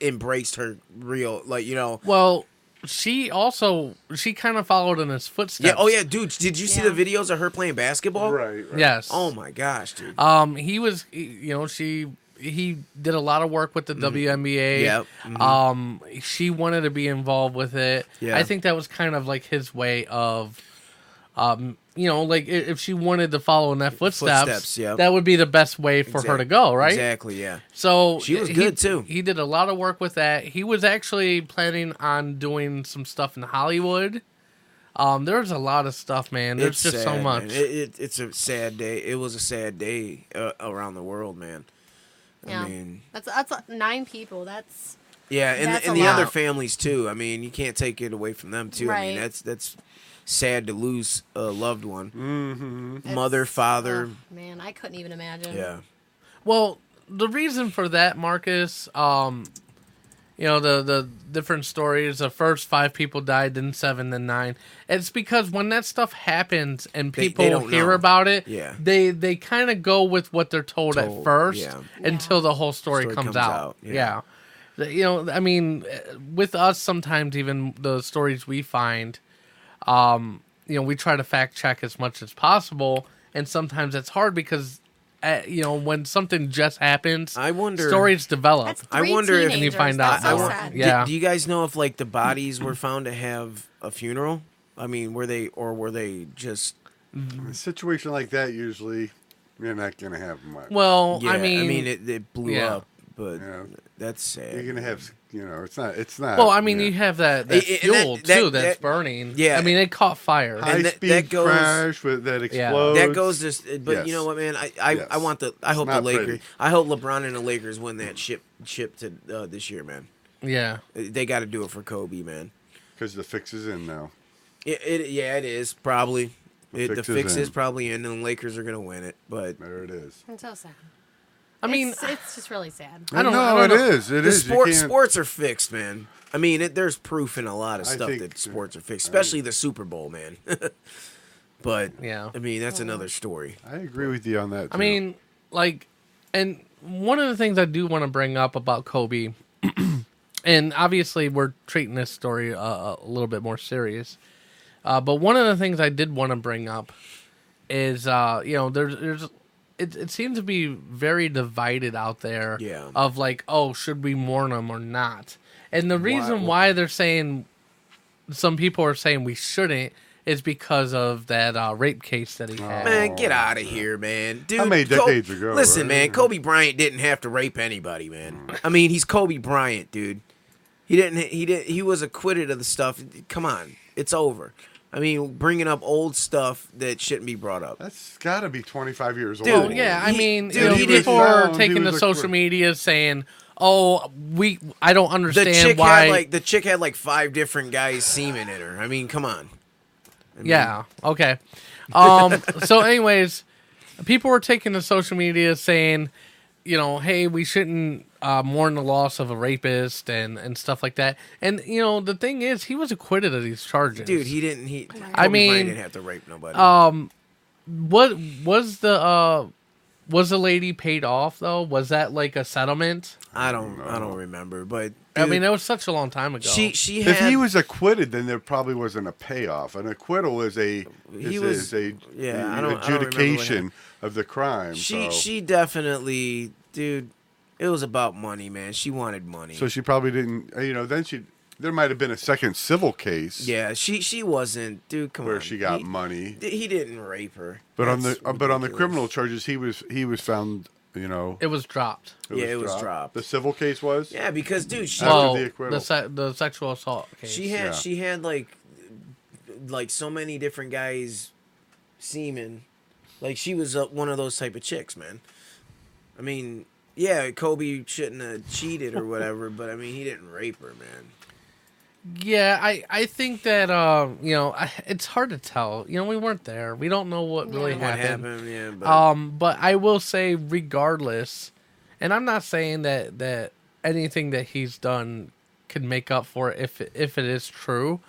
E: embraced her real, like you know.
A: well, she also she kind of followed in his footsteps.
E: Yeah. Oh yeah, dude. Did you see the videos of her playing basketball? Right.
A: right. Yes.
E: Oh my gosh, dude.
A: Um, he was, you know, she he did a lot of work with the WNBA.
E: Mm. Yep. Mhm.
A: Um, she wanted to be involved with it.
E: Yeah.
A: I think that was kind of like his way of, um, you know, like i- if she wanted to follow in that footsteps,
E: Footsteps, yep.
A: that would be the best way for her to
E: Exact-
A: go, right?
E: Exactly. Yeah.
A: So
E: She was
A: he-
E: good, too.
A: He did a lot of work with that. He was actually planning on doing some stuff in Hollywood. Um, there's a lot of stuff, man. There's
E: It's
A: just
E: sad,
A: so
E: man.
A: much.
E: It, it, it's a sad day. It was a sad day uh, around the world, man.
D: Yeah.
E: I mean,
D: That's that's uh, nine people. That's
E: yeah, and,
D: That's
E: and
D: a
E: the other
D: lot.
E: families too. I mean, you can't take it away from them too. I mean,
D: Right.
E: that's that's sad to lose a loved one, mm-hmm.
A: Mm.
E: mother, father.
D: man. I couldn't even imagine.
E: yeah,
A: Well, the reason for that, Marcus, um, you know, the the different stories. The first five people died, then seven, then nine. It's because when that stuff happens and
E: They- they
A: people
E: don't
A: hear
E: know.
A: about it,
E: Yeah.
A: they they kind of go with what they're told, at
E: Told,
A: first
E: yeah.
A: until the whole story,
E: Story
A: comes,
E: comes
A: out.
E: out,
A: Yeah.
E: yeah.
A: The- You know, I mean, eh, with us sometimes even the stories we find, um, you know, we try to fact check as much as possible, and sometimes it's hard because, uh, you know, when something just happens,
E: I wonder-
A: stories develop.
E: I wonder if
A: and you find out.
E: I
A: more.
E: won- do-
A: Yeah,
E: Do, you guys know if like the bodies were found to have a funeral? I mean, were they or were they just?
F: In a situation like that, usually you're not gonna have much.
A: Well,
E: Yeah,
A: I mean,
E: I mean, it, it blew
A: yeah.
E: up, but that's sad.
F: You're gonna have, you know, it's not, it's not.
A: Well,
E: uh,
A: I mean,
F: yeah.
A: you have that, that
E: I- I- and that-
A: fuel
E: that-
A: too that's
E: that-
A: burning.
E: yeah.
A: I mean, it caught fire.
F: high
E: and that-
F: speed
E: that goes-
F: crash with that
A: Yeah.
F: explodes.
E: That goes to, but
F: Yes.
E: you know what, man? I, I,
F: Yes.
E: I want the. I
F: It's
E: hope the
F: not
E: Lakers.
F: pretty.
E: I hope LeBron and the Lakers win that ship ship to uh, this year, man.
A: Yeah.
E: They got to do it for Kobe, man.
F: Because the fix is in now.
E: It, it yeah, it is probably
F: The
E: it, the
F: fix is
E: fix is
F: in.
E: probably in, and the Lakers are gonna win it. But
F: there it is.
D: It's so sad.
A: I mean,
D: it's, it's just really sad.
F: I don't know. No, it is. It
E: the
F: is. You
E: Sport,
F: can't-
E: sports are fixed, man. I mean, it, there's proof in a lot of
F: I
E: stuff
F: think-
E: that sports are fixed, especially the Super Bowl, man. but
A: yeah,
E: I mean that's another story.
F: I agree with you on that.
A: I
F: too.
A: mean, like, and one of the things I do want to bring up about Kobe, and obviously we're treating this story uh, a little bit more serious, uh, but one of the things I did want to bring up is, uh, you know, there's, there's, it, it seems to be very divided out there.
E: Yeah.
A: Of like, oh, should we mourn him or not? And the reason why they're saying, some people are saying we shouldn't. Is because of that uh, rape case that he
C: Oh.
A: had.
E: Man, get out of here, man. Dude,
F: How many
E: Kobe-
F: decades ago,
E: Listen,
F: right?
E: man, Kobe Bryant didn't have to rape anybody, man.
F: Mm.
E: I mean, he's Kobe Bryant, dude. He didn't. He did. He was acquitted of the stuff. Come on, it's over. I mean, bringing up old stuff that shouldn't be brought up.
F: That's got to be 25 years
E: Dude,
F: old.
A: Well, yeah, I
E: He-
A: mean,
E: dude,
A: you know,
E: he did-
A: people
F: No,
A: are
F: he
A: taking to
F: was a
A: social
F: crook.
A: media saying, "Oh, we, I don't
E: The chick
A: understand
E: had
A: why."
E: like the chick had like five different guys semen in her. I mean, come on.
A: yeah, okay. Um, so, anyways, people were taking to social media saying, you know, hey, we shouldn't uh, mourn the loss of a rapist and and stuff like that. And you know, the thing is, he was acquitted of these charges,
E: Dude, he didn't. He.
A: I
E: Kobe Bryant
A: mean,
E: didn't have to rape nobody.
A: Um, what was the uh, was the lady paid off though? Was that like a settlement?
E: I don't. I don't remember, but
A: I mean, uh, that was such a long time ago.
F: if he was acquitted, then there probably wasn't a payoff. An acquittal is a is,
E: He
F: is
E: was-
F: a
E: yeah,
F: an
E: I don't- I don't remember what
F: adjudication
E: happened.
F: of the crime.
E: She
F: so.
E: she definitely, dude. It was about money, man. She wanted money.
F: so she probably didn't. uh, You know, then she there might have been a second civil case.
E: yeah, she she wasn't, dude. Come
F: where
E: on.
F: she got
E: He-
F: money.
E: d- He didn't rape her.
F: But on the
E: That's
F: uh, but on the
E: ridiculous.
F: criminal charges, he was he was found. You know,
A: It was dropped.
E: Yeah, it was dropped.
F: The civil case was.
E: Yeah, because dude, she
F: After
A: Well,
F: the
A: the,
F: acquittal.
A: se- the sexual assault case.
E: she had she had like like so many different guys semen. Like she was uh, one of those type of chicks, man. I mean, yeah, Kobe shouldn't have cheated or whatever, but I mean, he didn't rape her, man.
A: Yeah, I I think that um you know I, it's hard to tell. You know we weren't there. We don't know what really
E: What
A: happened.
E: happened, yeah, but-
A: Um, but I will say regardless, and I'm not saying that that anything that he's done can make up for it if if it is true.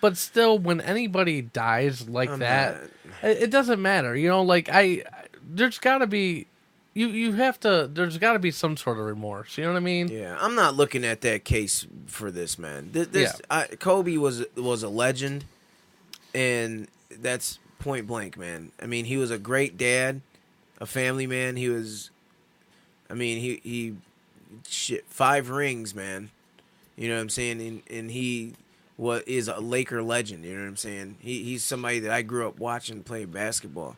A: But still, when anybody dies like
E: I'm
A: that, it, it doesn't matter. You know, like I, there's got to be, you you have to. There's got to be some sort of remorse. You know what I mean?
E: Yeah, I'm not looking at that case for this man. This, this
A: Yeah.
E: I, Kobe was was a legend, and that's point blank, man. I mean, he was a great dad, a family man. He was, I mean, he he, shit, five rings, man. You know what I'm saying? And and he what is a Laker legend. You know what I'm saying? He he's somebody that I grew up watching play basketball.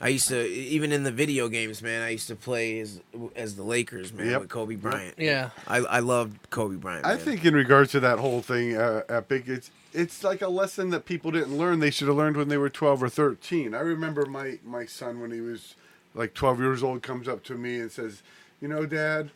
E: I used to e, even in the video games, man. I used to play as as the Lakers, man,
F: Yep.
E: with Kobe Bryant.
F: Yeah.
E: I I loved Kobe Bryant.
F: I
E: man.
F: think in regards to that whole thing, uh, Epic, it's it's like a lesson that people didn't learn. They should have learned when they were twelve or thirteen. I remember my my son when he was like twelve years old comes up to me and says, "You know, Dad."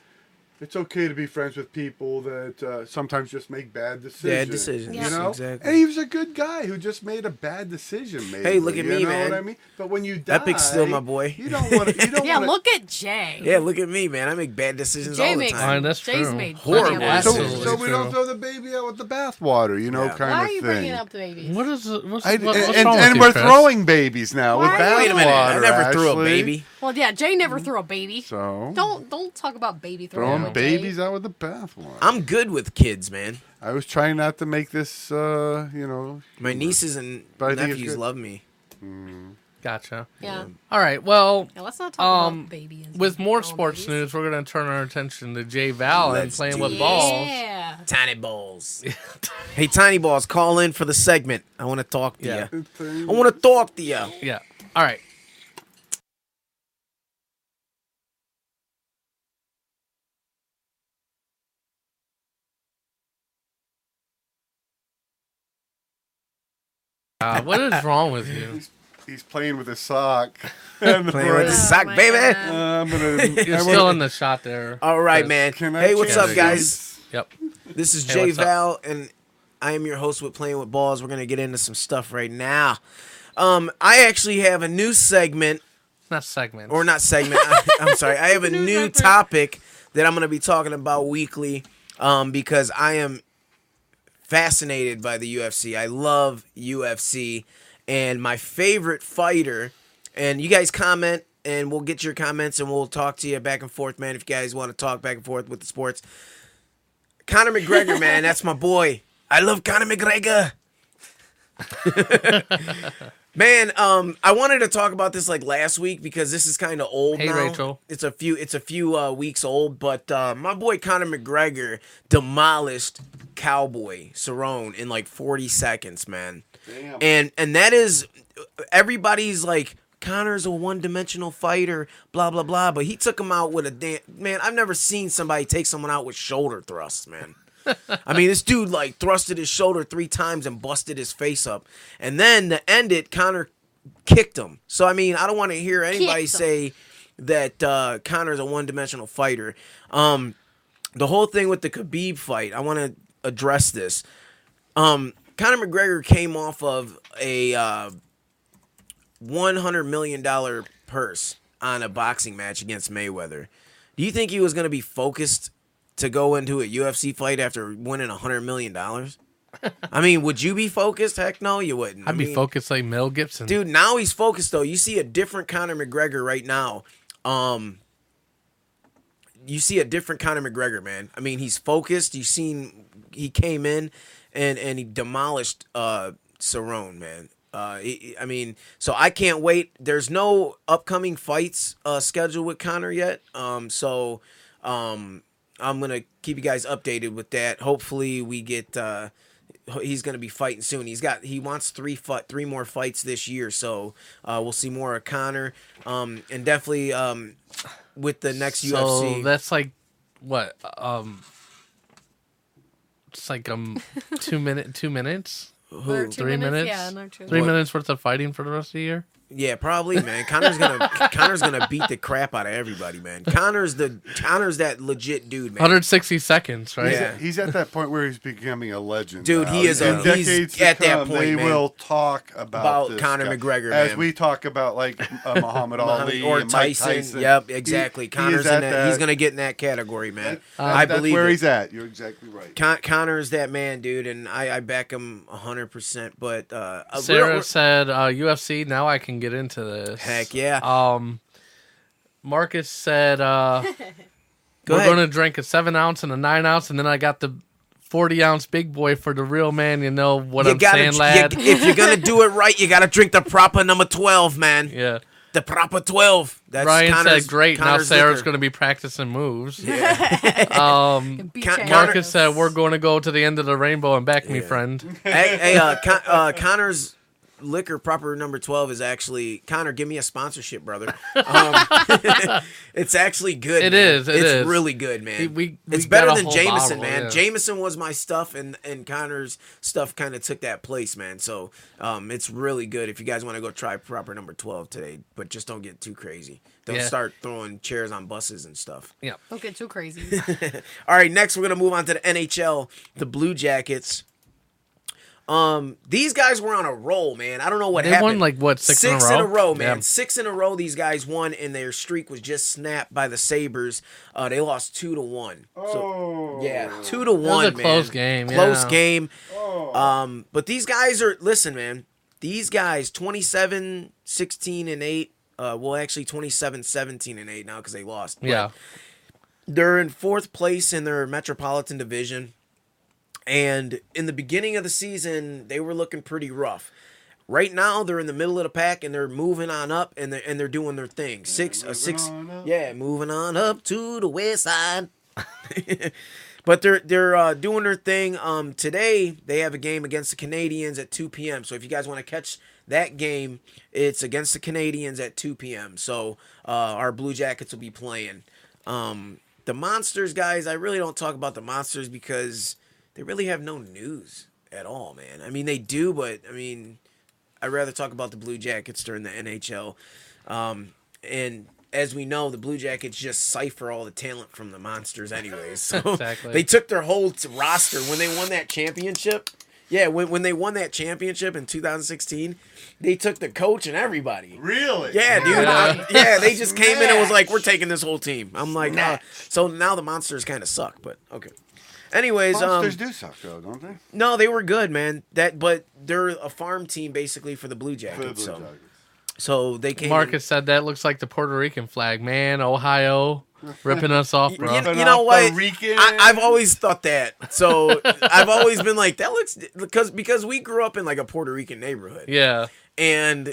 F: It's okay to be friends with people that uh, sometimes just make bad decisions.
E: decisions,
F: you know.
E: exactly.
F: And he was a good guy who just made a bad decision. Maybe,
E: Hey, look at
F: you
E: me,
F: know
E: man.
F: What I mean, but when you die,
E: Epic's still my boy.
F: You don't want to. You don't
D: yeah,
F: wanna-
D: look at Jay.
E: Yeah, look at me, man. I make bad decisions
D: Jay
E: all the
D: makes-
E: time.
D: Fine, that's Jay's true. made plenty of
E: horrible.
D: bad
F: So,
E: decisions.
F: so we don't throw the baby out with the bathwater, you know, kind
D: Why
F: of
D: are
F: thing.
D: you bringing up the babies?
A: What is what's,
F: I,
A: what- what's
F: and
A: wrong with
F: and
A: you,
F: we're
A: Chris?
F: throwing babies now with bathwater.
E: Wait a minute, I never threw a
F: Ashley.
E: baby.
D: Well, yeah, Jay never threw a baby.
F: So
D: Don't don't talk about baby throwing.
F: throwing
D: away, Jay.
F: babies out with the bathwater.
E: I'm good with kids, man.
F: I was trying not to make this, uh, you know.
E: My nieces and
F: But I think it's
E: nephews
F: good.
E: love me.
A: Gotcha.
D: Yeah.
A: All right. Well,
D: Yeah, let's not talk
A: um,
D: about baby and
A: with more sports news, we're going to turn our attention to Jay Val and
E: Let's
A: playing
E: do
A: with
E: it.
A: balls.
D: Yeah.
E: Tiny balls. hey, tiny balls, call in for the segment. I want to talk to
A: Yeah.
E: you. I want to talk to you.
A: Yeah. All right. Uh, what is wrong with you?
F: He's playing with his sock. and
E: Playing with his
D: Oh
E: sock,
F: brace.
E: baby.
F: Uh, I'm gonna.
A: You're
F: I
A: still
F: wanna-
A: in the shot there.
E: All right,
A: Chris.
E: man.
F: Can I
E: Hey, what's
F: change
E: up, guys?
A: Yep.
E: This is
A: Hey,
E: Jay
A: what's up?
E: Val, and I am your host with Playing with Balls. We're gonna get into some stuff right now. Um, I actually have a new segment,
A: Not segment.
E: or not segment. I, I'm sorry. I have a new topic that I'm gonna be talking about weekly, um, because I am fascinated by the UFC. I love UFC, and my favorite fighter. And you guys comment, and we'll get your comments, and we'll talk to you back and forth, man. If you guys want to talk back and forth with the sports, Conor McGregor, man, that's my boy. I love Conor McGregor. man, um, I wanted to talk about this like last week because this is kind of old.
A: Hey,
E: now.
A: Rachel.
E: It's a few. It's a few uh, weeks old, but uh, my boy Conor McGregor demolished Cowboy Cerrone in like 40 seconds, man.
B: Damn.
E: And and that is everybody's like Connor's a one-dimensional fighter, blah blah blah, but he took him out with a damn man. I've never seen somebody take someone out with shoulder thrusts, man. I mean, this dude like thrusted his shoulder three times and busted his face up, and then to end it, Connor kicked him. So I mean, I don't want to hear anybody
B: Kicked him.
E: say that uh, Connor's a one-dimensional fighter. Um, the whole thing with the Khabib fight, I want to address this. Um, Conor McGregor came off of a uh, one hundred million dollar purse on a boxing match against Mayweather.
C: Do you think he was going to be focused to go into a UFC fight after winning a hundred million dollars? I mean, would you be focused? Heck, no, you wouldn't. I
A: I'd be
C: mean,
A: focused like Mel Gibson.
C: Dude, now he's focused though. You see a different Conor McGregor right now. Um you see a different Conor McGregor, man. I mean, he's focused. You seen he came in and and he demolished uh Cerrone, man. Uh, he- he- I mean, so I can't wait. There's no upcoming fights uh, scheduled with Connor yet. Um, so um, I'm gonna keep you guys updated with that. Hopefully, we get uh, he's going to be fighting soon. He's got he wants three fight three more fights this year, so uh, we'll see more of Connor, um, and definitely um, with the next
A: so
C: UFC.
A: that's like what? Um, it's like um two minute two minutes.
C: Another two
A: Three
C: minutes?
A: minutes?
C: Yeah, another two
A: Three
C: minutes.
A: minutes worth of fighting for the rest of the year.
C: yeah, probably, man. Connor's gonna Connor's gonna beat the crap out of everybody, man. Connor's the Connor's that legit dude, man.
A: 160 seconds, right?
F: He's, at, he's at that point where he's becoming a legend.
C: Dude, he
F: now.
C: is a-
F: In
C: he's
F: decades to
C: at that
F: come,
C: point,
F: They
C: man.
F: will talk about,
C: About
F: this
C: Conor
F: guy.
C: McGregor,
F: as
C: man.
F: we talk about like uh, Muhammad Ali
C: or
F: and Mike
C: Tyson.
F: Tyson.
C: Yep,
F: He-
C: exactly.
F: he is
C: Connor's in
F: at
C: that. He's gonna get in that category, man.
F: that-
C: I
F: that's
C: believe
F: where
C: it.
F: he's at. You're exactly right.
C: Con- Connor's that man, dude, and I, I back him hundred percent. But uh, a real-
A: Sarah said, uh, "UFC, now I can get into this."
C: Heck yeah.
A: Um, Marcus said, uh,
C: Go
A: "We're
C: ahead.
A: going to drink a seven ounce and a nine ounce, and then I got the forty ounce big boy for the real man." You know what I'm
C: gotta,
A: saying,
C: you-
A: lad?
C: if you're gonna do it right, you gotta drink the proper number twelve, man.
A: Yeah,
C: the proper twelve. That's
A: Ryan
C: Connor's,
A: said, "Great,
C: Connor's
A: now Sarah's
C: liquor.
A: going to be practicing moves."
C: Yeah.
A: um,
C: Beat Con- your
A: Marcus said, "We're going to go to the end of the rainbow and back me, friend."
C: hey, hey uh, Con- uh, Connor's liquor proper number 12 is actually connor give me a sponsorship brother um, it's actually good
A: It
C: man.
A: is, it
C: it's
A: is.
C: really good man
A: We- we-
C: it's
A: we
C: better
A: got a
C: than
A: whole
C: jameson
A: bottle,
C: man
A: yeah.
C: jameson was my stuff and and connor's stuff kind of took that place man so um it's really good if you guys want to go try proper number 12 today but just don't get too crazy don't
D: Yeah.
C: start throwing chairs on buses and stuff
A: yeah
D: Don't get too crazy.
C: all right, next we're gonna move on to the NHL, the Blue Jackets. Um, these guys were on a roll, man. I don't know what
A: They
C: happened.
A: won, like, what, six in a
C: in a
A: row?
C: row, man.
A: Yeah.
C: Six in a row. These guys won, and their streak was just snapped by the Sabers. Uh, they lost two to one. So, yeah, two to
A: That was
C: one.
A: a close
C: man.
A: game,
C: Close
A: yeah.
C: game. Um, but these guys are. Listen, man. These guys, 27, 16, and eight. Uh, well, actually, 27, 17, and eight now because they lost. But
A: Yeah.
C: they're in fourth place in their metropolitan division and in the beginning of the season they were looking pretty rough right now they're in the middle of the pack and they're moving on up and they're, and they're doing their thing six uh, six yeah moving on up to the west side but they're they're uh, doing their thing um today they have a game against the canadians at 2 p.m so if you guys want to catch that game it's against the canadians at 2 p.m so uh, our blue jackets will be playing um, the monsters, guys, I really don't talk about the monsters because they really have no news at all, man. I mean, they do, but I mean, I'd rather talk about the Blue Jackets during the NHL. Um, and as we know, the Blue Jackets just cipher all the talent from the monsters, anyways. So
A: Exactly.
C: they took their whole t- roster when they won that championship. Yeah, when, when they won that championship in 2016, they took the coach and everybody.
F: Really?
C: Yeah, dude.
F: Yeah.
C: I- yeah, they just came in and was
F: Snatch.
C: like, "We're taking this whole team." I'm like, nah. so now the monsters kind of suck, but okay. Anyways,
F: Monsters
C: um,
F: do suck though, don't they?
C: no, they were good, man. That, but they're a farm team basically for the Blue Jackets.
F: For the Blue
C: so,
F: Jackets.
C: so they came. in-
A: Marcus said that looks like the Puerto Rican flag, man. Ohio ripping us off,
C: You,
A: bro.
C: you know what? I, I've always thought that. So I've always been like, that looks because because we grew up in like a Puerto Rican neighborhood,
A: Yeah,
C: and uh,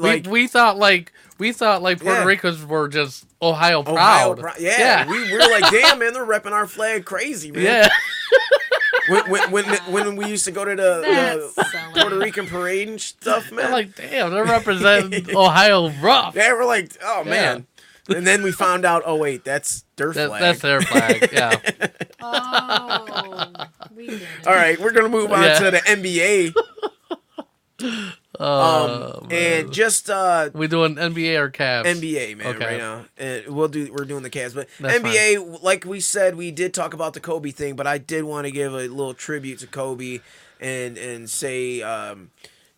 C: like
A: we, we thought like we thought like Puerto
C: Yeah.
A: Ricans were just Ohio
C: Ohio
A: proud.
C: Pro- yeah, We, we were like, damn, man, they're repping our flag crazy, man.
A: Yeah.
C: when, when, when, when we used to go to the, the Puerto Rican parade and stuff, man.
A: like, damn, they're representing Ohio rough.
C: Yeah, we're like, oh, man. And then we found out, oh, wait, that's their
A: That-
C: flag.
A: that's their flag, yeah.
D: Oh,
C: All right, we're going to move on
A: Yeah.
C: to the NBA.
A: Oh,
C: um, and just uh,
A: we doing NBA or Cavs?
C: NBA, man,
A: Okay.
C: right now. And we'll do we're doing the Cavs, but
A: That's
C: NBA, like we said, we did talk about the Kobe thing, but I did want to give a little tribute to Kobe and and say, um,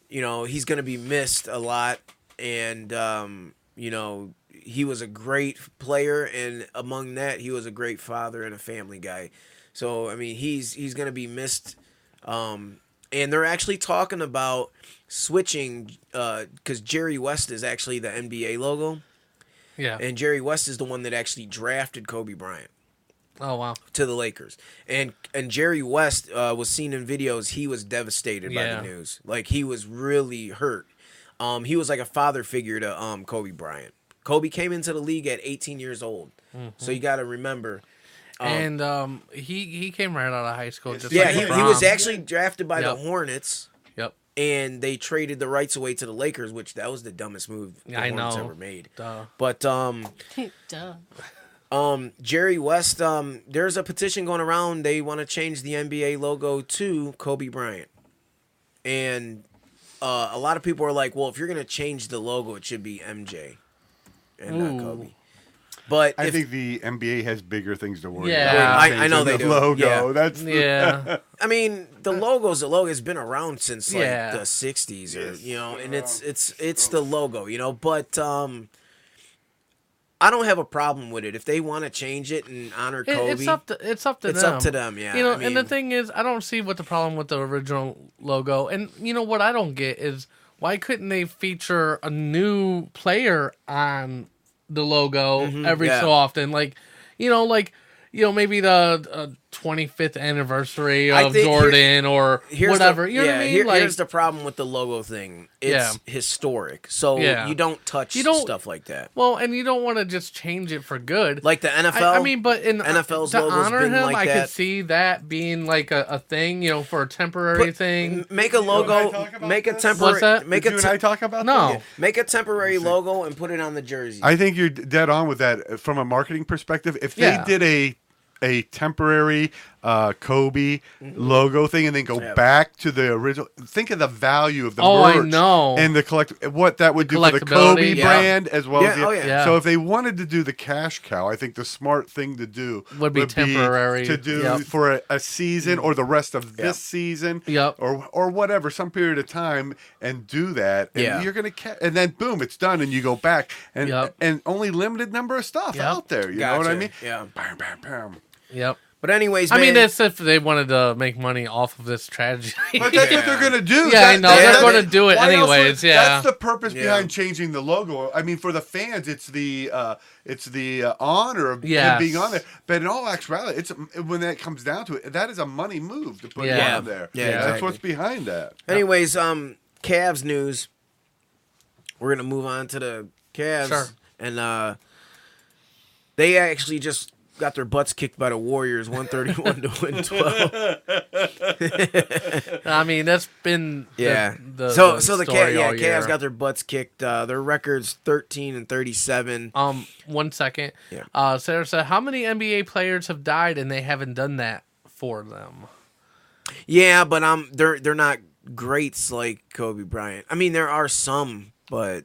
C: you know, he's gonna be missed a lot, and um, you know, he was a great player, and among that, he was a great father and a family guy. So I mean, he's he's gonna be missed. Um, and they're actually talking about switching because Jerry West is actually the NBA logo,
A: Yeah.
C: and Jerry West is the one that actually drafted Kobe Bryant
A: oh wow.
C: to the Lakers. And and Jerry West uh, was seen in videos. He was devastated by
A: Yeah.
C: the news. Like he was really hurt. Um, he was like a father figure to um Kobe Bryant. Kobe came into the league at 18 years old,
A: Mm-hmm.
C: so you got to remember. um,
A: and um, he he came right out of high school. Just
C: yeah,
A: like
C: he, he
A: LeBron.
C: was actually drafted by
A: Yep.
C: the Hornets.
A: Yep.
C: And they traded the rights away to the Lakers, which that was the dumbest move the
A: I
C: Hornets
A: know.
C: ever made.
A: Duh.
C: But um,
D: Duh.
C: Um, Jerry West, um, there's a petition going around. They want to change the NBA logo to Kobe Bryant. And uh, a lot of people are like, well, if you're going to change the logo, it should be MJ and not Kobe. But
F: I
C: if-
F: think the NBA has bigger things to worry
C: Yeah.
F: about.
C: I- I know
F: Changing
C: they do.
F: the logo.
C: Yeah.
F: That's the-
C: I mean, the logo's the logo. It's been around since like
F: Yeah.
C: the '60s, or you know, and it's it's it's the logo, you know. But um, I don't have a problem with it if they want to change it and honor
A: It-
C: Kobe.
A: it's up to it's up to
C: It's
A: them.
C: up to them, yeah.
A: You know,
C: I
A: and the
C: mean-
A: thing is, I don't see what the problem with the original logo. And you know what I don't get is why couldn't they feature a new player on the logo
C: Mm-hmm,
M: Mhm,
A: every
M: yeah.
A: so often? Like, you know, like you know maybe the twenty fifth anniversary
C: I
A: of
C: think here-
A: Jordan or
C: here's
A: whatever.
C: The,
A: you know
C: yeah,
A: what I mean?
C: here-
A: like,
C: here's the problem with the logo thing. It's
A: Yeah.
C: historic, so
A: Yeah.
C: you don't touch
A: You don't-
C: stuff like that.
A: well, and you don't want to just change it for good.
C: Like the NFL.
A: I, I mean, but in uh,
C: NFL's
A: to
C: logo's
A: honor
C: been
A: him,
C: like
A: I
C: that.
A: could see that being like a, a thing, you know, for a temporary
C: But
A: thing.
C: Make a logo. Make a
A: What's
C: temporary.
A: that?
C: Make
A: Did
C: a
A: you and
C: tem-
A: I talk about No. that?
C: Make a temporary logo and put it on the jersey.
F: I think you're d- dead on with that uh, from a marketing perspective. If they
C: Yeah.
F: did a a temporary uh, Kobe
A: Mm-hmm.
F: logo thing and then go
C: Yeah.
F: back to the original, think of the value of the
A: Oh, I
F: merch
A: know.
F: and the collect what that would
A: The
F: do for the
A: collectability,
F: Kobe
A: yeah.
F: brand as well
A: Yeah,
F: as the,
A: oh, yeah.
F: so
A: Yeah.
F: if they wanted to do the cash cow, I think the smart thing to do
A: Would be temporary,
F: to do
A: yep. Mm.
F: for a, a season or the rest of this season
A: Yep.
F: or or whatever some period of time and do that and
A: Yeah.
F: you're gonna ca- and then boom it's done and you go back and and only limited number of stuff
A: Yep.
F: out there you know what i
C: Gotcha.
F: mean
C: Yeah.
F: bam bam bam
A: Yep.
C: But anyways,
A: I mean,
C: man-
A: that's if they wanted to make money off of this tragedy.
F: but that's what they're gonna do.
A: Yeah,
F: That-
A: I know.
F: that-
A: They're
F: that-
A: going to do it
F: why else would-
A: anyways. yeah.
F: that's the purpose
A: Yeah.
F: behind changing the logo. I mean, for the fans, it's the uh, it's the uh, honor of him being
A: Yes.
F: on there. But in all actuality, it's when that comes down to it, that is a money move to put him
C: Yeah.
F: on there.
C: Yeah,
F: that's
C: exactly.
F: what's behind that.
C: Anyways, um, Cavs news. We're gonna move on to the Cavs,
F: Sure.
C: and uh, they actually just got their butts kicked by the Warriors, one thirty-one to one twelve.
A: I mean, that's been the-
C: yeah.
A: the-
C: so
A: the
C: so the
A: story
C: Cavs, yeah,
A: all year.
C: Cavs got their butts kicked. Uh, their records thirteen and thirty-seven.
A: Um, one second.
C: Yeah.
A: Uh, Sarah said, "How many NBA players have died and they haven't done that for them?"
C: Yeah, but um, they're they're not greats like Kobe Bryant. I mean, there are some, but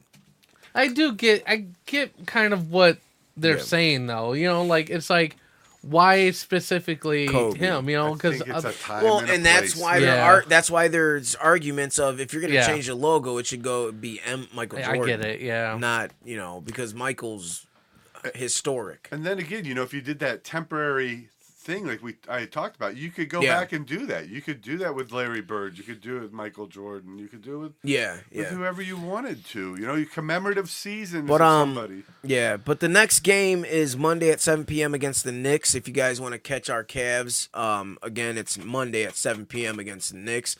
A: I do get I get kind of what they're
C: Yeah.
A: saying though. You know, like it's like why specifically
C: Kobe.
A: him? You know, uh, because
C: well, and, that's why there
A: Yeah.
C: are that's why there's arguments of if you're going to
A: Yeah.
C: change the logo, it should go be M Michael
A: Yeah, I
C: Jordan.
A: get it, yeah.
C: not you know because Michael's historic.
F: And then again, you know, if you did that temporary thing like we I had talked about, you could go
C: Yeah.
F: back and do that. You could do that with Larry Bird. You could do it with Michael Jordan. You could do it with
C: Yeah,
F: with
C: yeah.
F: whoever you wanted to. You know, your commemorative season
C: But
F: for
C: um,
F: somebody.
C: yeah. But the next game is Monday at 7 p.m. against the Knicks. If you guys want to catch our Cavs, um, again it's Monday at 7 p.m. against the Knicks.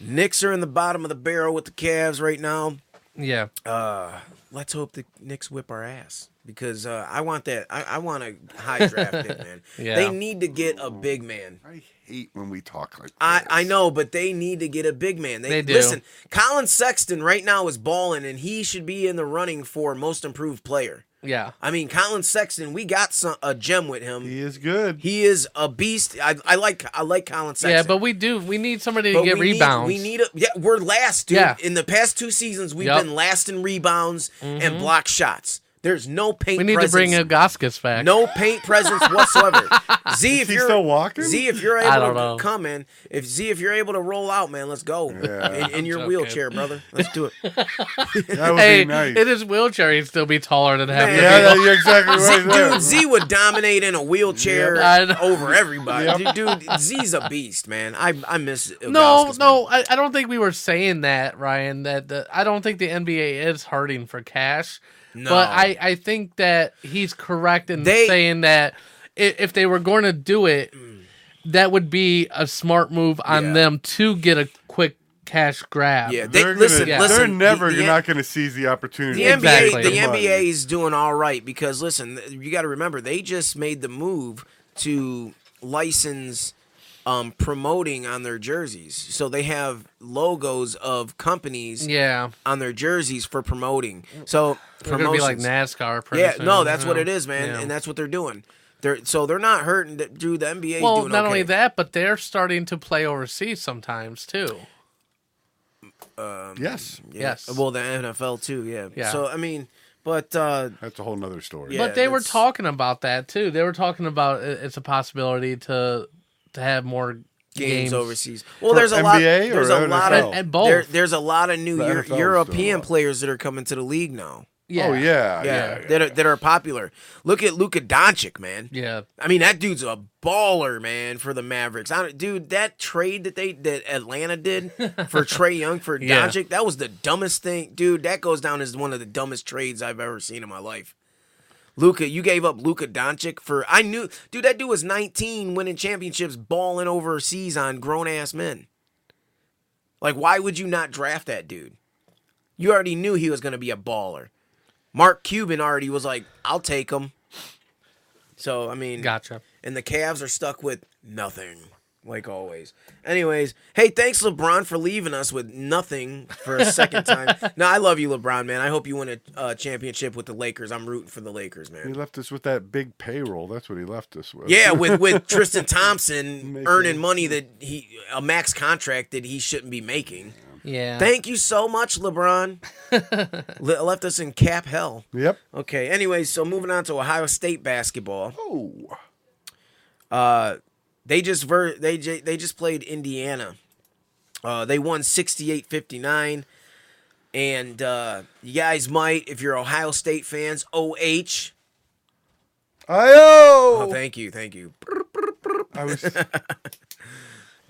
C: Knicks are in the bottom of the barrel with the Cavs right now.
A: Yeah.
C: Uh, let's hope the Knicks whip our ass because uh, I want that. I, I want a high draft pick, man.
F: Yeah.
C: They need to get a big man.
F: I hate when we talk like
C: I, I know, but they need to get a big man. They,
F: They do.
C: listen. Colin Sexton right now is balling, and he should be in the running for most improved player.
A: Yeah.
C: I mean, Colin Sexton, we got some, a gem with him. He
F: is good.
C: He is a beast. I, I like I like Colin Sexton.
A: Yeah, but we do. We need somebody
C: But
A: to get
C: we need-
A: rebounds.
C: we need a yeah. We're last, dude.
A: Yeah.
C: In the past two seasons, we've
A: Yep.
C: been last in rebounds
A: Mhm.
C: and block shots. There's no paint.
A: We need to bring
C: presence.
A: Agoskis back.
C: No paint presence whatsoever. Z, if
A: he
C: you're
A: still walking?
C: Z, if you're
A: I
C: able
A: don't
C: to
A: know.
C: come in, if Z, if you're able to roll out, man, let's go in, in your
A: I'm joking.
C: wheelchair, brother. Let's do it.
F: That would
A: hey,
F: be nice.
A: in his wheelchair, he'd still be taller than half. the
F: Yeah,
A: people.
F: yeah, you're exactly
C: Z, dude, Z would dominate in a wheelchair
A: Yep. I know.
C: over everybody.
A: Yep.
C: Dude, Z's a beast, man. I I miss.
A: No,
C: Ilgauskas.
A: no, I, I don't think we were saying that, Ryan. That the, I don't think the NBA is hurting for cash.
C: No.
A: But I, I think that he's correct in
C: They-
A: saying that i- if they were going to do it, that would be a smart move on them to get a quick cash grab.
C: Yeah,
F: They're, listen,
A: Yeah.
F: they're never
C: the- the-
F: not going to seize the opportunity.
C: The
F: to
C: NBA,
F: make
C: the
F: money.
C: NBA is doing all right because listen, th- you got to remember they just made the move to license um, promoting on their jerseys, so they have logos of companies,
A: Yeah.
C: on their jerseys for promoting. So
A: They're gonna be like
C: promotions.
A: NASCAR pretty
C: Yeah,
A: soon,
C: no, that's
A: you
C: what
A: know?
C: it is, man,
A: Yeah.
C: and that's what they're doing. They're so they're not hurting. th- Dude, the NBA. 's
A: Well,
C: doing
A: not
C: okay.
A: only that, but they're starting to play overseas sometimes too.
C: Um,
F: yes.
C: yeah.
A: Yes.
C: Well, the NFL too. Yeah.
A: Yeah.
C: So I mean, but uh,
F: that's a whole nother story.
A: but they were talking about that too. They were talking about it- it's a possibility to to have more games,
C: games, overseas. Well, there's a lot.
F: NBA
C: There's
F: or
C: a lot of
F: NFL?
A: And both.
C: there- there's a lot of new
F: The
C: Euro-
F: NFL 's doing
C: European players that are coming to the league now.
A: Yeah.
F: Oh,
C: Yeah,
F: yeah. Yeah.
C: that are that are popular. Look at Luka Doncic, man.
A: Yeah.
C: I mean that dude's a baller, man, for the Mavericks. I don't, dude, that trade that they that Atlanta did for Trey Young for
A: Yeah.
C: Doncic, that was the dumbest thing, dude. That goes down as one of the dumbest trades I've ever seen in my life. Luca, you gave up Luka Doncic for I knew, dude. That dude was 19, winning championships, balling overseas on grown ass men. Like, why would you not draft that dude? You already knew he was going to be a baller. Mark Cuban already was like, I'll take him. So I mean,
A: Gotcha.
C: And the Cavs are stuck with nothing, like always. Anyways, hey, thanks LeBron for leaving us with nothing for a second time. no, I love you, LeBron, man. I hope you win a uh, championship with the Lakers. I'm rooting for the Lakers, man.
F: He left us with that big payroll. That's what he left us with.
C: Yeah, with with Tristan Thompson earning money that he a max contract that he shouldn't be making.
A: Yeah.
C: Thank you so much, LeBron. Le- left us in cap hell.
F: Yep.
C: Okay. Anyway, so moving on to Ohio State basketball.
F: Oh.
C: Uh, they just ver- they j- they just played Indiana. Uh, they won 68-59. And uh, you guys might, if you're Ohio State fans, OH.
F: I-O!
C: Oh, thank you, thank you.
F: I was.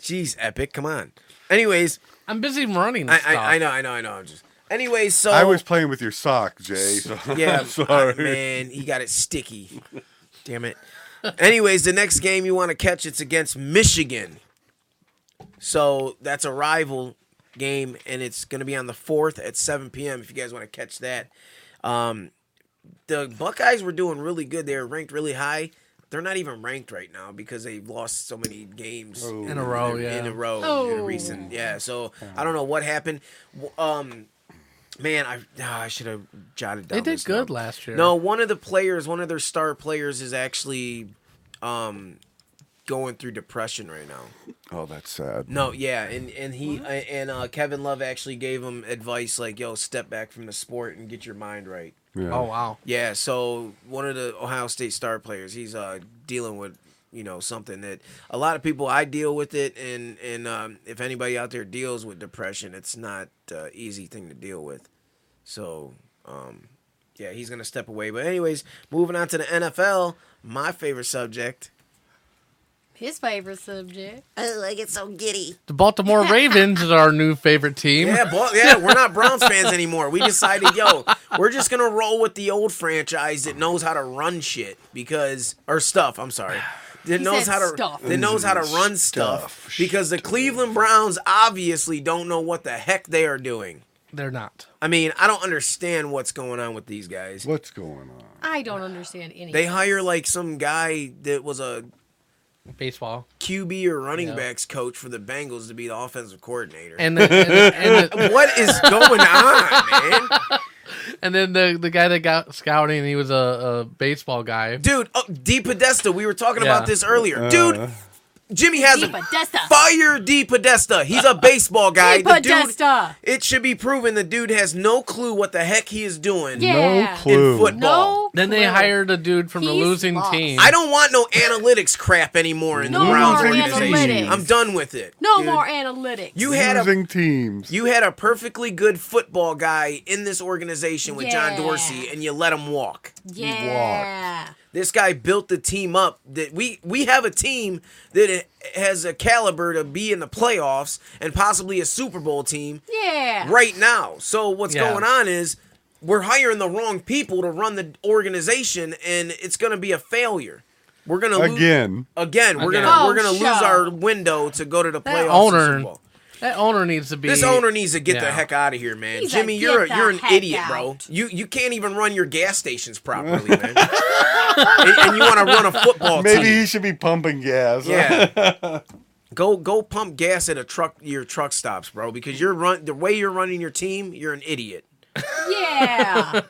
C: Jeez, epic! Come on. Anyways,
A: I'm busy running.
C: I,
A: Stuff.
C: I, I know, I know, I know. I'm just. Anyways, so
E: Oh.
F: I was playing with your sock, Jay. So
C: yeah,
F: I'm sorry.
C: man, he got it sticky. Damn it. Anyways, the next game you want to catch it's against Michigan. So that's a rival game, and it's going to be on the fourth at 7 p.m. If you guys want to catch that, um, the Buckeyes were doing really good. They were ranked really high. They're not even ranked right now because they've lost so many games
A: In a row, yeah.
C: in a row, in a recent, yeah. So I don't know what happened. W- Um, man, I ah, I should have jotted down.
A: They did
C: this
A: good
C: note.
A: last year.
C: No, one of the players, one of their star players, is actually um going through depression right now.
F: Oh, that's sad.
C: No, yeah, and and he uh, and uh, Kevin Love actually gave him advice like, "Yo, step back from the sport and get your mind right."
F: Yeah.
A: Oh wow.
C: Yeah, so one of the Ohio State star players, he's uh dealing with you know something that a lot of people I deal with it, and and um, if anybody out there deals with depression, it's not uh, easy thing to deal with. So um, yeah, he's gonna step away. But anyways, moving on to the NFL, my favorite subject.
D: His favorite subject. Oh, I get so giddy.
A: The Baltimore Ravens is our new favorite team.
C: Yeah, Bal- yeah, we're not Browns fans anymore. We decided, yo, we're just gonna roll with the old franchise that knows how to run shit because or stuff. I'm sorry, that
N: He
C: knows
N: said
C: how to
N: stuff.
C: that knows how to run stuff, because the Cleveland Browns obviously don't know what the heck they are doing.
A: They're not.
C: I mean, I don't understand what's going on with these guys.
F: What's going on?
D: I don't understand anything.
C: They hire like some guy that was a
A: Baseball.
C: QB or running
A: Yeah.
C: backs coach for the Bengals to be the offensive coordinator.
A: And the- and the- and the-
C: what is going on, man?
A: And then the the guy that got scouting, he was a, a baseball guy.
C: Dude, oh, D Podesta, we were talking
A: Yeah.
C: about this earlier. Dude,
E: Jimmy has
D: Dee
E: him.
D: Podesta.
E: Fire D Podesta. He's a baseball guy.
D: Dee
E: The dude-
D: Podesta.
E: it should be proven the dude has no clue what the heck he is doing.
A: No clue.
E: In football.
A: then they hired a dude from the
E: He's
A: losing team.
E: I don't want no analytics crap anymore in
A: No
E: the
A: more
E: Browns
A: analytics.
E: organization. I'm done with it.
D: No
E: dude.
D: more analytics.
E: You had a
F: teams.
E: You had a perfectly good football guy in this organization with
D: Yeah.
E: John Dorsey, and you let him walk.
D: Yeah.
E: This guy built the team up. That we we have a team that has a caliber to be in the playoffs and possibly a Super Bowl team
D: Yeah.
E: right now. So what's
A: Yeah.
E: going on is we're hiring the wrong people to run the organization, and it's going to be a failure. We're gonna lose-
F: Again.
E: Again, we're
A: Again.
E: gonna
A: Oh,
E: we're gonna lose
A: show.
E: our window to go to the
A: That
E: playoffs. and Super
A: owner,
E: Bowl.
A: that owner needs to be.
E: This owner needs to get the
A: Yeah.
E: heck out of here, man.
A: He's
E: Jimmy,
A: like,
E: you're a,
A: "Get
E: you're
A: the
E: an
A: heck
E: idiot, bro. You you can't even run your gas stations properly, man. and, and you want to run a football
F: Maybe
E: team?
F: he should be pumping gas.
E: Yeah. Go go pump gas at a truck your truck stops, bro, because you're run the way you're running your team, you're an idiot.
D: Yeah.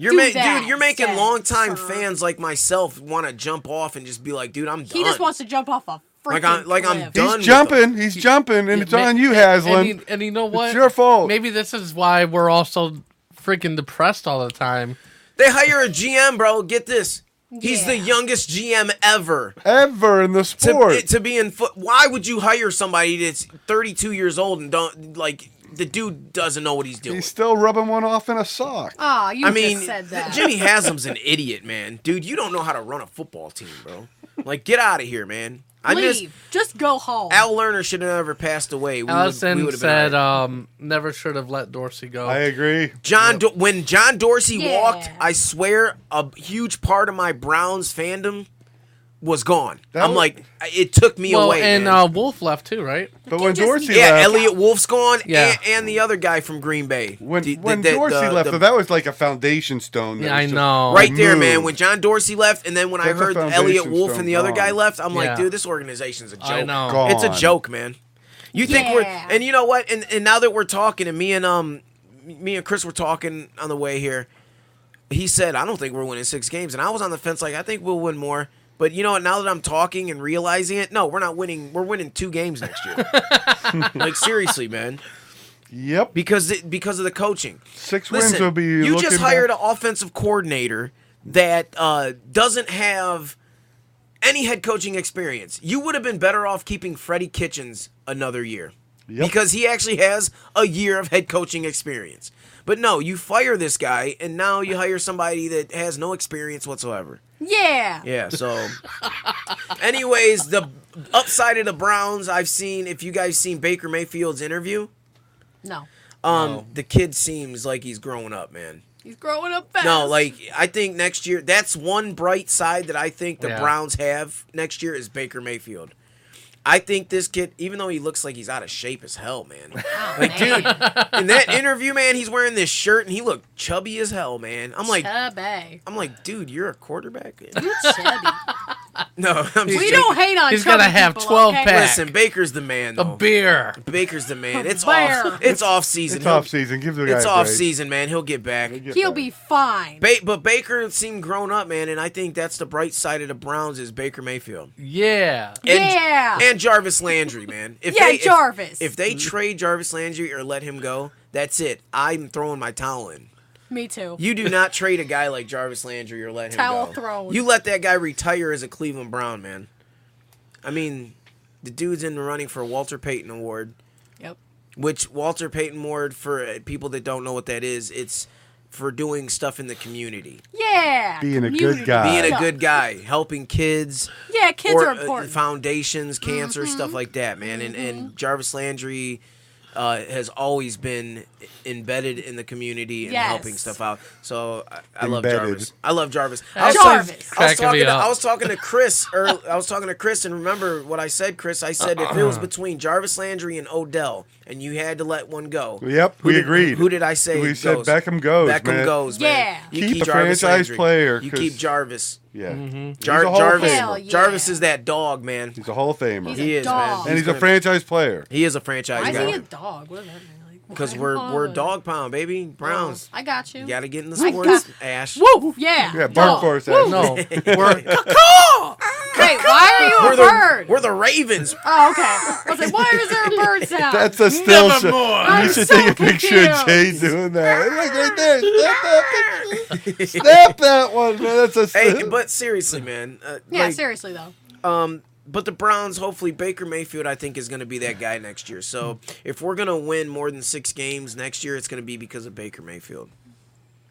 E: You're
D: Do
E: ma-
D: that,
E: dude, you're making
D: Seth,
E: longtime
D: sir.
E: fans like myself want to jump off and just be like, dude, I'm done.
D: He just wants to jump off a freaking
E: like I'm like I'm
D: cliff.
E: done.
F: He's jumping. He's jumping, and it's on you, Haslam.
A: And, and you know
F: It's
A: what?
F: your fault.
A: Maybe this is why we're all so freaking depressed all the time.
E: They hire a GM, bro. Get this. He's the youngest GM ever.
F: Ever in the
E: to,
F: sport.
E: it- to be in foot. Why would you hire somebody that's 32 years old and don't like the dude doesn't know what he's doing?
F: He's still rubbing one off in a sock.
D: Oh, you
E: I
D: just
E: mean,
D: said that.
E: Jimmy Haslam's an idiot, man. Dude, you don't know how to run a football team, bro. Like, get out of here, man. I
D: Leave.
E: just
D: just go home.
E: Al Lerner should have never passed away. We would, we
A: Allison
E: would have been.
A: said,
E: all right.
A: um, "Never should have let Dorsey go." I
F: agree.
E: John, Do- when John Dorsey
A: Yeah.
E: walked, I swear a huge part of my Browns fandom was gone. I'm
A: was-
E: like, it took me
A: well,
E: away.
A: and
E: man.
A: uh, Wolf left too, right?
F: But when Dorsey
E: yeah,
F: left,
E: Elliot Wolf's gone,
F: Yeah.
E: and, and the other guy from Green Bay.
F: when,
E: The- the-
F: when
E: the-
F: Dorsey
E: the-
F: left,
E: the-
F: though, that was like a foundation stone. that
A: Yeah,
F: was
A: I
F: just
A: know.
E: right there,
F: removed.
E: man. When John Dorsey left, and then when
F: That's a
E: I heard
F: foundation
E: Elliot Wolf
F: stone
E: and the other guy
F: gone.
E: left, I'm
F: Yeah.
E: like, dude, this organization's a joke.
A: I know.
E: It's a
A: Gone.
E: joke, man. You think we're and you know what? And and now that we're talking, and me and um, me and Chris were talking on the way here. He said, "I don't think we're winning six games," and I was on the fence, like, "I think we'll win more." But you know what? Now that I'm talking and realizing it, no, we're not winning. We're winning two games next year. like seriously, man.
F: Yep.
E: Because it, because of the coaching.
F: Six
E: Listen,
F: wins will be.
E: You just
F: looking
E: hired
F: back-
E: an offensive coordinator that uh, doesn't have any head coaching experience. You would have been better off keeping Freddie Kitchens another year because he actually has a year of head coaching experience. But no, you fire this guy and now you hire somebody that has no experience whatsoever.
D: yeah.
E: Yeah, so anyways, the upside of the Browns I've seen if you guys seen Baker Mayfield's interview,
D: No.
E: um the kid seems like he's growing up, man.
D: He's growing up fast.
E: No, like I think next year that's one bright side that I think the
A: Yeah.
E: Browns have next year is Baker Mayfield. I think this kid, even though he looks like he's out of shape as hell, man.
D: Oh,
E: like, dude, in that interview, man, he's wearing this shirt and he looked chubby as hell, man. I'm like,
D: Chubby.
E: I'm like, dude, you're a quarterback.
D: You're chubby.
E: No, I'm just
D: We don't hate on He's gotta chubby have people, 12 okay? pack.
E: Listen, Baker's the man. Though. A
A: beer.
E: Baker's the man.
D: A
E: It's
D: bear.
E: off. It's off season.
F: It's off season. Give the guy
E: It's
F: a
E: off
F: break.
E: season, man. He'll get back.
D: He'll be fine.
E: Ba- but Baker seemed grown up, man, and I think that's the bright side of the Browns is Baker Mayfield.
A: Yeah.
E: And,
D: Yeah.
E: And Jarvis Landry, man.
D: Yeah,
E: they,
D: Jarvis.
E: If, they trade Jarvis Landry or let him go, that's it. I'm throwing my towel in.
D: Me too.
E: You do not trade a guy like Jarvis Landry or let him
D: Towel
E: go.
D: thrown.
E: You let that guy retire as a Cleveland Brown, man. I mean, the dude's in the running for a Walter Payton Award.
D: Yep.
E: Which Walter Payton Award, for uh, people that don't know what that is, it's for doing stuff in the community.
D: Yeah.
F: Being a
D: community
F: good guy.
E: Being a
D: stuff.
E: good guy, helping kids.
D: Yeah, kids
E: or,
D: are
E: uh,
D: important. Mm-hmm.
E: foundations, cancer, stuff like that, man. And, and Jarvis Landry uh, has always been embedded in the community and
D: Yes.
E: helping stuff out. So I, I love
F: Embedded.
E: Jarvis. I love Jarvis.
F: That
E: I was,
F: Jarvis.
E: I was
F: cracking me
E: talking. To,
F: up.
E: I was talking to Chris. Or I was talking to Chris, and remember what I said, Chris. I said if it
F: Uh-uh.
E: was between Jarvis Landry and Odell, and you had to let one go.
F: Yep,
E: who
F: we
E: did-
F: agreed.
E: Who did I say?
F: We said
E: goes?
F: Beckham goes,
E: Beckham
F: man.
E: goes. Man.
F: Yeah.
E: You
F: Keep a
E: Jarvis
F: franchise
E: Landry.
F: player,
E: You
F: 'cause-
E: keep Jarvis.
F: Yeah. Mhm.
E: Jar-
F: He's a Hall of
E: Jarvis.
F: Famer. Hell
E: Jarvis is that dog, man.
F: He's a Hall of Famer.
E: he is, man.
F: And he's a
E: gonna-
F: franchise player.
E: He is a franchise
D: Why is he a
E: guy.
D: dog? What does that mean? Like, Oh.
E: Because
D: why
E: we're
D: dog?
E: we're dog pound, baby. Browns.
D: I got you.
E: You gotta get in the
D: I
E: sports,
D: got-
E: Ash.
D: Woo! Yeah.
F: Yeah, bark for us, Ash.
A: No,
E: we're
A: we're
D: Wait, why are you a
E: we're the,
D: bird?
E: We're the Ravens.
D: Oh, okay. I was like, why is there a bird sound?
F: That's a still
D: Nevermore.
F: shot.
D: I'm
F: You should
D: so
F: take a picture of Jay
D: confused.
F: doing that. Look right there. Snap that
E: picture.
F: Snap that one, man. That's a
E: Hey, but seriously, man. Uh,
D: Yeah,
E: like,
D: seriously though.
E: Um, but the Browns, hopefully, Baker Mayfield, I think, is going to be that guy next year. So if we're going to win more than six games next year, it's going to be because of Baker Mayfield.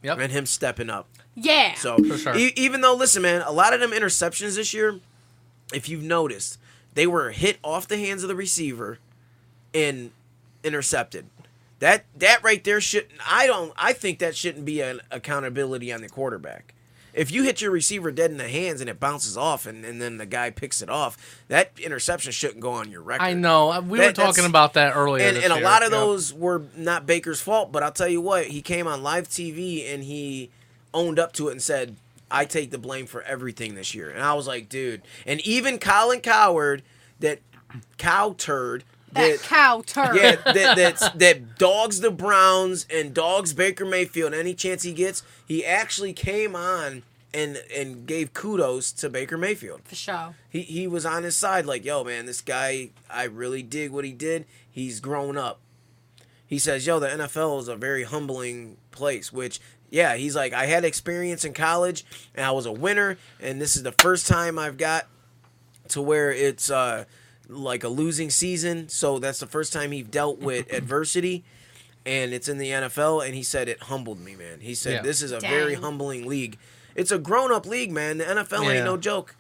A: Yep.
E: And him stepping up.
D: Yeah.
E: So
A: For sure.
E: e- even though, listen, man, a lot of them interceptions this year, if you've noticed, they were hit off the hands of the receiver and intercepted. That that right there shouldn't. I don't. I think that shouldn't be an accountability on the quarterback. If you hit your receiver dead in the hands and it bounces off, and, and then the guy picks it off, that interception shouldn't go on your record.
A: I know. We were
E: That- that's-
A: talking about that earlier.
E: And,
A: this
E: and a
A: year.
E: lot of
A: Yep.
E: those were not Baker's fault, but I'll tell you what, he came on live TV and he owned up to it and said, I take the blame for everything this year. And I was like, dude. And even Colin Coward, that cow turd,
D: That
E: that,
D: cow turd.
E: yeah, that, that's, that dogs the Browns and dogs Baker Mayfield any chance he gets, he actually came on and, and gave kudos to Baker Mayfield
D: for sure.
E: he he was on his side like yo man this guy i really dig what he did he's grown up he says yo the nfl is a very humbling place which yeah he's like i had experience in college and i was a winner and this is the first time i've got to where it's uh like a losing season so that's the first time he dealt with adversity and it's in the NFL. And he said it humbled me, man. He said
A: Yeah.
E: this is a very
A: Dang.
E: humbling league. It's a grown up league, man. The NFL
A: Yeah.
E: ain't no joke.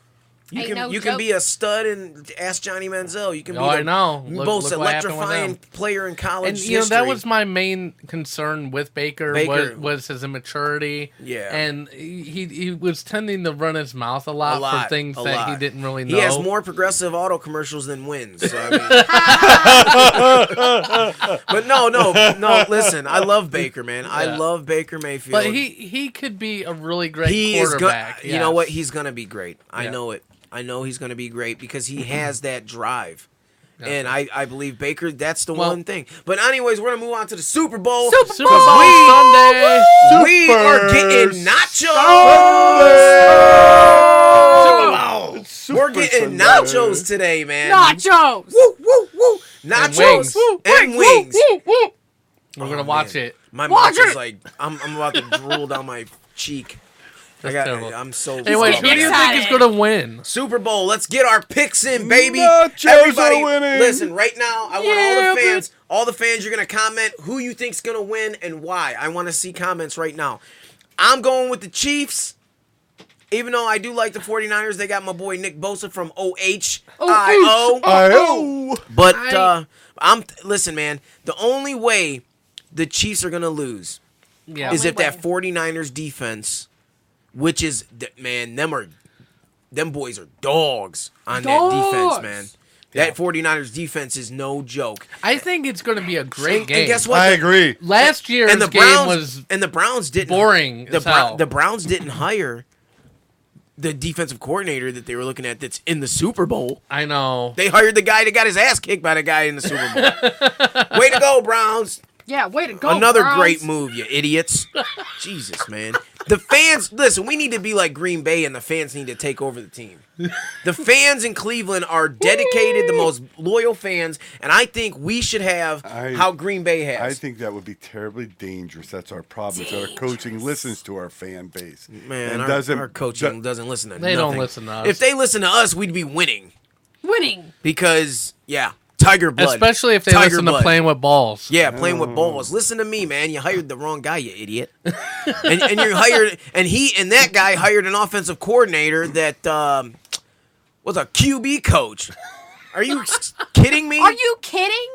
E: You
A: Ain't
E: can
A: no
E: you can be
A: joke.
E: a stud and ask Johnny Manziel. You can be
A: Oh, I
E: the
A: know. Look-
E: most
A: look what happened with
E: electrifying
A: them.
E: player in
A: and
E: college
A: you know
E: history.
A: that was my main concern with Baker,
E: Baker.
A: Was, was his immaturity.
E: Yeah.
A: and he he was tending to run his mouth a
E: a
A: lot,
E: lot,
A: for things
E: a
A: that he
E: lot.
A: didn't really know.
E: He has more progressive auto commercials than wins. So I mean- but no, no, no. Listen, I love Baker, man. I
A: Yeah.
E: love Baker Mayfield.
A: but he he could be a really great
E: he is gonna.
A: quarterback.
E: You know what?
A: yes.
E: He's gonna be great. I
A: Yeah. Mm-hmm.
E: know it. I know he's gonna be great because he has that drive. And I, I believe Baker, that's the
A: Well-
E: one thing. But anyways, we're gonna move on to the Super Bowl.
A: Super
E: Because
A: Bowl Sunday.
E: We
A: Super
E: are getting
A: Sunday.
E: nachos. We're getting
A: Sunday.
E: nachos today, man.
D: Nachos.
E: Woo woo woo.
A: And
E: Nachos
A: wings.
E: and wings. wings.
A: We're
E: Oh,
A: gonna watch it.
E: My
A: Watch
E: mouth is
A: it.
E: like I'm, I'm about to drool down my cheek. I
A: That's
E: got,
A: terrible.
E: I'm so.
A: Anyway, who do you think is gonna win?
E: Super Bowl. Let's get our picks in, baby.
A: Nachos are
E: Everybody,
A: winning.
E: listen right now. I want all
A: Yeah,
E: the fans. All the fans, you're gonna comment who you think's gonna win and why. I want to see comments right now. I'm going with the Chiefs. Even though I do like the 49ers, they got my boy Nick Bosa from OHIO. But uh, I'm listen, man. The only way the Chiefs are gonna lose
A: Yeah.
E: is if
A: Only
E: that 49ers defense, which is th- man, them are them boys are dogs on that defense,
A: Dogs.
E: man. That 49ers defense is no joke.
A: I think it's going to be a great
E: And-
A: game.
E: And guess what? The-
A: Last year's
E: and the
A: game
E: Browns,
A: was
E: and the Browns didn't
A: boring
E: The,
A: as hell.
E: the Browns didn't hire the defensive coordinator that they were looking at that's in the Super Bowl.
A: I know.
E: They hired the guy that got his ass kicked by the guy in the Super Bowl. Way to go, Browns.
D: Yeah, way to go.
A: Oh,
E: Another
D: Browns.
E: great move, you idiots. Jesus, man. The fans, listen, we need to be like Green Bay and the fans need to take over the team. The fans in Cleveland are dedicated, the most loyal fans, and I think we should have how Green Bay has.
F: I think that would be terribly dangerous. That's our problem. is Our coaching listens to our fan base.
E: Man,
F: and
E: our,
F: doesn't
E: our coaching doesn't listen to
A: They don't
E: nothing.
A: listen to us.
E: If they listen to us, we'd be winning
D: Winning.
E: because yeah, Tiger Blood.
A: Especially if they
E: Tiger
A: listen
E: blood.
A: to playing with balls.
E: Yeah, playing
A: Oh.
E: with balls. Listen to me, man. You hired the wrong guy, you idiot. and, and you hired, and he and that guy hired an offensive coordinator that um, was a QB coach. Are you s- kidding me?
D: Are you kidding?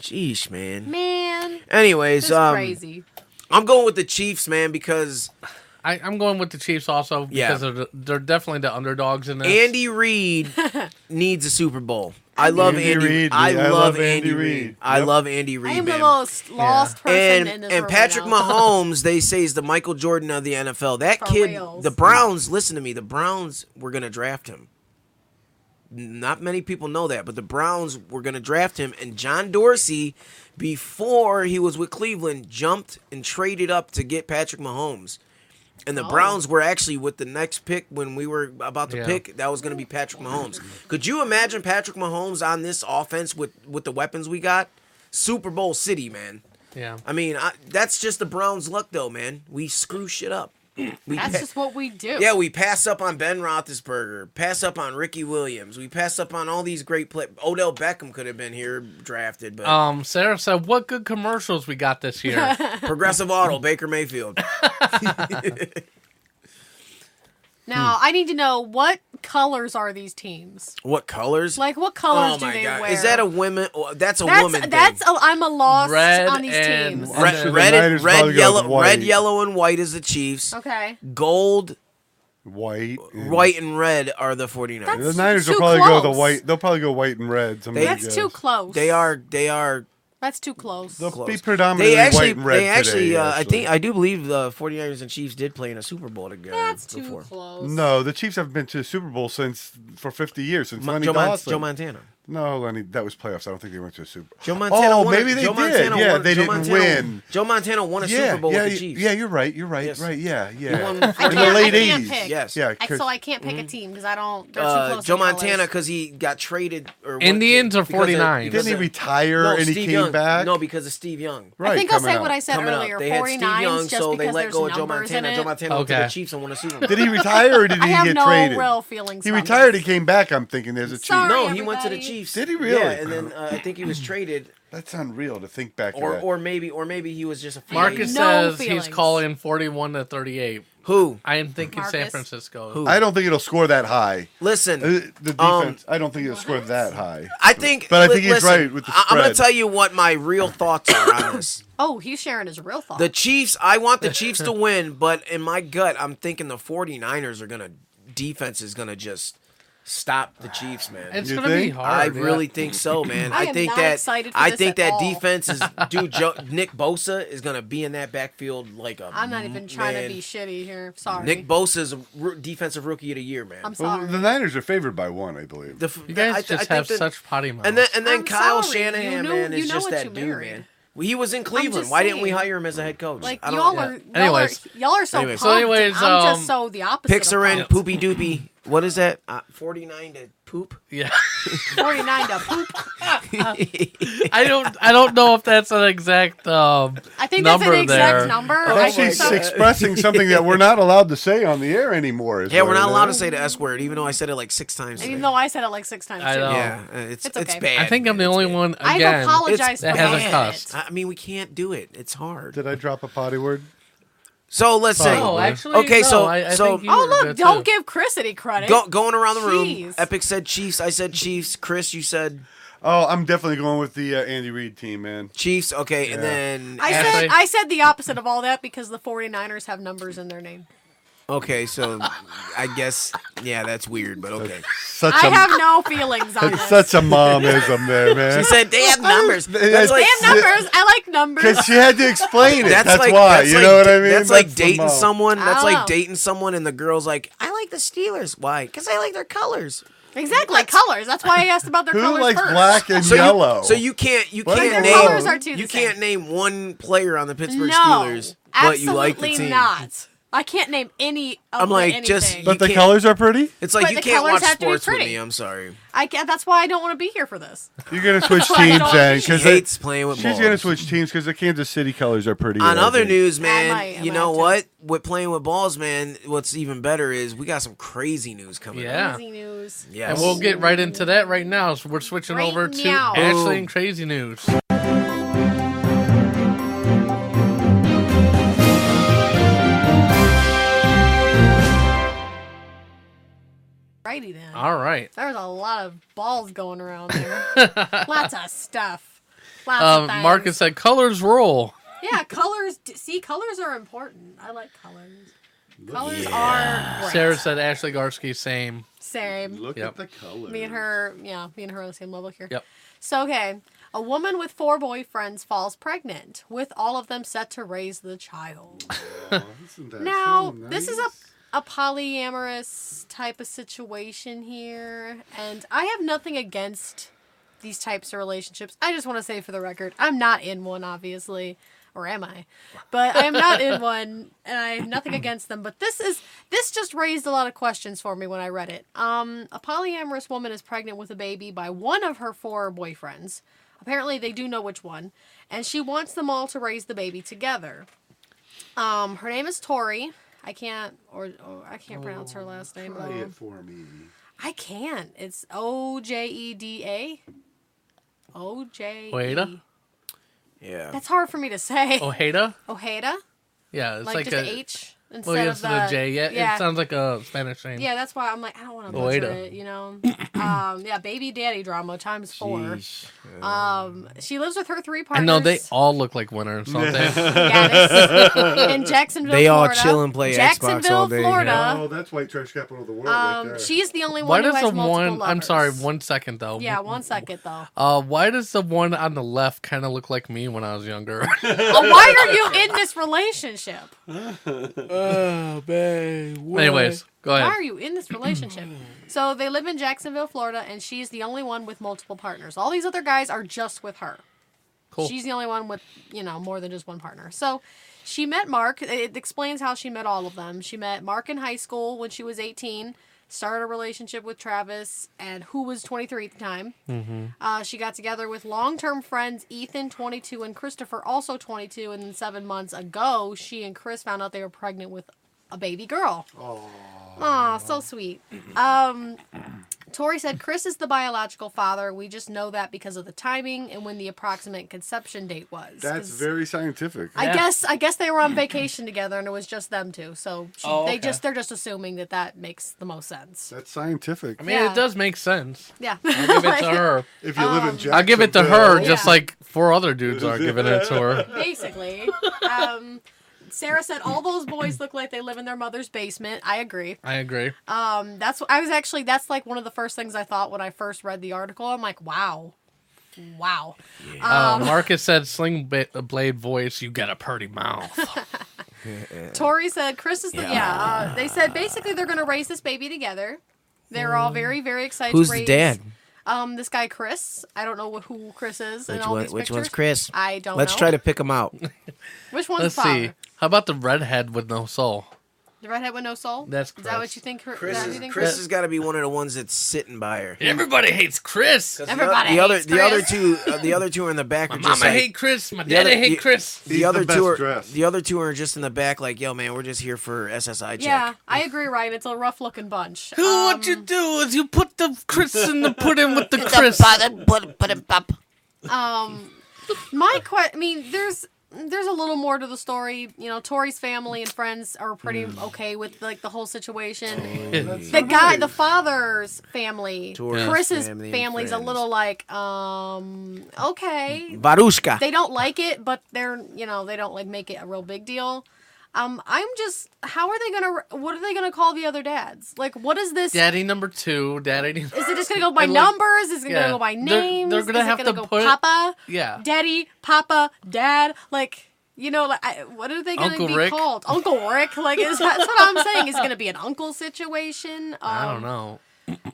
E: Jeez, man.
D: Man.
E: Anyways,
D: This is
E: um,
D: crazy.
E: I'm going with the Chiefs, man, because
A: I, I'm going with the Chiefs also
E: Yeah.
A: because they're, they're definitely the underdogs in this.
E: Andy Reid needs a Super Bowl. I love
A: Andy
E: Andy.
A: Reid,
E: I,
A: yeah, I
E: love
A: love
E: Andy
A: Andy
E: Reid.
A: Reid.
E: I
A: Yep.
E: love Andy Reid.
D: I am the
E: man.
D: most lost person
E: and,
D: in this
E: and
D: room
E: Patrick
D: right now.
E: Mahomes, they say is the Michael Jordan of the NFL. That
D: For
E: kid,
D: reals.
E: the Browns. Listen to me, the Browns were gonna draft him. Not many people know that, but the Browns were gonna draft him, and John Dorsey, before he was with Cleveland, jumped and traded up to get Patrick Mahomes.
C: And the
O: Oh.
C: Browns were actually with the next pick when we were about to
O: Yeah.
C: pick. That was going to be Patrick Mahomes. Could you imagine Patrick Mahomes on this offense with with the weapons we got? Super Bowl City, man.
A: Yeah.
C: I mean, I, that's just the Browns' luck, though, man. We screw shit up. We
D: That's
C: pa-
D: just what we do.
C: yeah, we pass up on Ben Roethlisberger, pass up on Ricky Williams, we pass up on all these great play. Odell Beckham could have been here drafted, but
A: Um, Sarah said, "What good commercials we got this year?"
C: Progressive Auto, Baker Mayfield.
D: Now I need to know what colors are these teams?
C: What colors?
D: Like what colors
E: Oh
D: do they wear?
C: Oh Is that a women? oh, That's a
D: that's
C: woman. thing.
D: that's a, I'm a lost
C: Red
D: on these
C: and-
D: teams.
C: Red,
F: the
C: red,
F: Niners
C: and, red,
F: probably got
C: yellow,
F: white.
C: red, yellow, and white is the Chiefs.
D: Okay.
C: Gold,
F: white,
C: white, and red are the 49ers.
F: the Niners will probably go the white. They'll probably go white and reds. I'm
C: They-
F: gonna
D: That's
F: guess.
D: too close.
C: They are. They are.
D: That's too close.
F: be predominantly
C: they actually,
F: white and red
C: They actually,
F: today,
C: uh, I
F: actually.
C: think I do believe the 49ers and Chiefs did play in a Super Bowl together.
D: That's too
C: before.
D: close.
F: No, the Chiefs haven't been to the Super Bowl since for 50 years since
C: Mo-
F: Lenny
C: Joe Mon-
F: Dawson.
C: Joe Montana.
F: No, Lenny, that was playoffs. I don't think they went to a Super. Bowl.
C: Joe Montana.
F: Oh,
C: won
F: maybe
C: a,
F: they
C: Joe
F: did.
C: Montana
F: yeah,
C: won,
F: they
C: Joe
F: didn't
C: Montana,
F: win.
C: Joe Montana won a
F: yeah,
C: Super Bowl
F: yeah,
C: with the
F: you-
C: Chiefs.
F: yeah, you're right. You're right. Right. Yeah. Yeah.
C: won
F: In
C: I
F: the
C: can't-
F: late
C: I can't
F: 80s.
C: pick. Yes.
F: Yeah.
D: I,
F: 'cause-
D: so I can't pick a team because I don't. They're too
C: Mm. Uh,
D: close
C: Joe
D: to colors.
C: Montana because he got traded. Or what-
A: Indians or
C: because of-
A: 49?
C: because
A: Didn't he
C: of-
A: retire
C: no,
A: and he
C: Steve
A: came
C: Young.
A: back?
C: No, because of Steve Young.
D: I think I'll say what I said
C: Coming up,
D: earlier.
C: they had
D: 49s
C: Steve Young,
D: just
C: so they
D: because
C: let
D: there's
C: go of Joe
D: numbers in
C: Montana.
D: it.
C: Joe Montana went to the
F: Okay.
C: Chiefs and won a Super Bowl.
F: Did he retire or did
D: I
F: he
D: have
F: get
D: no
F: traded?
D: real feelings
F: He
D: on
F: retired. He came back. I'm thinking there's a Chief.
D: Sorry,
C: No, he went to the Chiefs.
F: Did he really?
C: Yeah, and then uh, I think he was traded,
F: That's unreal to think back.
C: or
F: to that.
C: or maybe or maybe he was just a free
A: Marcus
C: agent.
A: says he's calling forty-one to thirty-eight.
C: Who?
A: I am thinking San
C: Marcus?
A: Francisco.
C: Who?
F: I don't think it'll score that high.
C: Listen,
F: Uh, the
C: um,
F: defense. I don't think it'll score that high.
C: I think,
F: but I think he's
C: listen,
F: right with the
C: I-
F: spread.
C: I'm going to tell you what my real thoughts are on this.
D: Oh, he's sharing his real thoughts.
C: The Chiefs, I want the Chiefs to win, but in my gut, I'm thinking the 49ers are going to, defense is going to just stop the Chiefs, man.
A: It's You gonna be think? hard,
C: I
A: yeah.
C: really think so, man.
D: I
C: I,
D: am
C: think
D: not
C: that,
D: excited for
C: I
D: this
C: think
D: at
C: that
D: all.
C: defense is, dude, jo- Nick Bosa is going to be in that backfield like a.
D: I'm not even trying
C: man.
D: to be shitty here. Sorry.
C: Nick Bosa is a ro- defensive rookie of the year, man.
D: I'm
F: Well,
D: sorry.
F: the Niners are favored by one, I believe.
C: The f-
A: You guys
C: I th- I
A: just
C: think
A: have
C: that-
A: such potty mouth.
C: And then and then
D: I'm
C: Kyle
D: sorry. You
C: Shanahan,
D: knew-
C: man,
D: you
C: is
D: know
C: just
D: what
C: that
D: you
C: dude,
D: married.
C: man. Well, He was in Cleveland.
D: just
C: Why didn't we
D: saying.
C: hire him as a head coach?
D: like
C: I don't-
D: y'all
C: yeah.
D: are, y'all are,
A: Anyways.
D: y'all are so
C: Anyways.
D: pumped.
A: So anyways,
D: I'm
A: um,
D: just so the opposite.
C: Picks are
D: of
C: in
D: pumped.
C: poopy doopy. What is that? Uh, Forty nine to poop.
A: Yeah.
D: 49 to poop.
A: I don't. I don't know if that's an exact. Um,
D: I think that's
A: number
D: an exact
A: there.
D: number.
F: I
D: I
F: think
D: think
F: she's
D: so.
F: expressing something that we're not allowed to say on the air anymore. is
C: Yeah,
F: what
C: we're
F: it
C: not allowed to
F: is.
C: say the S word, even though I said it like six times.
D: Even
C: today.
D: though I said it like six times.
A: I
D: too.
A: know.
C: Yeah, uh, it's
D: Oh, It's
C: it's,
D: okay.
C: bad.
A: I think I'm the only one
D: I've
A: again.
D: apologized
A: that
D: for
A: has a
D: saying
A: cuss.
D: it.
C: I I mean, we can't do it. It's hard.
F: Did I drop a potty word?
C: So let's say.
A: No, Oh, actually,
C: okay,
A: no,
C: so
A: I- I
C: so
A: think you
D: Oh,
A: were
D: look,
A: good,
D: don't
A: too.
D: give Chris any credit.
C: go, going around the room.
D: Jeez.
C: Epic said Chiefs. I said Chiefs. Chris, you said
F: Oh, I'm definitely going with the uh, Andy Reid team, man.
C: Chiefs. Okay, and
F: Yeah.
C: then
D: I said,
A: Ashley.
D: I said the opposite of all that because the 49ers have numbers in their name.
C: okay, so I guess yeah, that's weird, but okay.
F: Such
D: I
F: a
D: have no feelings on
F: that's
D: this.
F: such a momism there, man.
C: She said they have numbers.
F: That's-
C: That's like
D: they have numbers. I like numbers.
F: Because she had to explain it. That's,
C: like,
F: why.
C: that's
F: you
C: like
F: know what
C: da-
F: I mean?
C: That's like
F: the
C: dating
F: mom.
C: someone. That's
D: Oh.
C: like dating someone, and the girl's like, "I like the Steelers. Why? Because I like their colors."
D: Exactly, colors. That's why I asked about their
F: Who
D: colors
F: likes
D: first.
F: black and
C: So
F: yellow?
C: you, so you can't you
F: What
C: can't
F: in the
C: name
F: world?
D: Colors are two the
C: you can't name one player on the Pittsburgh
D: no,
C: Steelers, but
D: absolutely
C: you like the team.
D: not. I can't name any. Of
C: I'm
D: the-
C: like, just-
D: anything.
F: but the
C: can't-
F: colors are pretty.
C: It's like
D: But
C: you
D: the
C: can't
D: colors
C: watch
D: have to be
C: sports with
D: pretty.
C: me. I'm sorry.
D: I can't, that's why I don't want to be here for this.
F: You're gonna switch
D: Right
F: teams
D: on.
F: then,
C: She
F: because
C: hates playing with
F: she's
C: balls.
F: gonna switch teams because the Kansas City colors are pretty.
C: On
F: I
C: other
F: think.
C: news,
D: I
C: man,
D: might- I
C: you
D: might
C: know
D: have to.
C: what? With playing with balls, man, what's even better is we got some crazy news coming up.
A: Yeah.
D: Easy news.
C: Yes.
A: And we'll get right into that right now. So we're switching
D: Right
A: over to
D: now.
A: Ashley and Crazy News.
D: Righty then.
A: All right.
D: There's a lot of balls going around there. Lots of stuff. Lots
A: Um,
D: of things.
A: Marcus said, "Colors roll."
D: Yeah, colors. d- See, colors are important. I like colors. Colors are great.
A: Sarah said, "Ashley Garsky, same."
D: Same.
P: Look
A: Yep.
P: at the colors.
D: Me and her, yeah, me and her on the same level here.
A: Yep.
D: So, okay. A woman with four boyfriends falls pregnant, with all of them set to raise the child.
P: Isn't that
D: now,
P: so
D: this is
P: nice?
D: a, a polyamorous type of situation here, and I have nothing against these types of relationships. I just want to say for the record, I'm not in one, obviously. or am I? But I am not in one, and I have nothing against them. But this is this just raised a lot of questions for me when I read it. Um, a polyamorous woman is pregnant with a baby by one of her four boyfriends. Apparently, they do know which one, and she wants them all to raise the baby together. Um, her name is Tori. I can't or, or I can't pronounce her last name.
G: Play
D: Oh.
G: it for me.
D: I can't. It's O J E D A. O J. E.
A: Ojeda?
E: Yeah.
D: That's hard for me to say.
A: Ojeda?
D: Ojeda.
A: Oh, Yeah, it's
D: like,
A: like,
D: just
A: a
D: a H instead
A: well, yeah,
D: of
A: it's
D: the,
A: the J. Yeah, it sounds like a Spanish name.
D: Yeah, that's why I'm like I don't want to butcher
A: Ojeda.
D: it. You know. um. Yeah. Baby daddy drama times four. Um. She lives with her three
A: I
D: partners.
A: know they all look like one or something.
D: Yeah, they- in Jacksonville,
E: They all
D: Florida.
E: chill and play Xbox all
D: Jacksonville,
E: day.
C: uh,
D: Florida.
G: Oh, that's white trash capital of the world right
D: Um.
G: there.
D: She's the only
A: Why
D: one who
A: does
D: has
A: the
D: multiple
A: one?
D: lovers.
A: I'm sorry, one second though.
D: Yeah. One second though.
A: Uh, why does the one on the left kind of look like me when I was younger?
D: oh, why are you in this relationship?
A: oh, babe. Anyways, go ahead.
D: Why are you in this relationship? so they live in Jacksonville, Florida, and she's the only one with multiple partners. All these other guys are just with her.
A: Cool.
D: She's the only one with, you know, more than just one partner. So she met Mark. It it explains how she met all of them. She met Mark in high school when she was 18, started a relationship with Travis, and who was 23 at the time.
B: Mm-hmm.
D: Uh, she got together with long term friends Ethan, 22, and Christopher, also 22. And then seven months ago, she and Chris found out they were pregnant with a baby girl. Aw, so sweet. Um, Tori said, Chris is the biological father. We just know that because of the timing and when the approximate conception date was.
G: That's
D: 'Cause
G: very scientific.
D: I guess I guess they were on vacation together and it was just them two. So she,
G: Oh,
D: they
G: okay.
D: just they're just assuming that that makes the most sense.
G: That's scientific.
A: I mean,
D: Yeah.
A: it does make sense.
D: Yeah.
A: I'll give it to her.
G: If you
C: Um,
G: live in Jacksonville.
A: I'll give it to her just like four other dudes are giving it to her.
D: basically. Um, Sarah said all those boys look like they live in their mother's basement. I agree.
A: I agree. Uh,
D: Um, that's I was actually that's like one of the first things I thought when I first read the article. I'm like, wow, wow. Um.
A: Uh, Marcus said, "Sling ba- blade voice, you got a purty mouth."
D: Tori said Chris is the yeah. uh, they said basically they're gonna raise this baby together. They're all very very excited.
E: Mm. Who's
D: to
E: the
D: raise,
E: dad?
D: Um, this guy Chris. I don't know wh- who Chris is. in
E: Which
D: all
E: one?
D: these
E: Which one's
D: pictures.
E: Chris?
D: I don't.
E: Let's
D: know.
E: try to pick him out.
D: Which one's
A: Let's
D: father?
A: see. How about the redhead with no soul?
D: The redhead with no soul.
A: That's
D: Is that what you think? Chris,
E: Chris,
D: you
E: is,
D: think
E: Chris has got to be one of the ones that's sitting by her.
A: Everybody hates Chris.
D: Everybody
E: the other,
A: hates
E: the other
A: Chris.
E: two, uh, the other two are in the back.
A: My
E: are just
A: mama
E: like-
A: hate Chris. My
E: the
A: daddy
E: other-
A: hate
E: the-
A: Chris.
E: The
A: He's the
E: other
A: best
E: two are,
A: dressed.
E: the other two are just in the back, like, yo, man, we're just here for SSI check.
D: Yeah, I agree, Ryan. It's a rough looking bunch.
A: Who what you do is you put the Chris in the pudding with the
D: Um. The
A: Chris.
D: Um, my question. I mean, there's there's a little more to the story. You know, Tori's family and friends are pretty
A: Mm.
D: okay with like the whole situation. The guy, the father's family,
E: Tori's
D: Chris's
E: family and
D: family's a
E: friends.
D: little like, um, okay,
E: Varushka.
D: They don't like it, but they're you know they don't like make it a real big deal. Um, I'm just, how are they gonna? What are they gonna call the other dads? Like, what is this?
A: Daddy number two. Daddy.
D: Is it just gonna go by
A: And, like,
D: numbers? Is it gonna
A: yeah.
D: go by
A: They're-
D: names?
A: they're gonna
D: Is it
A: have
D: gonna
A: to
D: go
A: put-
D: Papa,
A: Yeah.
D: Daddy, Papa, Dad. Like you know, like I, what are they gonna
A: Uncle
D: be
A: Rick?
D: called? Uncle Rick. Like is that, that's what I'm saying. Is it gonna be an uncle situation? Um,
A: I don't know.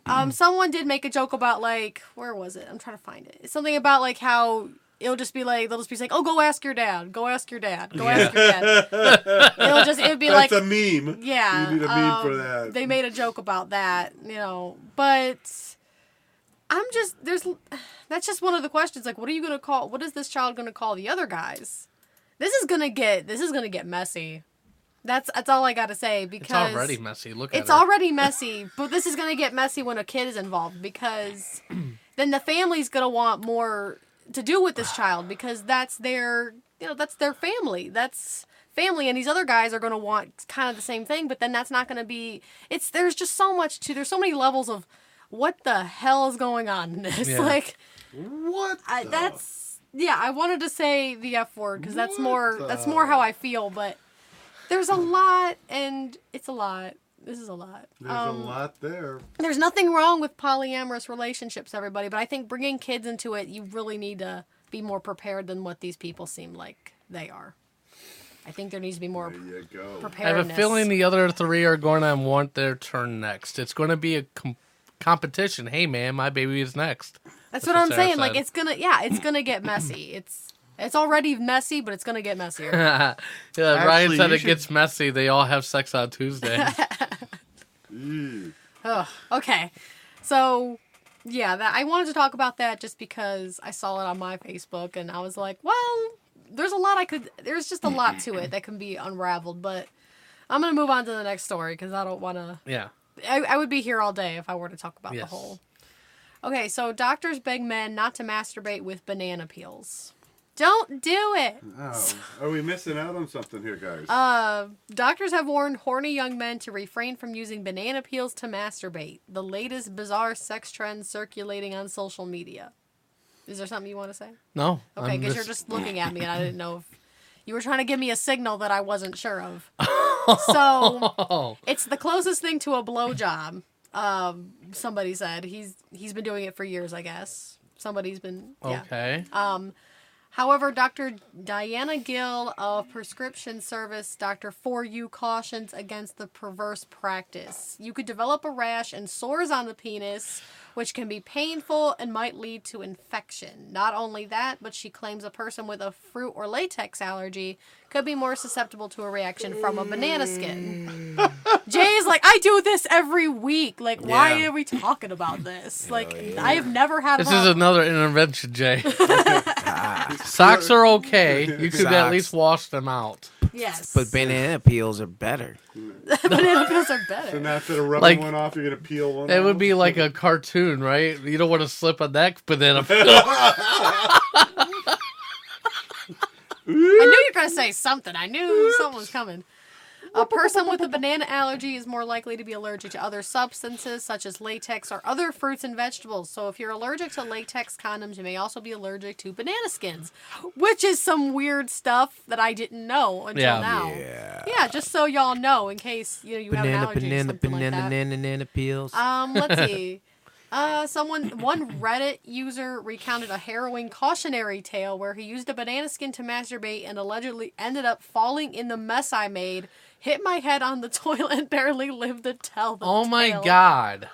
D: Um, someone did make a joke about like where was it? I'm trying to find it. It's something about like how. It'll just be like they'll just be like, "Oh, go ask your dad. Go ask your dad. Go ask your dad." It'll just it'd be
G: That's
D: like
G: a meme.
D: yeah.
G: You need a meme for
D: um,
G: that.
D: They made a joke about that, you know. But I'm just there's that's just one of the questions. Like, what are you gonna call? What is this child gonna call the other guys? This is gonna get this is gonna get messy. That's that's all I gotta say
A: It's
D: because
A: already messy. Look at
D: it's
A: her.
D: already messy, but this is gonna get messy when a kid is involved because then the family's gonna want more to do with this child because that's their you know that's their family. That's family, and these other guys are gonna want kind of the same thing, but then that's not gonna be. It's there's just so much to there's so many levels of what the hell is going on in this
B: Yeah.
D: like
G: what
D: I,
B: the-
D: that's yeah I wanted to say the f word because that's more
B: What
D: that's
B: the-
D: more how I feel, but there's a lot and it's a lot. This is a lot.
G: There's
D: Um,
G: a lot there.
D: there's nothing wrong with polyamorous relationships, everybody, but I think bringing kids into it, you really need to be more prepared than what these people seem like they are. I think there needs to be more
A: I have
D: preparedness.
A: a feeling the other three are going to want their turn next. It's going to be a com- competition. Hey, man, my baby is next.
D: That's, what, I'm
A: Sarah
D: saying. Like
A: said.
D: it's gonna, yeah, it's gonna get messy. It's It's already messy, but it's gonna get messier.
A: yeah, Ryan
D: Actually,
A: said
D: you
A: it
D: should-
A: gets messy. They all have sex on Tuesday.
D: Ugh, okay, so yeah, that I wanted to talk about that just because I saw it on my Facebook and I was like, well, there's a lot I could. There's just a lot to it that can be unraveled, but I'm gonna move on to the next story because I don't want to.
A: yeah.
D: I, I would be here all day if I were to talk about the
A: Yes.
D: whole. Okay, so doctors beg men not to masturbate with banana peels. Don't do it.
G: Oh, are we missing out on something here, guys?
D: Uh, doctors have warned horny young men to refrain from using banana peels to masturbate. The latest bizarre sex trend circulating on social media. Is there something you want to say?
A: No.
D: Okay,
A: I'm
D: because you're just looking at me, and I didn't know if you were trying to give me a signal that I wasn't sure of. so
A: Oh.
D: it's the closest thing to a blowjob. Um, somebody said he's he's been doing it for years, I guess. Somebody's been yeah.
A: Okay.
D: Um, however, Dr. Diana Gill of prescription service Dr. For You cautions against the perverse practice. You could develop a rash and sores on the penis, which can be painful and might lead to infection. Not only that, but she claims a person with a fruit or latex allergy could be more susceptible to a reaction from a banana skin. Jay's like, I do this every week. Like, why
A: Yeah.
D: are we talking about this? Like, I have never had.
A: This
D: one-
A: is another intervention, Jay. Socks are okay. You could at
E: Socks.
A: least wash them out.
D: Yes.
E: But banana peels are better.
D: banana peels are better.
G: So now instead of rubbing
A: Like-
G: one off, you're gonna peel one.
A: It
G: off?
A: would be like a cartoon, right? You don't want to slip on that banana.
D: I knew you were going to say something. I knew something was coming. A person with a banana allergy is more likely to be allergic to other substances such as latex or other fruits and vegetables. So if you're allergic to latex condoms, you may also be allergic to banana skins, which is some weird stuff that I didn't know until
E: Yeah.
D: now. Yeah. just so y'all know in case you know you have an
E: Banana,
D: allergy to
E: banana,
D: something
E: banana,
D: like that.
E: banana, banana peels.
D: Um, let's see. Uh, someone, one Reddit user recounted a harrowing cautionary tale where he used a banana skin to masturbate and allegedly ended up falling in the mess I made, hit my head on the toilet, and barely lived to tell the
A: oh my
D: tale.
A: god.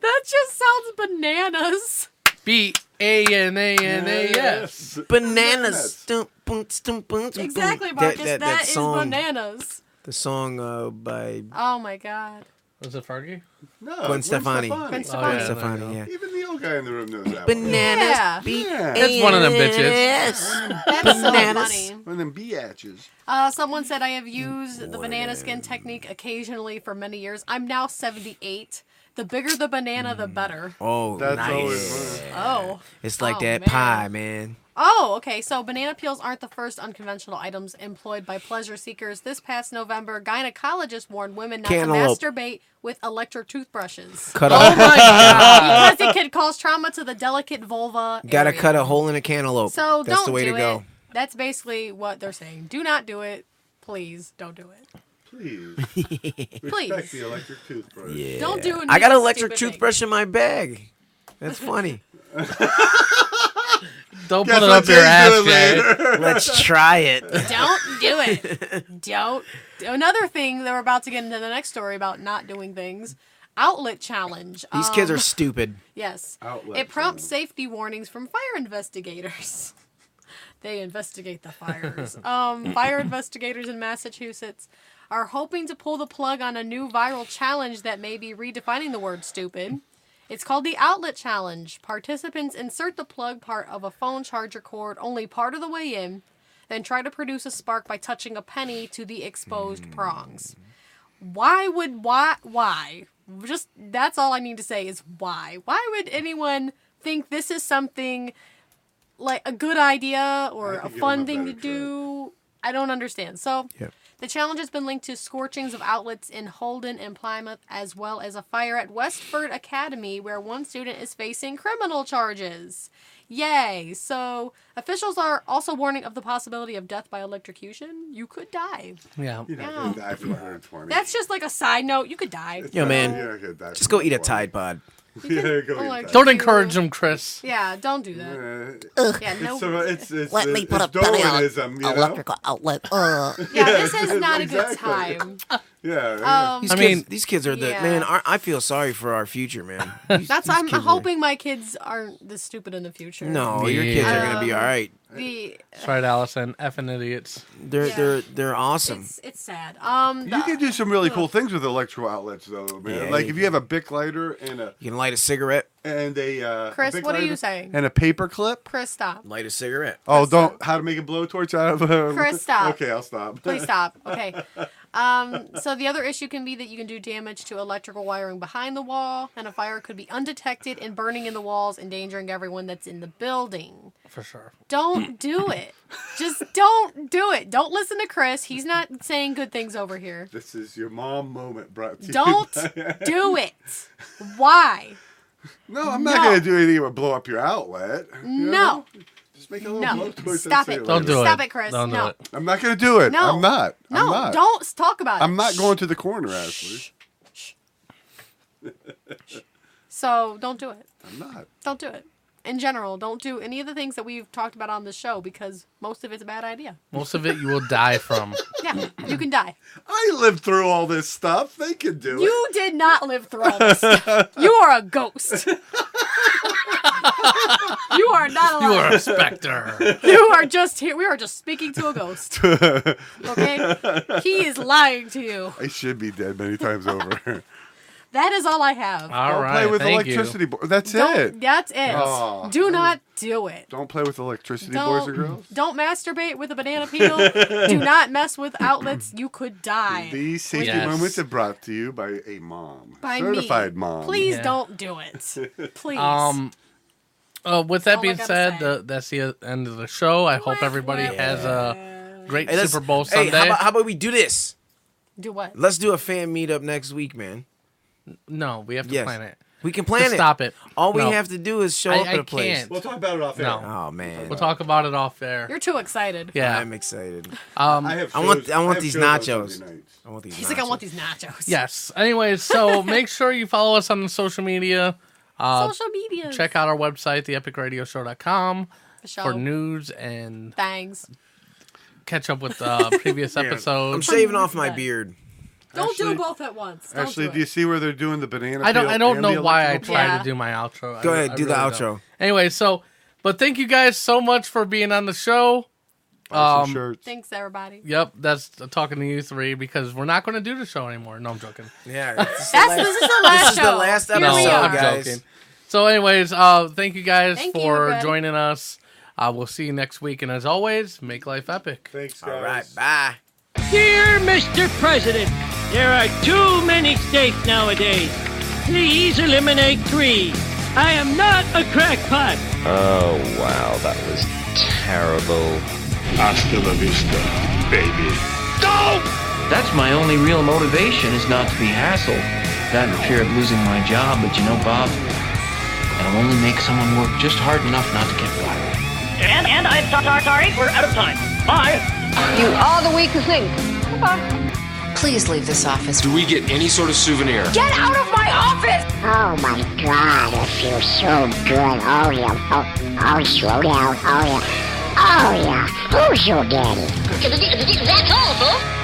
D: That just sounds bananas.
A: B A N A N A S.
E: Bananas. Stump, boom, stump, boom, stump,
D: Exactly,
E: boom.
D: Marcus.
E: That, that,
D: that
E: that
D: is
E: song,
D: bananas.
E: The song uh, by
D: Oh my god.
A: Was it Fergie? Oh,
G: No,
E: Gwen Stefani.
G: Gwen
E: Gwen
G: Stefani. Oh,
E: Stefani, yeah.
G: Even the old guy in the room knows that.
E: Bananas.
D: Yeah.
E: B-
A: That's one of them bitches.
E: Yes.
D: That's so
E: Bananas.
D: funny.
G: One of them biatches.
D: Uh, someone said I have used the banana skin technique occasionally for many years. I'm now 78. The bigger the banana, the better.
E: Oh,
G: That's
E: nice.
G: always
D: Oh.
E: It's like
D: Oh,
E: that
D: man.
E: pie, man.
D: Oh, okay. So banana peels aren't the first unconventional items employed by pleasure seekers. This past November, gynecologists warned women not
E: Cantaloupe.
D: to masturbate with electric toothbrushes. Oh
E: Cut off.
D: because it could cause trauma to the delicate vulva.
E: Gotta
D: area.
E: cut a hole in a cantaloupe.
D: So
E: That's
D: don't
E: the way
D: do
E: to
D: it.
E: go.
D: That's basically what they're saying. Do not do it. Please don't do it.
G: Please.
D: Please.
G: Respect the electric toothbrush.
E: Yeah.
D: Don't do
E: I got an
D: these
E: electric
D: stupid
E: toothbrush in my bag. That's funny.
A: Don't
E: Guess
A: put it
E: what
A: up your
E: Jay's
A: ass,
E: doing
A: Jay.
E: later. Let's try it.
D: Don't do it. Don't. Another thing that we're about to get into the next story about not doing things. Outlet challenge.
E: These kids
D: Um,
E: are stupid.
D: Yes.
E: Outlet
D: it prompts safety warnings from fire investigators. they investigate the fires. um, fire investigators in Massachusetts are hoping to pull the plug on a new viral challenge that may be redefining the word stupid. It's called the Outlet Challenge. Participants insert the plug part of a phone charger cord only part of the way in, then try to produce a spark by touching a penny to the exposed prongs. Why would why why? Just that's all I need to say is why. Why would anyone think this is something like a good idea or a fun thing to do? I don't understand. So the challenge has been linked to scorchings of outlets in Holden and Plymouth, as well as a fire at Westford Academy, where one student is facing criminal charges. Yay! So, officials are also warning of the possibility of death by electrocution. You could die.
A: Yeah.
G: You're not gonna die from 120.
D: That's just like a side note. You could die.
E: Yo,
G: You're not
E: man,
G: gonna die
E: just
G: from
E: go eat a Tide Pod.
D: Oh
G: yeah, go eat
D: Electrocute.
A: Don't encourage him, Chris.
D: Yeah, don't do that. Yeah, no.
G: Uh, It's,
F: uh,
G: a- it's, it's,
D: Let me
G: it's
D: put a penny on
G: Darwinism, you know?
Q: electrical outlet. Uh.
D: yeah, this is not a
G: exactly.
D: good time.
G: Yeah.
D: yeah. Um,
E: these
D: I
E: kids,
D: mean-
E: these kids are the
D: Yeah.
E: man. I, I feel sorry for our future, man.
D: That's I'm hoping my kids aren't this stupid in the future.
E: No, your kids are gonna be all right.
D: The
A: That's right, Allison. Effing idiots.
E: They're
D: Yeah. they're-
E: they're awesome.
D: it's, it's sad. Um,
F: You
D: the-
F: can do some really cool things with electrical outlets, though, man.
E: Yeah,
F: like
E: you
F: if you have a Bic lighter and a
E: you can light a cigarette
F: and a uh,
D: Chris,
F: a Bic
D: what are you
F: lighter
D: saying?
F: And a paper clip.
D: Chris, stop.
E: Light a cigarette.
F: Oh, don't how to make a blowtorch out of a.
D: Chris, stop.
F: Okay, I'll stop.
D: Please stop. Okay. Um, so the other issue can be that you can do damage to electrical wiring behind the wall, and a fire could be undetected and burning in the walls, endangering everyone that's in the building.
A: For sure.
D: Don't do it. Just don't do it. Don't listen to Chris. He's not saying good things over here.
F: This is your mom moment, brought to you
D: Don't
F: by-
D: do it. Why?
F: No, I'm not gonna do anything but blow up your outlet.
D: No.
F: Just make a
D: little no.
F: blowtorch and
D: Stop
F: say
D: it.
F: Don't do
D: Stop
F: it.
D: it, Chris.
F: Don't do
D: no.
F: it. I'm not gonna do it.
D: No.
F: I'm not.
D: No,
F: I'm not.
D: don't s- talk about it.
F: I'm not going to the corner, Ashley.
D: So don't do it.
F: I'm not.
D: Don't do it. In general, don't do any of the things that we've talked about on the show because most of it's a bad idea.
A: Most of it you will die from.
D: Yeah, you can die.
F: I lived through all this stuff. They can do
D: You did not live through all this. you are a ghost. you are not alive.
A: You are a specter.
D: You are just here. We are just speaking to a ghost.
F: it.
D: Okay? He is lying to you.
F: I should be dead many times over.
D: That is all I have.
A: All
F: don't play
A: right,
F: with
A: thank you.
F: electricity. Bo- Ah, that's
D: Don't-
F: it.
D: That's it.
F: Oh.
D: do not do it.
F: Don't play with electricity, boys and girls.
D: Don't, don't masturbate with a banana peel. do not mess with outlets. You could die.
F: These safety
A: Yes.
F: moments are brought to you by a mom,
D: By me.
F: certified mom.
D: Please
A: Yeah.
D: don't do it. Please.
A: Um. Uh, with that
D: all I
A: being
D: gotta
A: said, the, that's the end of the show. I hope everybody has a great
E: Hey, let's-
A: Super Bowl
E: hey,
A: Sunday.
E: how, about, how about we do this?
D: do what?
E: Let's do a fan meetup next week, man.
A: no, we have to
E: Yes.
A: plan it.
E: We can plan
A: To
E: it.
A: Stop it.
E: All we
A: No.
E: have to do is show
A: I-
E: up
A: I
E: at a place.
A: can't.
G: We'll talk about it off air.
A: No.
E: Oh man,
A: We'll talk about it off air.
D: You're too excited.
A: Yeah.
E: I'm excited.
A: Um,
G: I have.
E: I want
G: shows-
E: I want
G: have
E: these
G: shows on Sunday
E: nachos.
G: nights.
E: I want these.
D: He's
E: nachos.
D: like, I want these nachos.
A: Yes. Anyways, so make sure you follow us on social media. Uh,
D: Social media.
A: check out our website, theepicradioshow.com,
D: the show.
A: for news and
D: Thanks.
A: catch up with uh, previous
E: Yeah. I'm
A: episodes.
E: shaving off my beard.
D: Don't
F: Ashley-
D: do both at once. Don't
F: Ashley,
D: do
F: do,
D: it.
F: you see where they're doing the banana?
A: I don't.
F: peel
A: I don't
F: and
A: know
F: the
A: why I
F: electrical-
A: try
D: Yeah.
A: to do my outro. I-
E: Go ahead,
A: I
E: do the
A: really
E: outro.
A: don't. Anyway, so but thank you guys so much for being on the show.
F: Buy some
A: Um,
F: shirts.
D: Thanks, everybody.
A: Yep, that's talking to you three because we're not going to do the show anymore. No, I'm joking.
E: Yeah, that's
D: That's, this is the
E: This
D: last
E: is
D: show.
E: the last
D: Here we
A: No,
E: episode,
D: are.
A: I'm
E: guys.
A: joking. So, anyways, uh, thank you guys
D: Thank you,
A: for
D: everybody.
A: joining us. Uh, we'll see you next week, and as always, make life epic.
F: Thanks, guys.
E: All right, bye.
Q: Dear Mr. President, there are too many states nowadays. Please eliminate three. I am not a crackpot.
R: Oh, wow, that was terrible. Hasta la vista, baby.
Q: Go!
S: That's my only real motivation is not to be hassled. That and the fear of losing my job, but you know, Bob, that'll only make someone work just hard enough not to get fired.
Q: And, and I'm so- so- sorry, we're out of time. Bye.
T: You are the weakest link. Please leave this office.
U: Do we get any sort of souvenir?
T: Get out of my office!
V: Oh my god, it feels so good. Oh yeah. Oh, oh slow down. Oh yeah. Oh yeah. Who's your daddy?
T: That's all, folks.